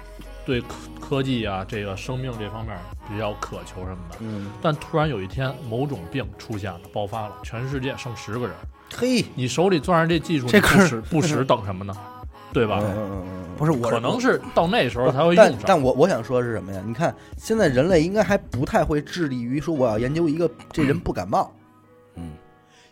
S3: 对科科技啊、这个生命这方面比较渴求什么的，
S1: 嗯，
S3: 但突然有一天某种病出现了，爆发了，全世界剩十个人，
S1: 嘿，
S3: 你手里攥着这技术，
S2: 这
S3: 你不
S2: 可是
S3: 使 不使等什么呢？对吧？
S1: 嗯嗯嗯嗯。
S2: 不是我
S3: 可能是到那时候才会用
S1: 但
S3: 上。
S1: 但我我想说的是什么呀？你看，现在人类应该还不太会致力于说我要研究一个这人不感冒，
S7: 嗯，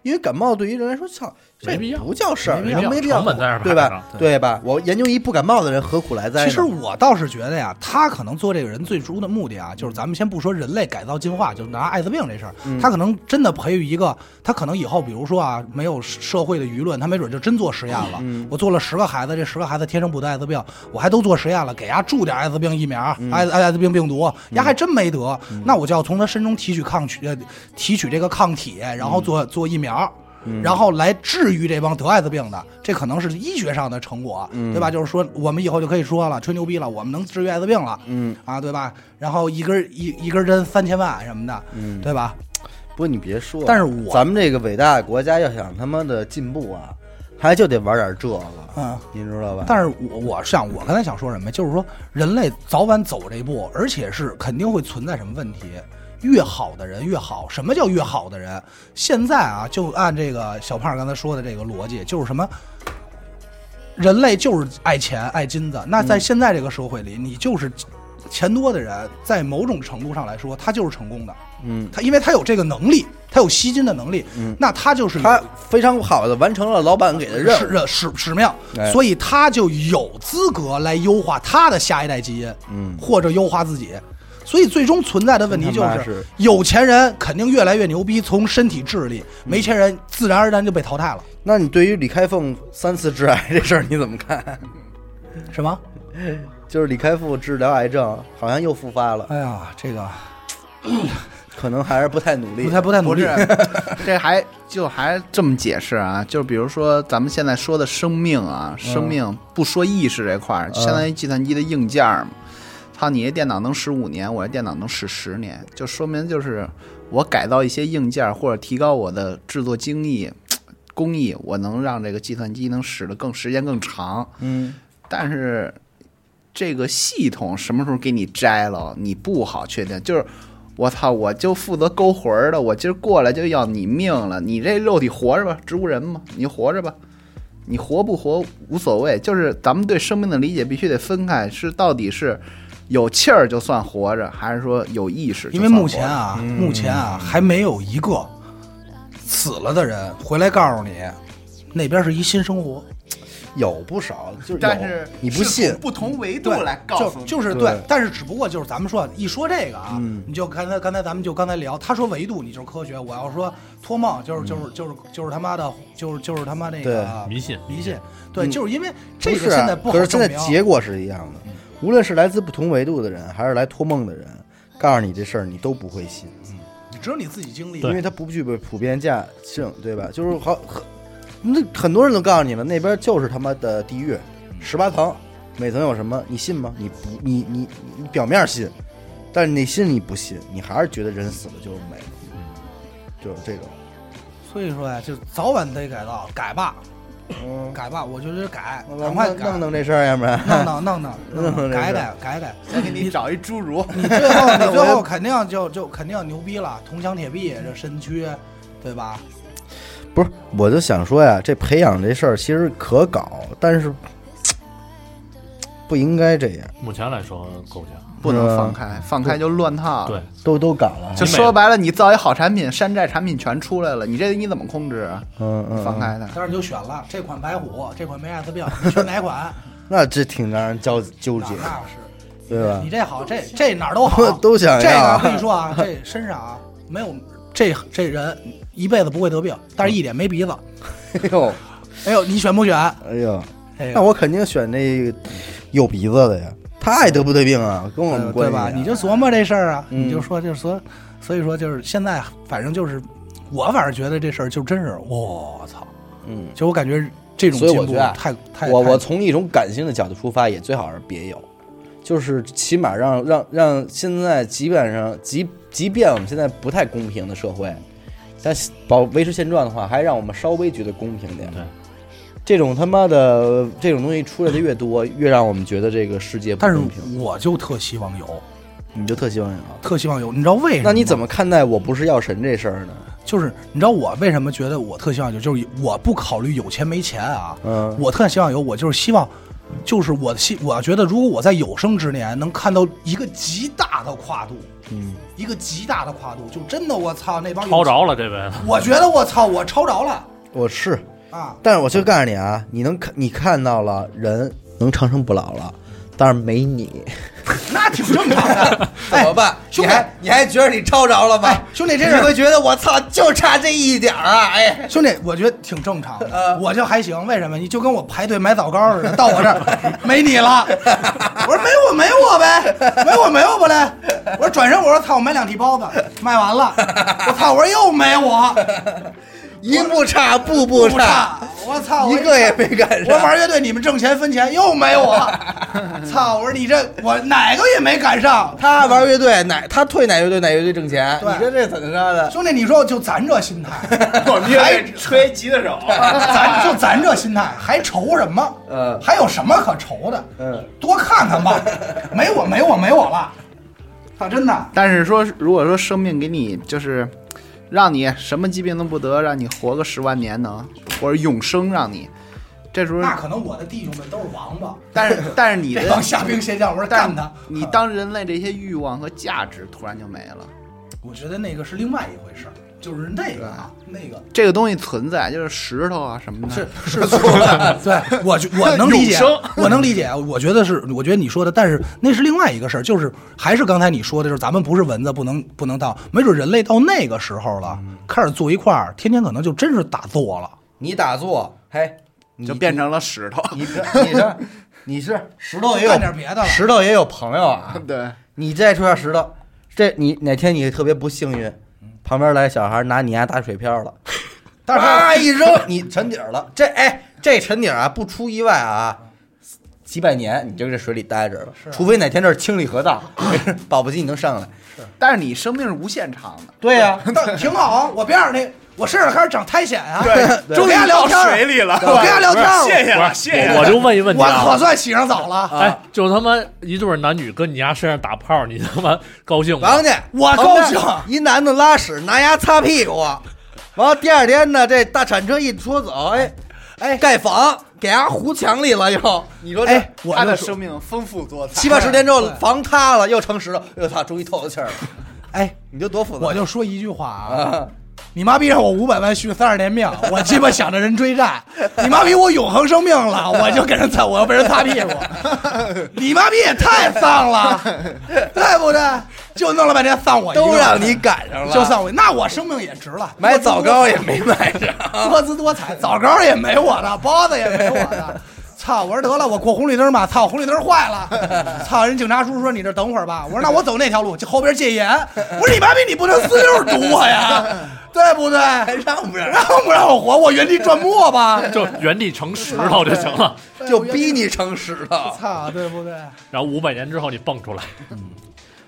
S1: 因为感冒对于人来说，操，这
S3: 没必要
S1: 不叫事儿，
S3: 没必
S1: 人
S3: 要
S1: 没必要
S3: 成本在这儿摆
S1: 对吧
S3: 着？
S1: 对吧？我研究一不感冒的人，何苦来哉呢？
S2: 其实我倒是觉得呀，他可能做这个人最初的目的啊，就是咱们先不说人类改造进化，就拿艾滋病这事儿，他可能真的培育一个，他可能以后比如说啊，没有社会的舆论，他没准就真做实验了。我做了十个孩子，这十个孩子天生不得艾滋病，我还都做实验了，给伢注点艾滋病疫苗、啊艾滋艾滋病病毒，伢还真没得，那我就要从他身中提取抗体，呃提取这个抗体，然后做、做疫苗。然后来治愈这帮得艾滋病的，这可能是医学上的成果，对吧？就是说，我们以后就可以说了，吹牛逼了，我们能治愈艾滋病了，嗯啊，对吧？然后一根一一根针三千万什么的，嗯，对吧？
S1: 不过你别说，
S2: 但是我
S1: 咱们这个伟大的国家要想他妈的进步啊，还就得玩点这个，
S2: 嗯，
S1: 你知道吧？
S2: 但是我我想我刚才想说什么，就是说人类早晚走这一步，而且是肯定会存在什么问题。越好的人越好，什么叫越好的人？现在啊，就按这个小胖刚才说的这个逻辑，就是什么，人类就是爱钱爱金子。那在现在这个社会里，你就是钱多的人，在某种程度上来说，他就是成功的。
S1: 嗯，
S2: 他因为他有这个能力，他有吸金的能力，那他就是有
S1: 他非常好的完成了老板给的任
S2: 是
S1: 务，
S2: 任使使命
S1: 哎，
S2: 所以他就有资格来优化他的下一代基因，
S1: 嗯
S2: 或者优化自己。所以最终存在的问题就
S8: 真他妈
S2: 是，
S8: 是
S2: 有钱人肯定越来越牛逼，从身体智力；没钱人自然而然就被淘汰了。
S8: 那你对于李开复三次致癌这事儿你怎么看？
S2: 什么？
S8: 就是李开复治疗癌症，好像又复发了，
S2: 哎呀，这个
S8: 可能还是不太努力。
S2: 不太不太努
S4: 不
S2: 力
S4: 是。，这还就还这么解释啊？就比如说咱们现在说的生命啊，
S2: 嗯
S4: 生命不说意识这块儿，相当于计算机的硬件儿嘛。操，你这电脑能使五年，我这电脑能使十年，就说明就是我改造一些硬件儿或者提高我的制作精艺、工艺，我能让这个计算机能使得更时间更长。
S8: 嗯，
S4: 但是这个系统什么时候给你摘了，你不好确定。就是我操，我就负责勾魂儿的，我今儿过来就要你命了，你这肉体活着吧，植物人嘛，你活着吧。你活不活无所谓，就是咱们对生命的理解必须得分开，是到底是有气儿就算活着，还是说有意识
S2: 因
S4: 就算活着？
S2: 为目前啊，目前啊，还没有一个死了的人回来告诉你，那边是一新生活。
S8: 有不少，就是有
S4: 但是
S8: 你不信
S4: 从，不同维度
S2: 对，
S4: 来告诉你，
S2: 就就是
S8: 对嗯
S2: 对，但是只不过就是咱们说一说这个啊，你就刚才刚才咱们就刚才聊，他说维度你就是科学，我要说托梦
S8: 嗯
S2: 就是就是就是就是他妈的，就是就是他妈那个
S3: 迷信
S2: 迷信，对，就是因为这
S8: 嗯
S2: 个
S8: 不是
S2: 现
S8: 啊
S2: 在不
S8: 可
S2: 好
S8: 是现
S2: 证
S8: 在
S2: 明。嗯
S8: 结果是一样的，无论是来自不同维度的人，还是来托梦的人，告诉你这事儿你都不会信，
S2: 你只有你自己经历，
S8: 因为它不具备普遍价性，对吧？就是好，很那很多人都告诉你了，那边就是他妈的地狱，十八层，每层有什么？你信吗？你不，你你你表面信，但是你心里不信，你还是觉得人死了就是没了，
S2: 嗯
S8: 就是这种。
S2: 所以说呀，就早晚得改造，改吧，
S8: 嗯，
S2: 改吧，我觉得改，
S8: 那
S2: 赶快
S8: 弄
S2: 改，
S8: 弄弄这事儿，要不然
S2: 弄弄弄弄
S8: 弄弄这
S2: 改
S8: 事
S2: 改改改，
S4: 再给你找一侏儒，
S2: 你最后你 最后肯定就就肯定牛逼了，铜墙铁壁这身躯，对吧？
S8: 不是，我就想说呀，这培养这事儿其实可搞，但是不应该这样，
S3: 目前来说够呛。
S4: 不能放开，放开就乱套了。
S3: 对，
S8: 都都搞了。
S4: 就说白了，你造一好产品，山寨产品全出来了，你这你怎么控制啊？
S8: 嗯嗯，
S4: 放开它。
S2: 当时你就选了这款白虎，这款梅艾斯病，你选哪款？
S8: 那这挺让人焦纠
S2: 那
S8: 结，
S2: 那是，
S8: 对吧
S2: 你？这好，这这哪儿都 好
S8: 我， 都想
S1: 哎
S2: 这个
S8: 要
S2: 我跟你说啊，这身上啊没有这这人一辈子不会得病，但是一点没鼻子。
S8: 哎呦，
S2: 哎呦，你选不选？
S8: 哎呦，
S2: 哎
S8: 那我肯定选那有鼻子的呀，他爱得不得病啊，跟我们关
S2: 哎对
S8: 系啊
S2: 吧？你就琢磨这事儿啊，
S8: 嗯
S2: 你就说就是说，所以说就是现在反正就是我反正觉得这事儿就真是我操，
S8: 嗯，
S2: 就我感觉这种
S1: 所以
S2: 进
S1: 我
S2: 步
S1: 觉得啊
S2: 太太
S1: 我
S2: 太
S1: 我从一种感性的角度出发，也最好是别有，就是起码让让让现在基本上即即便我们现在不太公平的社会，但是保维持现状的话，还让我们稍微觉得公平点。
S3: 对，
S1: 这种他妈的这种东西出来的越多，越让我们觉得这个世界不
S2: 但是
S1: 公平。
S2: 我就特希望有，
S1: 你就特希望
S8: 啊
S1: 有。
S2: 特希望有，你知道为什么吗？
S1: 哎那你怎么看待我不是药神这事儿呢？
S2: 就是你知道我为什么觉得我特希望有，就是我不考虑有钱没钱啊，
S1: 嗯，
S2: 我特希望有，我就是希望，就是我希我觉得如果我在有生之年能看到一个极大的跨度，嗯，一个极大的跨度，就真的我操那帮有
S3: 掏，着了这辈子，
S2: 我觉得我操我超着了
S8: 我是，
S2: 啊，
S8: 但是我就告诉你啊，你能看你看到了人能长生不老了，但是没你，
S2: 那挺正常的，
S1: 怎
S2: 哎
S1: 么办？
S2: 兄弟
S1: 你还觉得你抄着了
S2: 哎？兄弟这事儿
S1: 觉得我操，就差这一点儿啊！哎，
S2: 兄弟我觉得挺正 常
S8: 呃
S2: 的，我就还行，为什么？你就跟我排队买枣糕似的，到我这 儿没你了，我说没我没我呗，没我没我不嘞，我说转身我说操我买两屉包子卖完了，我操我说又没我。
S8: 一步差步步
S2: 不
S8: 差，
S2: 差，我操，我
S8: 一个也没赶
S2: 我
S8: 上。
S2: 玩乐队，你们挣钱分钱又没我，操！我说你这我哪个也没赶上，
S8: 他玩乐队，哪他退哪乐队哪乐队挣钱，你
S2: 对
S8: 说这怎么着的？
S2: 兄弟，你说就咱这心态，
S4: 我们还吹吉他手，
S2: 咱就咱这心态还愁什么？
S8: 嗯
S2: 还有什么可愁的？
S8: 嗯，
S2: 多看看吧，没我没我没我了，操，真的。
S4: 但是说，如果说生命给你就是让你什么疾病都不得，让你活个十万年呢，或者永生让你，这时候，
S2: 那可能我的弟兄们都是王八，
S4: 但是但是你
S2: 这
S4: 的
S2: 帮，虾兵蟹将，我说
S4: 但
S2: 干啊
S4: 是
S2: 他！
S4: 你当人类这些欲望和价值突然就没了。
S2: 我觉得那个是另外一回事儿，就是那个啊，那个
S4: 这个东西存在，就是石头啊什么的。
S2: 是是 错的，对我觉我能理解， 我能理解，我觉得是，我觉得你说的，但是那是另外一个事儿，就是还是刚才你说的，就是咱们不是蚊子，不能不能到，没准人类到那个时候了，开始坐一块儿，天天可能就真是打坐了。
S8: 你打坐，嘿，你
S4: 就变成了石 头。
S8: 你这你这你是石头也有
S2: 干点别的了
S8: 石头也有朋友啊。
S4: 对，
S8: 你再说下石头，这你哪天你特别不幸运，旁边来小孩拿你家打水漂 了，
S2: 但是
S8: 啪一扔，你沉底儿了。这哎，这沉底儿啊，不出意外啊，几百年你就在水里待着了，除非哪天这儿清理河 道，保不齐你能上来。
S4: 但是你生命是无限长的。
S8: 对呀、
S2: 但挺好啊，我边上那我身上开始长苔藓啊，
S8: 对
S2: 就跟他聊天儿，
S4: 里了
S2: 我跟他聊天儿，
S4: 谢了，谢
S3: 我我就问一问题
S2: 我可
S3: 啊，
S2: 算洗上澡了。
S3: 哎，就他妈一对男女跟你丫身上打泡，你他妈高兴吗？
S8: 王家，
S2: 我
S8: 旁边
S2: 高兴
S8: 一男的拉屎拿牙擦屁股，完了第二天呢，这大铲车一拖走，哎哎，盖房给人家糊墙里了又，你说这。
S2: 哎，我
S4: 他
S2: 就
S4: 的
S2: 说，
S4: 生命丰富多彩。
S8: 七八十年之后，房塌了，又成石头，又操，终于透了气儿了。
S2: 哎，
S8: 你就多复杂，
S2: 我就说一句话啊，
S8: 啊，
S2: 你妈逼让我五百万续三十年命，我鸡巴想着人追债。你妈逼我永恒生命了，我就给人擦，我要被人擦屁 股。你妈逼也太丧了，对不对？就弄了半天丧我一个，
S8: 都让你赶上了，
S2: 就丧我，那我生命也值了。
S8: 买枣糕也没买上。
S2: 多姿多 彩， 枣糕也没我的，包子也没我的。操！我说得了，我过红绿灯吧。操，红绿灯坏了。操！人警察叔叔说你这等会儿吧。我说那我走那条路，就后边戒严。我说你妈逼，你不能四六堵我 呀，对不对？让不让？让不让我活？我原地转磨 吧。
S3: 就原地成石头就行了。
S8: 就逼你成石头。
S2: 操，对不对？
S3: 然后五百年之后你蹦出来，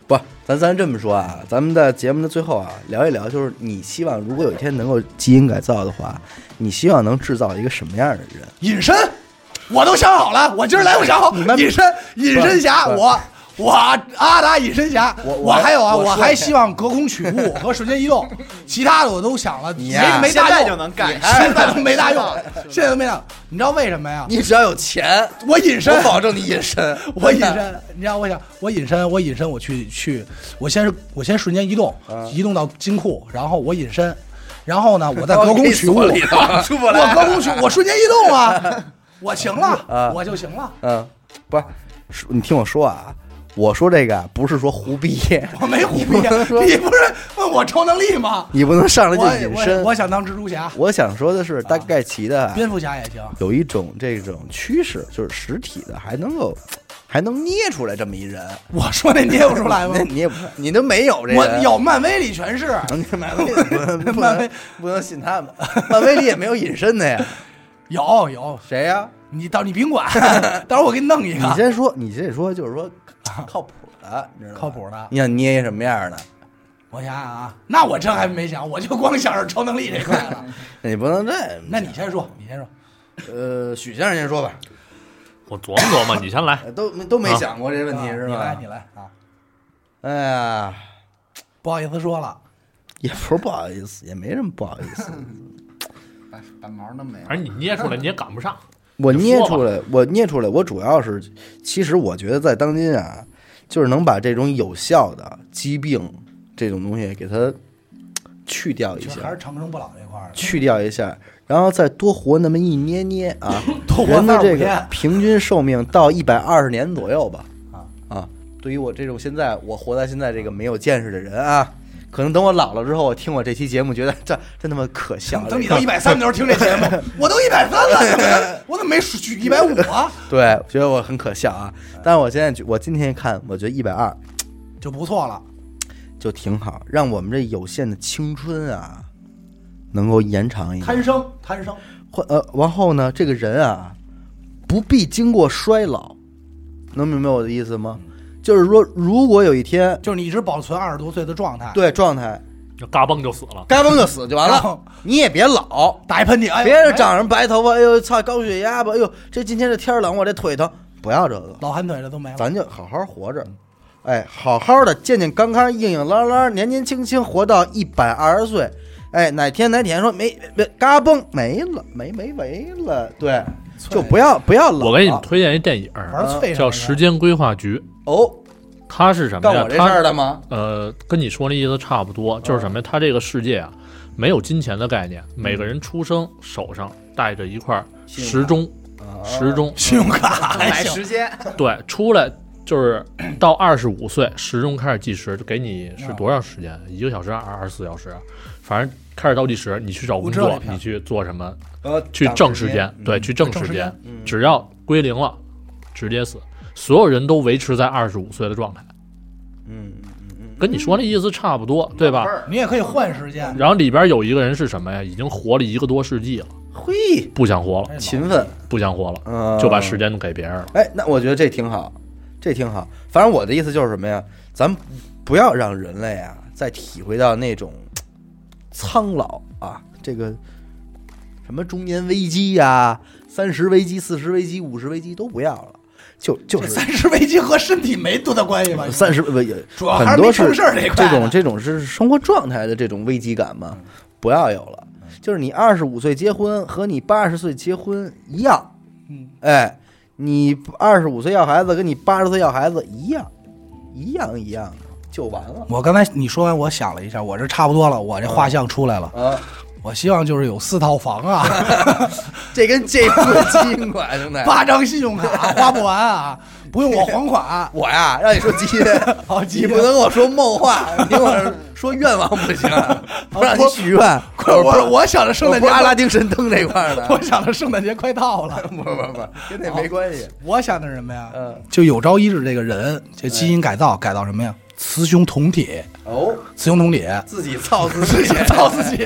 S8: 不，咱咱这么说啊，咱们的节目的最后啊，聊一聊，就是你希望如果有一天能够基因改造的话，你希望能制造一个什么样的人？
S2: 隐身，我都想好了，我今儿来不着。隐身，隐身侠，
S8: 不
S2: 我我阿达隐身侠，
S8: 我
S2: 我
S8: 我
S2: 还有啊，
S8: 我
S2: 我
S8: 说
S2: 还希望隔空取 物和瞬间移动，其他的我都想了，
S8: 你啊
S2: 没
S8: 呀
S2: 没
S4: 现
S2: 大
S4: 在
S2: 用，
S4: 就能干
S2: 现在都没大
S8: 哎
S2: 用，现在都没大用。你知道为什么呀？
S8: 你只要有钱，
S2: 我隐身
S8: 我，保证你隐身，
S2: 我隐身，你知道我想，我隐身，我隐身，我去去，我先是我先瞬间移动，
S8: 啊
S2: 移动到金库，然后我隐身，然后 呢，我再隔空取物，
S8: 我给你锁里 头
S4: 出不
S2: 我
S4: 来。
S2: 隔空取，我瞬间移动 啊，我行了，我就行了。
S8: 嗯，不是，是你听我说啊，我说这个啊不是说胡逼，
S2: 我没胡逼， 你不是问我超能力吗？
S8: 你不能上来
S2: 我
S8: 就隐身。
S2: 我我想当蜘蛛侠、
S8: 我想说的是，大概齐的啊
S2: 蝙蝠侠也行。
S8: 有一种这种趋势，就是实体的还能够还能捏出来这么一人，
S2: 我说那捏不出来吗
S8: 那？你也不你都没有这
S2: 我
S8: 人。
S2: 有漫威里全 是，
S8: 漫威 不能不
S2: 漫
S8: 能
S2: 威
S8: 不能信他们，漫威里也没有隐身的呀。
S2: 有有。
S8: 谁呀？
S2: 你到你宾馆， 到时候我给你弄一
S8: 你
S2: 个
S8: 先说，你先说，就是说靠谱的，你知道吗
S2: 靠。谱的。
S8: 你想捏一什么样的？
S2: 我想想啊，那我这还没想，我就光想着超能力这块 了。
S8: 你不能这，
S2: 那你先说，你先说。
S8: 呃，许先生先说吧，
S3: 我琢磨琢磨，你先来。
S8: 都都没想过这问题是
S2: 你来
S8: 吧
S2: 你？来啊！
S8: 哎呀，
S2: 不好意思说了，
S8: 也不是不好意思，也没什么不好意思。
S4: 把把哎毛都没
S3: 反
S4: 了。
S3: 正你捏出来你也赶不上，
S8: 我
S3: 就
S8: 捏
S3: 说
S8: 出
S3: 吧
S8: 来，我捏出来，我主要是，其实我觉得在当今啊，就是能把这种有效的疾病这种东西给它去掉一
S2: 就还
S8: 下
S2: 是，长生不老这块儿。
S8: 去掉一下，然后再多活那么一捏捏啊，
S2: 多活
S8: 人的
S2: 35
S8: 这个
S2: 天
S8: 平均寿命到一百二十年左右吧。啊，对于我这种现在我活在现在这个没有见识的人啊，可能等我老了之后，我听我这期节目，觉得这真他妈可笑。
S2: 等你
S8: 这个
S2: 到一百三的时候听这节目， 我都一百三了怎么，我怎么没举一百五啊？
S8: 对，觉得我很可笑啊。但是我现在觉我今天看，我觉得一百二
S2: 就不错了。
S8: 就挺好，让我们这有限的青春啊，能够延长一点。
S2: 贪生，贪生，
S8: 或呃，然后呢，这个人啊，不必经过衰老，能明白我的意思吗？就是说，如果有一天
S2: 就是你一直保存二十多岁的状态。，
S8: 对状态
S3: 就嘎嘣就死了。
S8: 该崩就死就完
S2: 然
S8: 了
S2: 后，
S8: 你也别老，
S2: 打一喷嚏，哎，
S8: 别是长上白头发，哎呦操，高血压吧，哎呦这今天这天儿冷，我这腿疼，不要这个，
S2: 老寒腿了都没了。
S8: 咱就好好活着，哎，好好的健健康康、硬硬朗朗、年年轻轻活到一百二十岁，哎，哪天哪天说没没嘎嘣没了，没没没了，对，就不要不要老。
S3: 我给你们推荐一电影儿，
S2: 玩脆
S3: 叫 《时间规划局》，
S8: 哦，
S3: 它是什么
S8: 干
S3: 呀
S8: 我？这事
S3: 它
S8: 儿了吗？哦
S3: 呃，跟你说那意思差不多，就是什么呀？它这个世界啊，没有金钱的概念，每个人出生手上带着一块时钟，
S8: 啊
S3: 时 钟
S6: 信用 卡还
S2: 哎
S4: 买
S6: 行，
S4: 哎时间，
S3: 对，出来就是到二十五岁，时钟开始计时，就给你是多少时间？一个小时还是二十四小时？啊反正开始倒计时，你去找工
S6: 我知道
S3: 作
S6: 这，片
S3: 你去做什么，
S8: 呃，
S3: 去
S8: 长
S3: 挣
S8: 时
S3: 时间，对，去挣时
S6: 时
S3: 间
S6: 间，
S3: 只要归零了，直接死。所有人都维持在二十五岁的状态，
S8: 嗯，
S3: 跟你说那意思差不多，对吧？
S6: 你也可以换时
S8: 嗯
S6: 间。
S3: 然后里边有一个人是什么呀？已经活了一个多世纪了，
S8: 嘿，
S3: 不想活了，
S2: 哎
S8: 勤奋，
S3: 不想活了，
S8: 嗯，
S3: 就把时间都给别人了。
S8: 哎，那我觉得这挺好，这挺好。反正我的意思就是什么呀？咱们不要让人类啊再体会到那种苍老啊，这个什么中年危机呀、三十危机、四十危机、五十危机都不要了，就就
S6: 这
S8: 是
S6: 三十危机和身体没多大关系吧？
S8: 三十不也
S6: 主要还是
S8: 很多
S6: 没
S8: 是
S6: 成事儿这一嗯块
S8: 种这种是生活状态的这种危机感嘛，不要有了。就是你二十五岁结婚和你八十岁结婚一样，
S6: 嗯，
S8: 哎，你二十五岁要孩子跟你八十岁要孩子一样，一样一样就完
S6: 啊
S8: 了
S2: 我刚才你说完，我想了一下，我这差不多了，我这画像出来了。
S8: 啊！
S2: 我希望就是有四套房啊，
S8: 这跟这不基因款，兄弟。
S6: 八张信用卡花不完啊，不用我还款。
S8: 我呀，让你说 基因，
S6: 好基因
S8: 你不能跟我说梦话，你跟我说愿望不行，不让你许愿。
S6: 快，我我想着圣诞
S8: 我
S6: 节
S8: 不是阿拉
S6: 快，
S8: 丁神灯这块儿的，
S6: 我想着圣诞节快到了。
S8: 不不不，跟那没关系。
S6: 我想的是什么呀？
S8: 嗯，
S2: 就有朝一日这个人这基因改造改到什么呀？雌雄同体，
S8: 哦，
S2: 雌雄同体。
S8: 自己操自己，
S6: 造 自 己，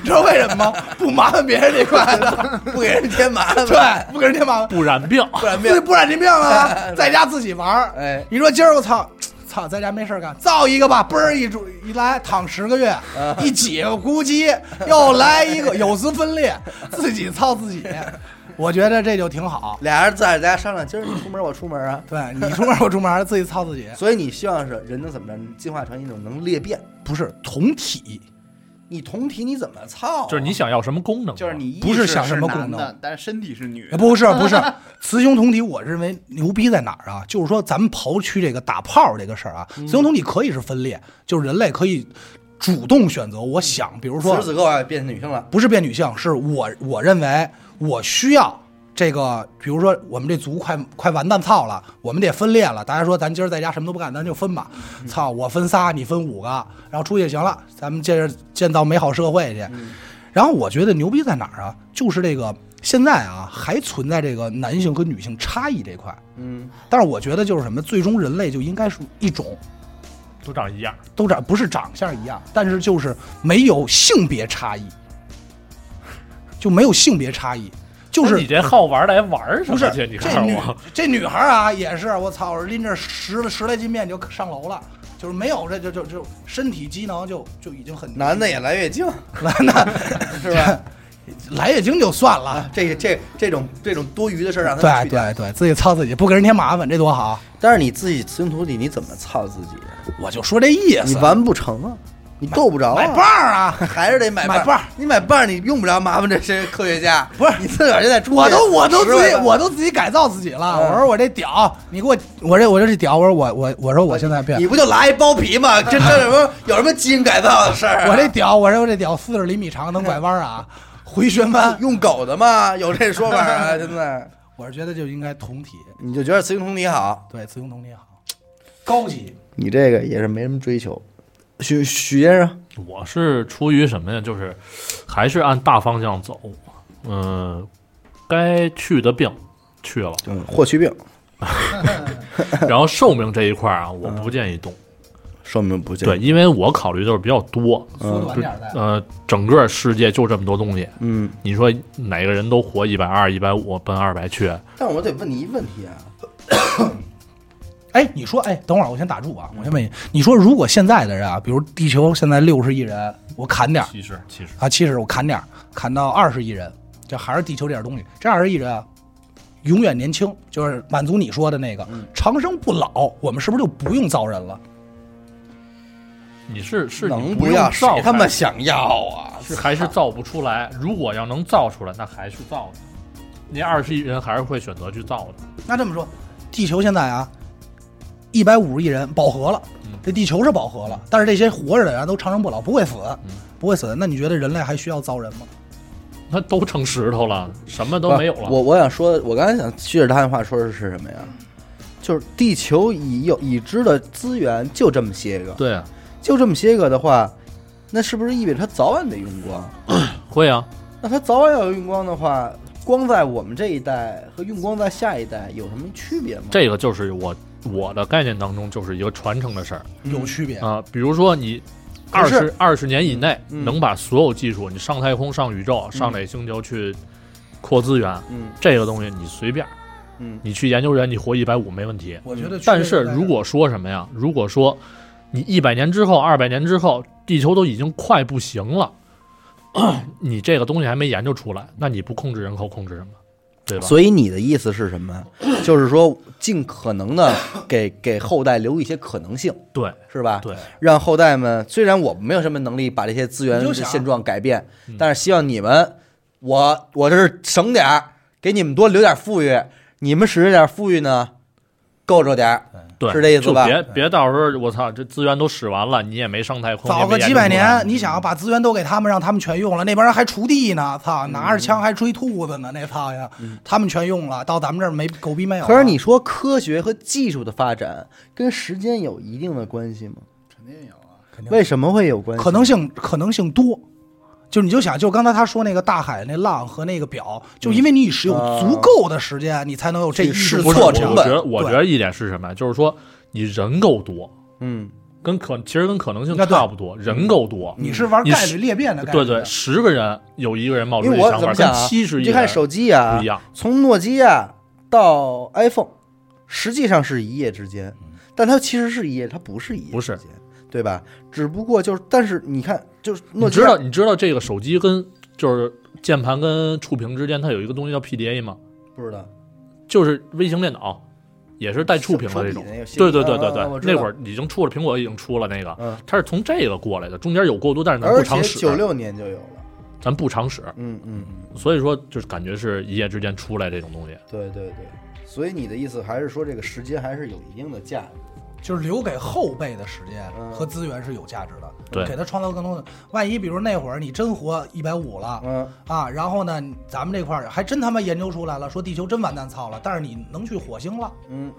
S6: 你知道为什么吗？不麻烦别人这块的，
S8: 不给人添麻烦。
S6: 对，不给人添麻烦，
S3: 不染病，
S6: 不染病，不染这病 了，在家自己玩儿。
S8: 哎
S6: 你说今儿我操，操，在家没事儿干，造一个吧，嘣儿一住一来躺十个月，
S8: 嗯
S6: 一挤咕叽又来一个，有丝分裂，自己操自己，我觉得这就挺好。
S8: 俩人在家商量，今儿你出门我出门啊。
S6: 对你出门我出门，自己操自己，
S8: 所以你希望是人能怎么着？进化成一种能裂变？
S2: 不是同体，
S8: 你同体你怎么操啊？
S3: 就是你想要什么功能？
S4: 就是你意
S2: 不是
S4: 识
S2: 想什么呃
S4: 男
S2: 功能
S4: 的，但是身体是女的。
S2: 啊不是不是雌雄同体。我认为牛逼在哪儿啊？就是说咱们刨去这个打炮这个事儿啊，雌雄同体可以是分裂，就是人类可以主动选择。我想，比如
S8: 此
S2: 说
S8: 时此刻我要变成女生了。
S2: 不是变女性，是我我认为我需要这个，比如说我们这族快快完蛋操了，我们得分裂了。大家说咱今儿在家什么都不干，咱就分吧。操，我分仨，你分五个，然后出去行了，咱们接着建造美好社会去。然后我觉得牛逼在哪儿啊？就是这个现在啊，还存在这个男性和女性差异这块。
S8: 嗯，
S2: 但是我觉得就是什么，最终人类就应该是一种，
S3: 都长一样，
S2: 都长不是长相一样，但是就是没有性别差异，就没有性别差异，就
S3: 那你
S2: 是
S3: 这好玩儿来玩儿
S6: 不
S3: 什么
S6: 是
S3: 去？你
S6: 这
S3: 看
S6: 女
S3: 我，
S6: 这女孩啊，也是我操，我拎着十十来斤面就上楼了，就是没有这就就就身体机能就就已经很
S8: 男的也来月经，
S6: 是吧？
S2: 来月经就算了，
S8: 啊这这这种这种多余的事儿让他们
S2: 对
S8: 去掉
S2: 对对，自己操自己，不给人添麻烦，这多好！
S8: 但是你自己雌雄同体，你怎么操自己啊？
S2: 我就说这意
S8: 你
S2: 思。
S8: 完不成啊，你够不着
S6: 买
S8: 啊
S6: 棒。儿啊！
S8: 还是得买
S6: 买
S8: 棒
S6: 棒
S8: 儿
S6: 儿，
S8: 你买棒儿你用不着麻烦这些科学家，
S6: 不是
S8: 你自个儿就在出去
S6: 我都我都
S8: 十
S6: 自
S8: 万
S6: 己
S8: 八
S6: 我都自己改造自己了。
S8: 嗯
S6: 我说我这屌，你给我
S2: 我这我这是屌，我说我我我说我现在变
S8: 你，不就拉一包皮 吗？这这有什么有什么基因改造的事儿啊、
S2: 我这屌，我说我这屌四十厘米长，能拐弯啊，回旋
S8: 啊
S2: 弯。
S8: 用狗的吗？有这说法啊？现在
S2: 我是觉得就应该同体，
S8: 你就觉得雌雄同体好，
S2: 对，雌雄同体好，高级。
S8: 你这个也是没什么追求。许许先生，
S3: 我是出于什么呀？就是还是按大方向走，嗯，该去的病去 了，
S8: 嗯，霍去病，
S3: 然后寿命这一块儿啊，我
S8: 嗯
S3: 不建议动。
S8: 说明不见
S3: 对，，因为我考虑就是比较多，
S2: 缩短点儿再。
S3: 呃，整个世界就这么多东西，
S8: 嗯。
S3: 你说哪个人都活一百二、一百五，奔二百去？
S8: 但我得问你一问题啊，
S2: 哎，你说，哎，等会儿我先打住啊，我先问你，你说如果现在的人啊，比如地球现在六十亿人，我砍点儿
S3: 其实其实
S2: 啊，七十我砍点儿，砍到二十亿人，这还是地球这点东西，这二十亿人啊，永远年轻，就是满足你说的那个
S8: 嗯
S2: 长生不老，我们是不是就不用造人了？
S3: 你是是你
S8: 能
S3: 不
S8: 要
S3: 用造
S8: 谁他妈
S3: 还是
S8: 想要啊？
S3: 是还是造不出来。如果要能造出来，那还是造的。那二十亿人还是会选择去造的。
S2: 那这么说，地球现在啊，一百五十亿人饱和了
S3: 嗯，
S8: 嗯
S2: 这地球是饱和了，但是这些活着的人啊都长生不老，不会死
S3: 嗯，
S2: 不会死。那你觉得人类还需要造人吗？
S8: 嗯
S3: 那都成石头了，什么都没有了。
S1: 啊我我想说，我刚才想接着他那话说的是什么呀？就是地球已有已知的资源就这么些个，
S3: 对啊，
S1: 就这么些个的话，那是不是意味着它早晚得用光？
S3: 会啊，
S1: 那它早晚要用光的话，光在我们这一代和用光在下一代有什么区别吗？
S3: 这个就是我我的概念当中就是一个传承的事儿
S2: 有区
S8: 嗯
S2: 别。
S3: 啊。比如说你
S1: 可
S3: 二
S1: 是
S3: 十二十年以内
S1: 嗯
S3: 能把所有技术，你上太空、上宇宙、上哪星球去扩资源，
S1: 嗯
S3: 这个东西你随便，
S1: 嗯
S3: 你去研究员你活一百五没问题。
S2: 我觉得区别在哪儿，
S3: 但是如果说什么呀？如果说你一百年之后、二百年之后，地球都已经快不行了，你这个东西还没研究出来，那你不控制人口，控制什么？对吧？
S1: 所以你的意思是什么？ 就是说，尽可能的给给后代留一些可能性，
S3: 对
S1: 是吧？
S3: 对，
S1: 让后代们虽然我没有什么能力把这些资源
S2: 你
S1: 的
S2: 就想嗯
S1: 现状改变，但是希望你们，我我这是省点儿，给你们多留点富裕，你们使这点富裕呢，够着点儿。
S3: 对，
S1: 是这意思吧
S3: 就别别到时候我操，这资源都使完了，你也没上太空，
S2: 早
S3: 你也
S2: 个
S3: 没研
S2: 几
S3: 究
S2: 百
S3: 出来
S2: 年，你想把资源都给他们，让他们全用了，那边人还锄地呢，操，拿着
S3: 嗯
S2: 枪还追兔子呢，那操呀，他们全用了，到咱们这儿没狗逼没有了。
S1: 可是你说科学和技术的发展跟时间有一定的关系吗？
S4: 肯定有啊。
S2: 肯定
S1: 为什么会有关系？
S2: 可能性可能性多。就你就想，就刚才他说那个大海那浪和那个表，就因为你使用
S3: 嗯
S2: 足够的时间，你才能有这一
S1: 试
S2: 试
S1: 错
S2: 错
S1: 成
S3: 我
S1: 本
S3: 觉得我觉
S2: 对
S3: 得一点是什么呀？就是说你人够多，
S1: 嗯，
S3: 跟可其实跟可能性
S2: 那对
S3: 差不多，人够多。
S2: 你是玩
S3: 你
S2: 概
S3: 是
S2: 率裂变的概率
S3: 对
S2: 的，
S3: 对，十个人有一个人冒
S1: 因
S3: 出
S1: 为
S3: 这
S1: 我
S3: 想
S1: 怎
S3: 法，
S1: 么想
S3: 跟
S1: 啊？
S3: 七十
S1: 你
S3: 亿
S1: 就看
S3: 人
S1: 手机啊，
S3: 不一样。
S1: 从诺基亚到 iPhone，实际上是一夜之间，但它其实是一夜，它不是一夜，
S3: 嗯不是，
S1: 对吧？只不过就是，但是你看，就是诺
S3: 你
S1: 基
S3: 知
S1: 亚
S3: 道你知道这个手机跟就是键盘跟触屏之间，它有一个东西叫 PDA 吗？
S1: 不知道
S3: 就是微型电脑，也是带触屏的这种。对对
S1: 啊
S3: 对对对，那会，
S1: 手手
S3: 儿已经出了，苹果已经出了那个，
S1: 嗯
S3: 它是从这个过来的，中间有过渡，但是
S1: 笔那个
S3: 咱不
S1: 是而
S3: 常啊
S1: 且九
S3: 使，
S1: 六年就有了，
S3: 咱不常使，
S1: 嗯嗯嗯，
S3: 所以说就是感觉是一夜之间出来这种东西。
S1: 对对对。所以你的意思还是说，这个时间还是有一定的价值？
S2: 就是留给后辈的时间
S1: 嗯
S2: 和资源是有价值的，
S3: 对
S2: 给他创造更多的。万一比如那会儿你真活一百五了
S1: 嗯，
S2: 啊，然后呢，咱们这块儿还真他妈研究出来了，说地球真完蛋操了，但是你能去火星了，
S1: 嗯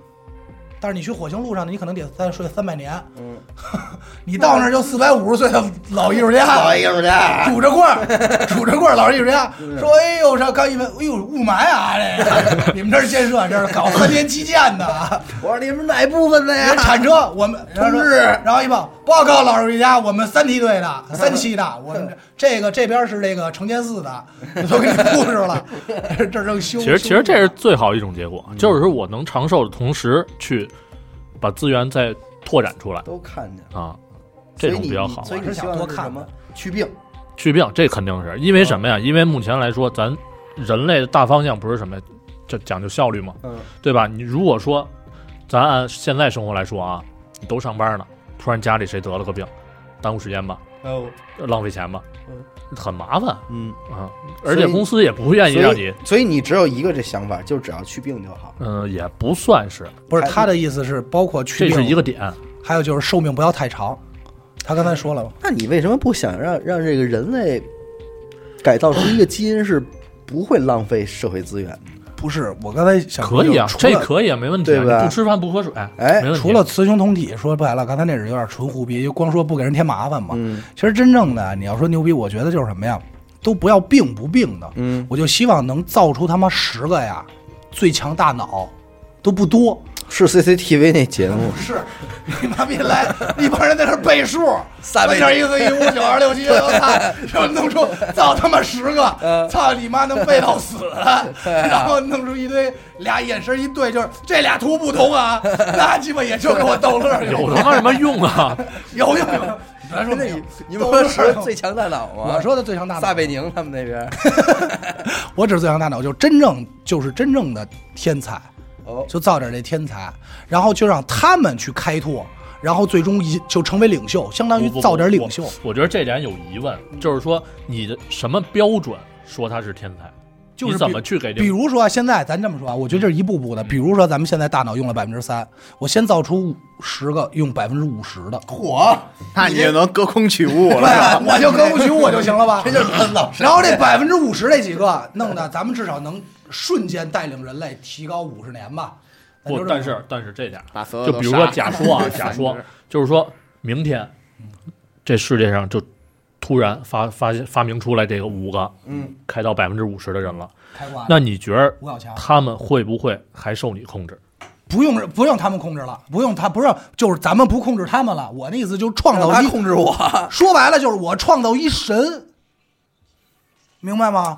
S2: 但是你去火星路上呢，你可能得再睡三百年，
S1: 嗯，
S2: 你到那儿就四百五十岁的老艺术家，
S1: 艺术家，
S2: 拄着棍儿，拄着棍儿，老艺 术家说：“哎呦，这刚一问，哎呦，雾霾啊，这 个你们这儿建设，这是搞核电基建的啊，
S1: 我说你们哪部分的呀
S2: 人？铲车，我们同志，然后一报报告，老艺术家，我们三梯队 的，三期的，我们这这个这边是这个承建寺的， 都给你布置了， 这正修。
S3: 其实其实这是
S2: 是
S3: 最好一种结果，
S1: 嗯
S3: 就是说我能长寿的同时去把资源再拓展出来
S1: 都看见了，
S3: 啊，这种
S1: 所以你
S3: 比较好啊
S1: 所以
S2: 我
S1: 你
S2: 是
S1: 希
S2: 想
S1: 望
S2: 多
S1: 是
S2: 看
S1: 什么
S2: 看？
S1: 去病。
S3: 去病，这肯定是因为什么
S1: 嗯
S3: 呀？因为目前来说，咱人类的大方向不是什么，这讲究效率嘛，
S1: 嗯
S3: 对吧？你如果说咱按现在生活来说啊，你都上班呢，突然家里谁得了个病，耽误时间吧，
S1: 哦，
S3: 浪费钱吧，
S1: 嗯
S3: 很麻烦
S1: 嗯，
S3: 啊。
S1: 所以
S3: 而且公司也不愿意
S1: 所以
S3: 让你，
S1: 所以你只有一个这想法，就是只要去病就好。
S3: 嗯、也不算是，
S2: 不是他的意思是包括去
S3: 这是
S2: 病，
S3: 一个点。
S2: 还有就是寿命不要太长。他刚才说了嘛，
S1: 那你为什么不想让让这个人类改造出一个基因是不会浪费社会资源的？
S2: 不是我刚才想说
S3: 可以啊，
S2: 就是除
S3: 这
S2: 了
S3: 可以啊，没问题啊。
S1: 对吧
S3: 你不吃饭不喝水，
S1: 哎
S3: 没问题。啊
S2: 除了雌雄同体，说白了，刚才那是有点纯胡逼，就光说不给人添麻烦嘛。
S1: 嗯
S2: 其实真正的你要说牛逼，我觉得就是什么呀，都不要病不病的，
S1: 嗯，
S2: 我就希望能造出他妈十个呀最强大脑，都不多。
S1: 是 CCTV 那节目，
S6: 是，你妈逼来一帮人在那儿背数，
S1: 三
S6: 三
S1: 位
S6: 点一四一五九二六七，我操，然后弄出造他妈十个，操你妈能背到死，然后弄出一堆俩眼神一对，就是这俩图不同啊，那鸡巴也就给我逗乐儿去，
S3: 有他妈什么用啊？
S6: 有有有，咱说
S1: 那
S6: 没有
S1: 你你
S6: 都
S1: 不是
S6: 是
S1: 说最强大脑吗？
S2: 我说的最强大
S1: 撒
S2: 脑，
S1: 贝宁他们那边，
S2: 我指最强大脑就真正就是真正的天才，
S1: 哦，
S2: 就造点这天才，然后就让他们去开拓，然后最终一就成为领袖，相当于
S3: 不不
S2: 造点
S3: 不
S2: 领袖。
S3: 我。我觉得这点有疑问，就是说你的什么标准说他是天才？
S2: 就是
S3: 你怎
S2: 比
S3: 么去给这
S2: 比如说啊，现在咱这么说啊，我觉得这是一步步的。比如说，咱们现在大脑用了百分之三，我先造出十个用百分之五十的，
S6: 火，
S4: 那你就能隔空取物了。是吧
S2: 对，啊我就歌舞曲我就行了吧？
S6: 这就是恩老师。
S2: 然后这百分之五十这几个弄的，咱们至少能瞬间带领人类提高五十年吧？咱就
S3: 不，
S2: 这么
S3: 但是但是这点儿，
S4: 把所有
S3: 就
S4: 都
S3: 比如说
S4: 杀
S3: 假说 啊，假说就是说明天这世界上就突然发发现发明出来这个五个，嗯，开到百分之五十的人了，
S2: 嗯开挂，
S3: 那你觉得
S2: 五小强
S3: 他们会不会还受你控制？
S2: 不用不用他们控制了，不用他不是就是咱们不控制他们了。我那意思就是创
S6: 让
S2: 造
S6: 他
S2: 一，
S6: 控制我，
S2: 说白了就是我创造一神，明白吗？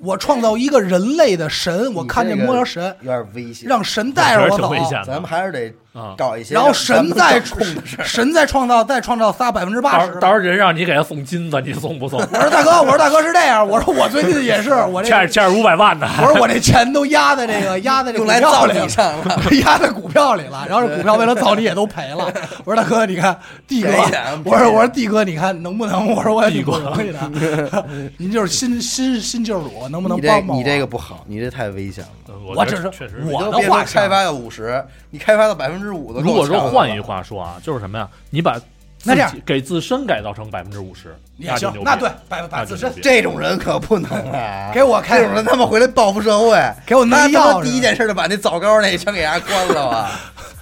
S2: 我创造一个人类的神，我看见摸着神，
S8: 有点危险。
S2: 让神带着
S3: 我觉
S2: 我
S3: 得挺
S2: 走。
S3: 危险的
S8: 咱们还是得
S3: 啊
S8: 搞一些
S2: 然
S8: 让，
S2: 后神再
S8: 咱
S2: 创
S8: 们掌控的事儿。
S2: 神再创造再创造仨百分之
S3: 到
S2: 八
S3: 时
S2: 十
S3: 候。到时候人让你给他送金子，你送不送？
S2: 我说大哥，我说大哥是这样，我说我最近也是，我这
S3: 欠欠五百万呢，
S2: 我说我这钱都压在这个压在这股
S8: 用来造
S2: 票里
S8: 你上了，
S2: 压在股票里了。然后这股票为了造你也都赔了。我说大哥，你看帝哥
S8: 便宜点，
S2: 我说我说帝哥，你看能不能？我说我也挺不容易 的。您就是新新新救主，能不能
S8: 你
S2: 帮
S8: 这
S2: 帮我？
S8: 你这个不好，你这太危险了。
S3: 呃我
S2: 我
S3: 觉
S2: 只
S3: 得
S2: 是
S3: 确实
S2: 我
S8: 你
S2: 的
S8: 都别
S2: 话
S8: 说
S2: 想
S8: 开发个五十，你开发到百分之五的，
S2: 呃
S3: 如果说换一，话说啊，就是什么呀？你把自
S2: 那这样
S3: 己给自身改造成百分之五十，
S2: 也
S3: 就
S2: 行
S3: 牛，逼
S2: 那对，百把
S3: 那就
S2: 自身
S3: 牛逼
S8: 这种人可不能啊！
S2: 给我开
S8: 这种人他妈回来报复社会，
S2: 给我弄
S8: 他
S2: 一
S8: 他
S2: 钥
S8: 妈
S2: 匙
S8: 第一件事就把那枣糕那全给人关 了吧，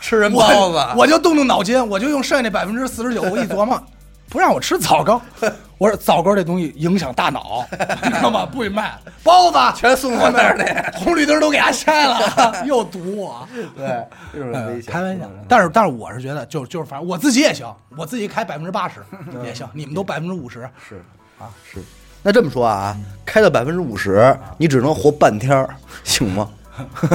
S8: 吃人包
S2: 我
S8: 子。
S2: 我就动动脑筋，我就用剩下那百分之四十九，我一琢磨，不让我吃枣糕，我说枣糕这东西影响大脑，你知道吗？不许卖包子，
S8: 全送我那儿去，
S2: 红绿灯都给它拆了， 又堵我。呃
S8: 对，这种人危险。嗯
S2: 开玩笑，但是但是我是觉得，就就是反正我自己也行，我自己开百分之八十
S8: 嗯
S2: 也行，你们都百分之五十，
S8: 那这么说啊，开到百分之五十，你只能活半天儿，行吗？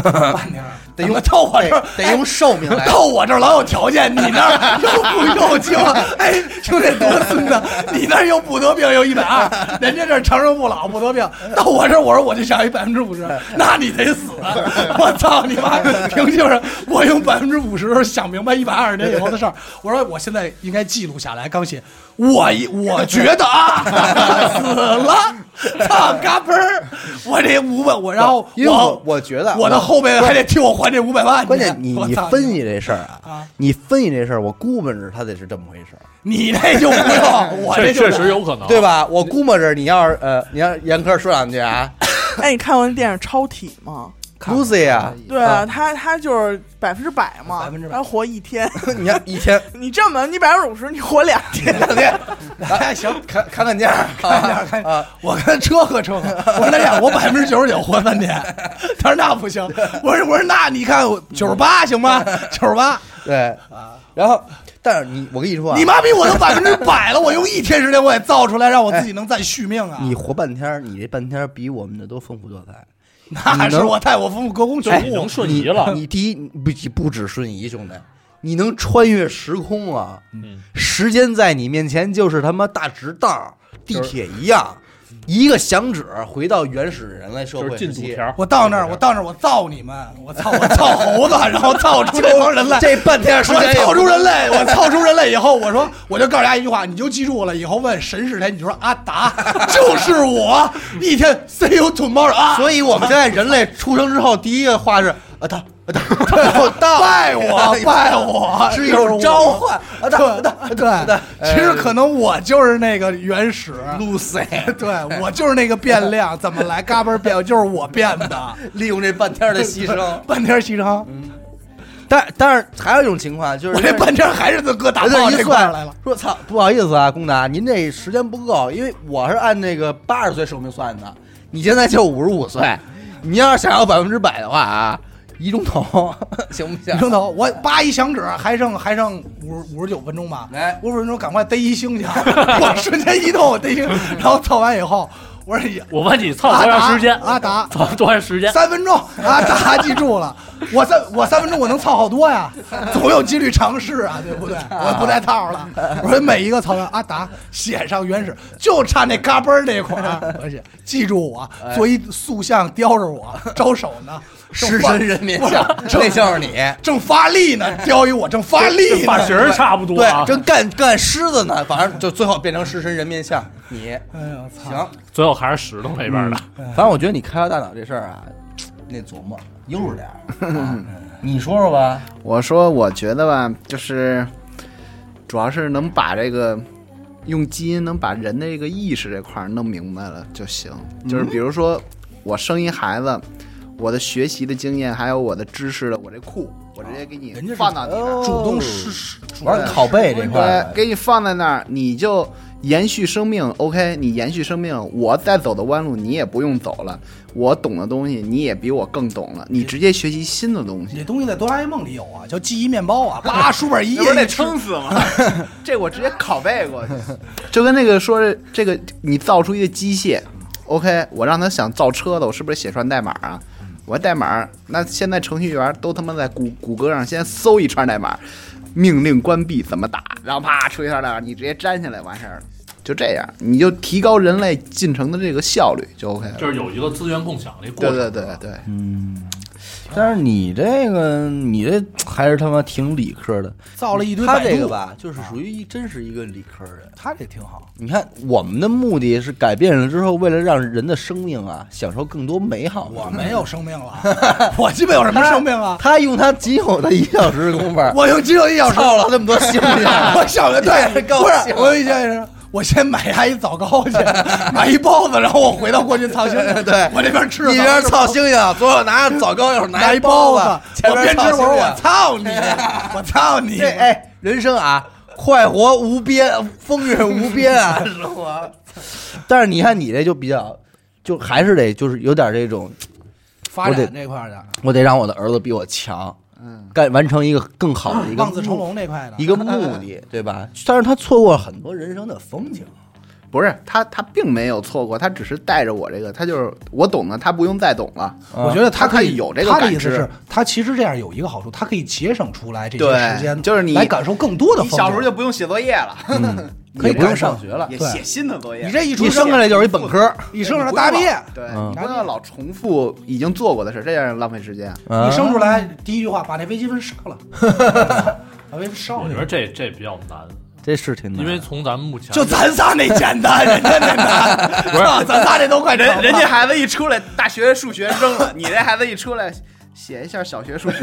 S2: 半天儿
S8: 得用
S2: 到我这儿
S8: 得得用寿命 来。
S2: 到我这儿老有条件，你那儿又不又轻，哎，兄弟多孙子，你那儿又不得病又一百二，人家这儿长生不老不得病，到我这儿我说我就想一百分之五十，那你得死，啊 我操你妈！凭就是我用百分之五十想明白一百二十年以后的事儿，我说我现在应该记录下来，刚写我一我觉得啊，死了，操嘎嘣儿，我这五百哦我然后
S8: 因为我我觉得啊
S2: 我的后辈还得替我还这五百万去，
S8: 关键你
S2: 我
S8: 你
S2: 操
S8: 分析这事儿啊
S2: 啊，
S8: 你分析这事儿，我估摸着他得是这么回事儿。
S2: 你这就不用，我这
S3: 这
S2: 就
S3: 确 实有可能，啊
S8: 对？吧？我估摸着你要是呃，你要是严科说两句啊
S9: 哎，你看过那电影《超体》吗？
S2: 哎
S8: ，Lucy 啊，
S9: 对啊，他他就是百分之百嘛，
S2: 百分之百
S9: 他活一天。
S8: 你看一 天
S9: 你这么，你百分之五十，你活两天。
S8: 两天，哎行，砍砍砍价，
S2: 看一下看一下
S8: 啊，
S2: 我跟车和车和，我说那这样，我百分之九十九活三天，他说那不行，我说我说那你看九十八行吗？九十八，
S8: 对，然后但是你我跟你说啊
S2: 啊你，妈逼我都百分之百了，我用一天时间我也造出来，让我自己能再续命啊！
S8: 你活半天儿，你这半天儿比我们的都丰富多彩。
S2: 那是我太我父母隔空取
S3: 你
S2: 物
S3: 能，瞬移了，
S8: 你第一你不不止瞬移，兄弟，你能穿越时空啊！
S2: 嗯
S8: 时间在你面前就是他妈大直道，地铁一样，一个响指回到原始人类社
S3: 就是
S8: 会
S3: 进
S8: 时
S3: 度
S8: 期。
S3: 条。
S2: 我到那儿我到那儿我造你们，我操我造猴子，然后造出这帮人来，
S8: 这半天时
S2: 我
S8: 间也
S2: 造
S8: 不
S2: 出人类， 我造出人类以后，我说我就告诉大家一句话，你就记住我了。以后问神是谁，你就说阿达 就是我。一天 see you tomorrow 啊，
S8: 所以我们现在人类出生之后，第一个话是啊他啊他，然后到
S2: 拜 我拜我，
S8: 是一
S2: 就是我
S8: 种召唤。啊他啊他
S2: 对对，其实可能我就是那个原始 Lucy，对我就是那个变量，怎么来嘎嘣变，就是我变的，。
S8: 利用这半天的牺牲
S2: 半天牺牲，
S8: 但但是还有一种情况就是
S2: 我这半天还是自哥打
S8: 人
S2: 炮
S8: 家一
S2: 这块儿
S8: 算
S2: 来了。，
S8: 啊说操，不好意思啊，公达，您这时间不够，因为我是按那个八十岁寿命算的，你现在就五十五岁，你要是想要百分之百的话啊，一钟 头行不行？
S2: 你说头，我叭一响指，还剩还剩五五十九分钟吧，
S8: 哎
S2: 五十分钟赶快逮一星去，啊 我瞬间移动我逮一星，然后操完以后，我说也
S3: 我问你，操多长时间？
S2: 阿达阿达
S3: 操多长时间？
S2: 三分钟啊，大家记住了， 我三我三分钟我能操好多呀，总有几率尝试啊，对不对？我不带套了，我说每一个操完阿达写上原始，就差那嘎嘣儿那块儿，而且记住我，做一塑像雕着我，招手呢，
S8: 狮身人面像，这就是 你。
S2: 正发力呢，雕一我正发力呢，
S3: 发型儿差不多啊
S8: 对，，正干干狮子呢，反正就最后变成狮身人面像，
S1: 你
S6: 哎呀，我操！
S1: 行，
S3: 最后还是石头那边的。
S2: 嗯
S1: 哎反正我觉得你开发大脑这事儿啊，那琢磨悠着点儿、啊你说说吧，
S4: 我说，我觉得吧，就是主要是能把这个用基因能把人的这个意识这块儿弄明白了就行。嗯就是比如说，我生一孩子，我的学习的经验，还有我的知识的，我这库，我直接给你
S2: 人家是
S4: 放到你那儿，
S2: 主
S1: 哦
S2: 动是是主
S1: 玩
S2: 动
S1: 拷贝这块儿
S4: 对，，给你放在那儿，你就延续生命。OK，你延续生命，我在走的弯路你也不用走了，我懂的东西你也比我更懂了，你直接学习新的东西
S2: 这。东西在哆啦 A 梦里有啊，叫记忆面包啊， 叭书本一页一吃
S4: 死吗？ 这我直接拷贝过去， 就跟那个说是这个你造出一个机械，OK，我让他想造车的，我是不是写串代码啊？我代码，那现在程序员都他妈在谷谷歌上先搜一串代码，命令关闭怎么打，然后啪出一串代码，你直接粘下来完事儿了，就这样，你就提高人类进程的这个效率就 OK 了。
S3: 就是有一个资源共享的一过
S4: 对
S3: 程。
S4: 对对对，
S1: 但是你这个你这还是他妈挺理科的，
S2: 造了一堆
S1: 他
S2: 百
S1: 这
S2: 度
S1: 个，吧，
S8: 啊
S1: 就是属于一真是一个理科人。
S2: 他这 挺好。
S1: 你看，我们的目的是改变了之后，为了让人的生命啊享受更多美好的东西。
S2: 我没有生命 了，我鸡巴有什么生命啊？，
S1: 他用他仅有的一小时功夫啊
S2: 我用肌肉一小时，
S1: 操了那么多星啊星。
S2: 我想的对，
S1: 高
S2: 不
S1: 兴。
S2: 是，我有一件事，我先买他一枣糕去，买一包子，然后我回到过去 操心
S1: 对
S2: 我这边吃着
S1: 一
S2: 枣糕
S1: 边操星星，左手 拿着枣糕，右手
S2: 拿
S1: 一
S2: 一包
S1: 子
S2: 子，，
S1: 前
S2: 我
S1: 面
S2: 边吃
S1: 操
S2: 我
S1: 星
S2: 说我
S1: 星
S2: 操你，我操你，
S1: 这哎，人生啊，快活无边，风月无边 啊，生活。但是你看你这就比较，就还是得就是有点这种，
S2: 发
S1: 我得
S2: 展这块儿的，
S1: 我得让我的儿子比我强，
S4: 嗯，
S1: 干完成一个更好的一个
S2: 望子成
S1: 目
S2: 龙这块的，
S1: 一个目 的，对吧？但是他错过了很多人生的风景。
S4: 不是他他并没有错过，他只是带着我这个，他就是我懂了，他不用再懂了。
S2: 嗯我觉得
S4: 啊他
S2: 可
S4: 可
S2: 以
S4: 以有这个
S2: 他的
S4: 感
S2: 意思
S4: 知
S2: 是，他其实这样有一个好处，他可以节省出来这些
S4: 对
S2: 时间，
S4: 就是你
S2: 来感受更多的
S4: 你
S2: 风景。
S4: 小时候就不用写作业了，
S2: 可以
S1: 也不用
S2: 感受
S1: 上学了
S4: 也
S2: 对
S4: 写新的作业。
S2: 你这一出
S1: 一生下来就是一本科，
S2: 一生上大毕业，
S4: 对，
S1: 嗯
S4: 你不要老重复已经做过的事，这样浪费时间。啊
S1: 啊
S2: 一生出来第一句话把那微积分烧了，把微积分烧
S3: 我觉得
S2: 了。
S3: 这这比较难，
S1: 这是挺难
S3: 因为从咱们目前
S2: 嗯就咱仨那简单，人家那难，
S3: 不是
S2: 操咱仨这都快
S4: 人
S2: 成
S4: 人
S2: 了
S4: 家孩子一出来，大学数学扔了，你这孩子一出来写一下小学 数学。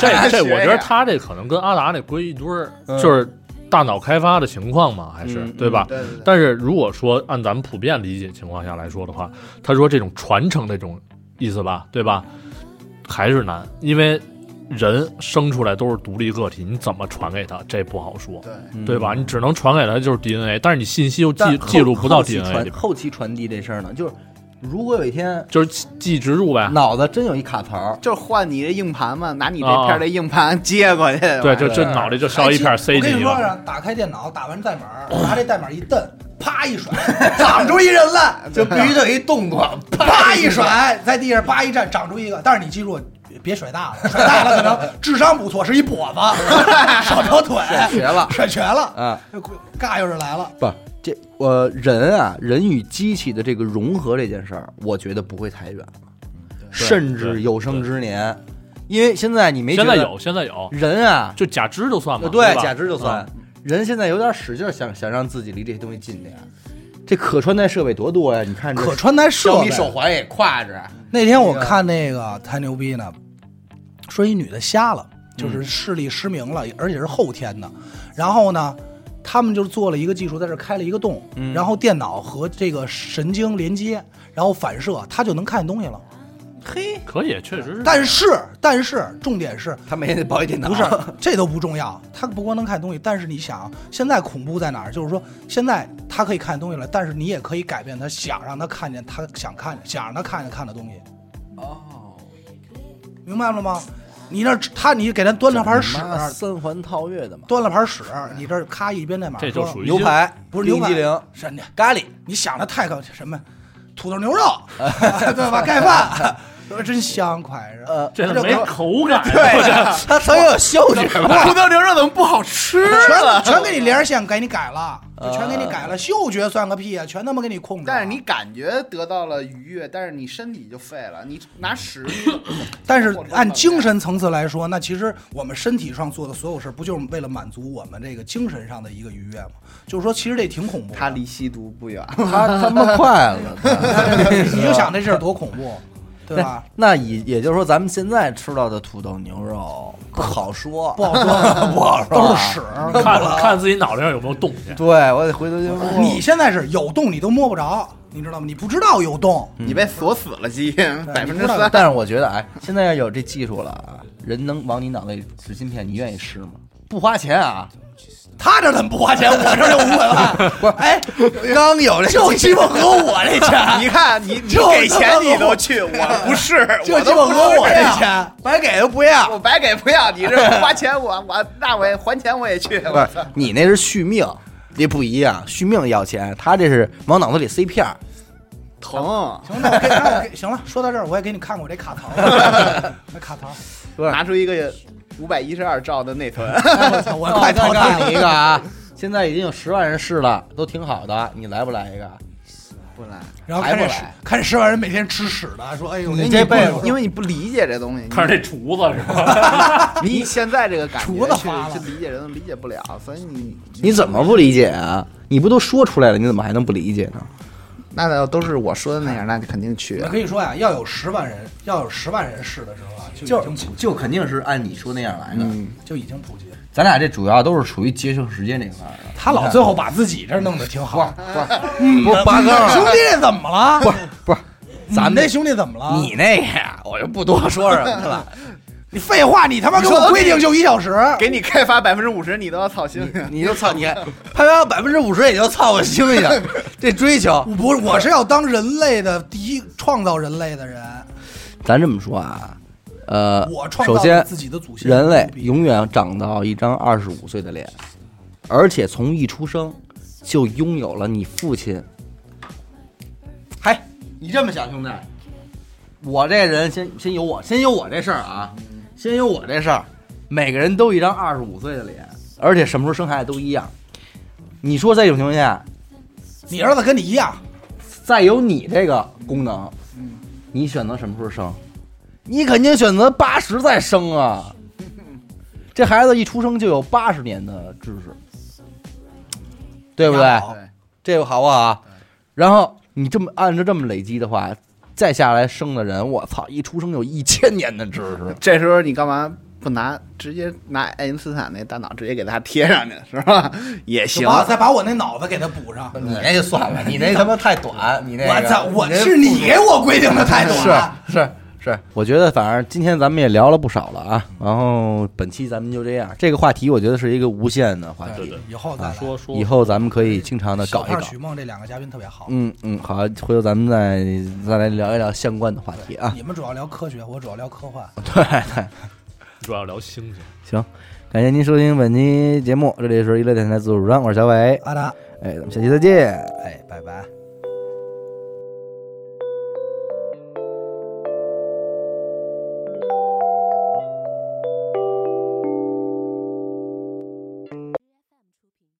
S3: 这这，
S4: 学一
S3: 我觉
S4: 下
S3: 得他这可能跟阿达那归一堆儿，就是大脑开发的情况嘛，还是
S1: 嗯
S3: 对吧？
S4: 对对对，
S3: 但是如果说按咱们普遍理解情况下来说的话，他说这种传承这种意思吧，对吧？还是难，因为人生出来都是独立个体，你怎么传给他，这不好说，
S1: 嗯
S3: 对吧？你只能传给他就是 DNA，但是你信息又记
S1: 但后
S3: 记录不到
S1: 后期
S3: DNA 里
S1: 传
S3: 边，
S1: 后期传递这事儿呢，就是如果有一天
S3: 就是记记植入呗。
S1: 脑子真有一卡槽儿，
S4: 就是换你这硬盘嘛，拿你这
S3: 啊
S4: 片儿的硬盘接过去。
S3: 对，就就脑袋就烧一片塞
S2: 我跟
S3: 进
S2: 你
S3: 去
S2: 说
S3: 了。
S2: 啊，打开电脑，打完代码，拿这代码一蹬，啪一 甩，长出一人来，
S1: 就必须得有一动 作，
S2: 啪一甩，在地上啪一站，长出一个。但是你记住，别别甩大了， 甩大了可能智商不错，是一跛 子，少条腿，
S1: 绝了
S2: 甩瘸了，
S1: 啊！
S2: 尬又是来了。
S1: 不，这呃人啊，人与机器的这个融合这件事儿，我觉得不会太远了，甚至
S3: 对
S1: 有生之年，因为现在你没
S3: 现
S1: 觉
S3: 在
S1: 得
S3: 有，现在有，
S1: 人啊，
S3: 就假肢就算嘛，
S1: 呃对，
S3: 吧
S1: 假肢就算、人现在有点使劲儿，想想让自己离这些东西近点儿。这可穿戴设备多多呀！你看这
S2: 可穿戴设
S1: 小
S2: 备
S1: 米，手环也挎着，
S2: 那天我看那个嗯太牛逼呢，说一女的瞎了，就是视力失明了，而且是后天的。然后呢，他们就做了一个技术，在这儿开了一个洞，然后电脑和这个神经连接，然后反射，她就能看见东西了。
S1: 嘿，
S3: 可以，确实是。
S2: 但是，但是重点是，
S1: 他每天得抱一电脑，
S2: 不是， 这都不重要。他不光能看东西，但是你想，现在恐怖在哪儿？就是说，现在他可以看东西了，但是你也可以改变他，想让他看见他想看，想让他看见看的东西。哦，明白了吗？你那他，你给他端了盘屎，
S1: 妈三环套月的嘛，
S2: 端了盘屎，你这咔一边代码
S3: 这就属于
S1: 牛排
S2: 不是牛
S1: 冰
S2: 排
S1: 激 凌，
S2: 神去，
S1: 咖喱，
S2: 你想的太高什么？土豆牛肉，对吧？盖饭，说真香，快着。
S1: 呃，
S3: 这没口感，
S1: 对，它才有嗅觉吧？
S4: 土豆牛肉怎么不好吃？
S10: 吃
S2: 全全给你连着线给你改了，就全给你改了，嗅觉算个屁啊，全他妈给你控制了。
S4: 啊但是你感觉得到了愉悦，但是你身体就废了。你
S2: 嗯
S4: 拿屎，
S2: 但是按精神层次来说，那其实我们身体上做的所有事儿，不就是为了满足我们这个精神上的一个愉悦吗？就是说，其实这挺恐怖的。
S4: 他离吸毒不远。
S8: 嗯
S1: 他他妈快了，
S2: 你就想这事儿多恐怖，对 吧？
S1: 那也也就是说，咱们现在吃到的土豆牛肉不好说，
S2: 不好 说，
S1: 不好说啊，
S2: 都是屎。
S3: 看看自己脑袋上有没有动静。
S1: 对我得回头就问
S2: 你现在是有洞你都摸不着，你知道吗？你不知道有洞，
S4: 你被锁死了，鸡百分之
S2: 你不知道
S4: 三。
S1: 但是我觉得，哎，现在要有这技术了啊，人能往你脑袋里植芯片，你愿意试吗？不花钱啊，
S2: 他这怎么不花钱？我这 就五百万，
S1: 不是，哎，刚有这
S2: 就鸡巴和我这钱，
S4: 你看，你你
S2: 就
S4: 给
S2: 他妈
S4: 钱你
S2: 我
S4: 都去，我不是，
S2: 就
S4: 我
S2: 鸡
S4: 都
S2: 巴
S4: 不
S2: 和我
S4: 是
S2: 这钱，白给都不要。
S4: 我白给不 要，你这花钱我我那我也还钱我也去，
S1: 不
S4: 我
S1: 是
S4: 操！
S1: 你那是续命，这不一样，续命要钱，他这是往脑子里塞 片儿。
S4: 疼，
S2: 行，那我给，那我给，行了，说到这儿，我也给你看看我这卡槽， 那卡槽，
S4: 拿出一个五百一十二兆的 内存，
S2: 哎我操，我
S4: 哦
S2: 快淘汰
S1: 你
S2: 了。
S1: 一个啊！哦 现在已经有十万人试了，都挺好的，你来不来一个？啊
S4: 不来，
S2: 然后看
S1: 还
S2: 这
S1: 不
S2: 十
S1: 来
S2: 看这十万人每天吃屎的，说哎呦，
S1: 你
S2: 给
S1: 这辈子
S2: 不
S4: 因为你不理解这东西，
S3: 看着这厨子是吧？
S4: 你你现在这个感
S2: 厨
S4: 觉
S2: 子
S4: 去
S2: 花了
S4: 去理解人都理解不了，所以你
S1: 你怎么不理解啊？你不都说出来了，你怎么还能不理解呢？
S4: 那倒都是我说的那样，那就肯定去
S2: 我跟你说呀，要有十万人，要有十万人试的时候啊，就已经普及，
S1: 就肯定是按你说那样来的。
S2: 就已经普及了。
S1: 咱俩这主要都是属于节省时间这块儿的。
S2: 他老最后把自己这弄得挺好。
S1: 不是八哥，
S2: 嗯
S1: 啊
S2: 兄弟这怎么了？
S1: 不是不是，
S2: 咱们这兄弟怎么了？
S1: 你那个呀，我就不多说什么 了。
S2: 你废话，你他妈给我规定就一小时，
S4: 给你开发百分之五十，你都要操心。
S1: 你就操你，拍完百分之五十也就操我星星，这追求。
S2: 我不是，我是要当人类的第一创造人类的人，
S1: 咱这么说啊，呃
S2: 我，创
S1: 首
S2: 造
S1: 先
S2: 了自己的祖先。
S1: 人类永远长到一张二十五岁的脸，而且从一出生就拥有了你父亲。嗨，你这么想，兄弟，我这人先先有我，先有我这事儿啊，先有我这事儿。每个人都一张二十五岁的脸，而且什么时候生孩子都一样。你说在这种情况下，
S2: 你儿子跟你一样，
S1: 再有你这个功能，你选择什么时候生？你肯定选择八十再生啊！这孩子一出生就有八十年的知识，对不对？
S2: 好
S1: 这个好不啊好？然后你这么按照这么累积的话，再下来生的人，我操，一出生有一千年的知识。
S4: 这时候你干嘛不拿直接拿爱因斯坦那大脑直接给他贴上去是吧？也
S2: 就
S4: 行。
S2: 把再把我那脑子给他补上。
S1: 你那就算了，你那他妈太短，你那
S2: 我操，我是你给我规定的 态度啊！
S1: 是是是，我觉得反正今天咱们也聊了不少了啊，然后本期咱们就这样。这个话题我觉得是一个无限的话
S3: 对
S1: 题
S3: 对，
S2: 以后再来
S3: 说说
S1: 以后咱们可以经常的
S2: 小
S1: 啊搞一
S2: 胖
S1: 搞。
S2: 许梦这两个嘉宾特别好，
S1: 嗯嗯，好，回头咱们再再来聊一聊相关的话题啊。
S2: 你们主要聊科学，我主要聊科幻。
S1: 对对，
S3: 主要聊星星。
S1: 行，感谢您收听本期节目，这里是娱乐电台自主张，我是小伟，
S2: 阿达，
S1: 哎，咱们下期再见。
S2: 哎，拜拜。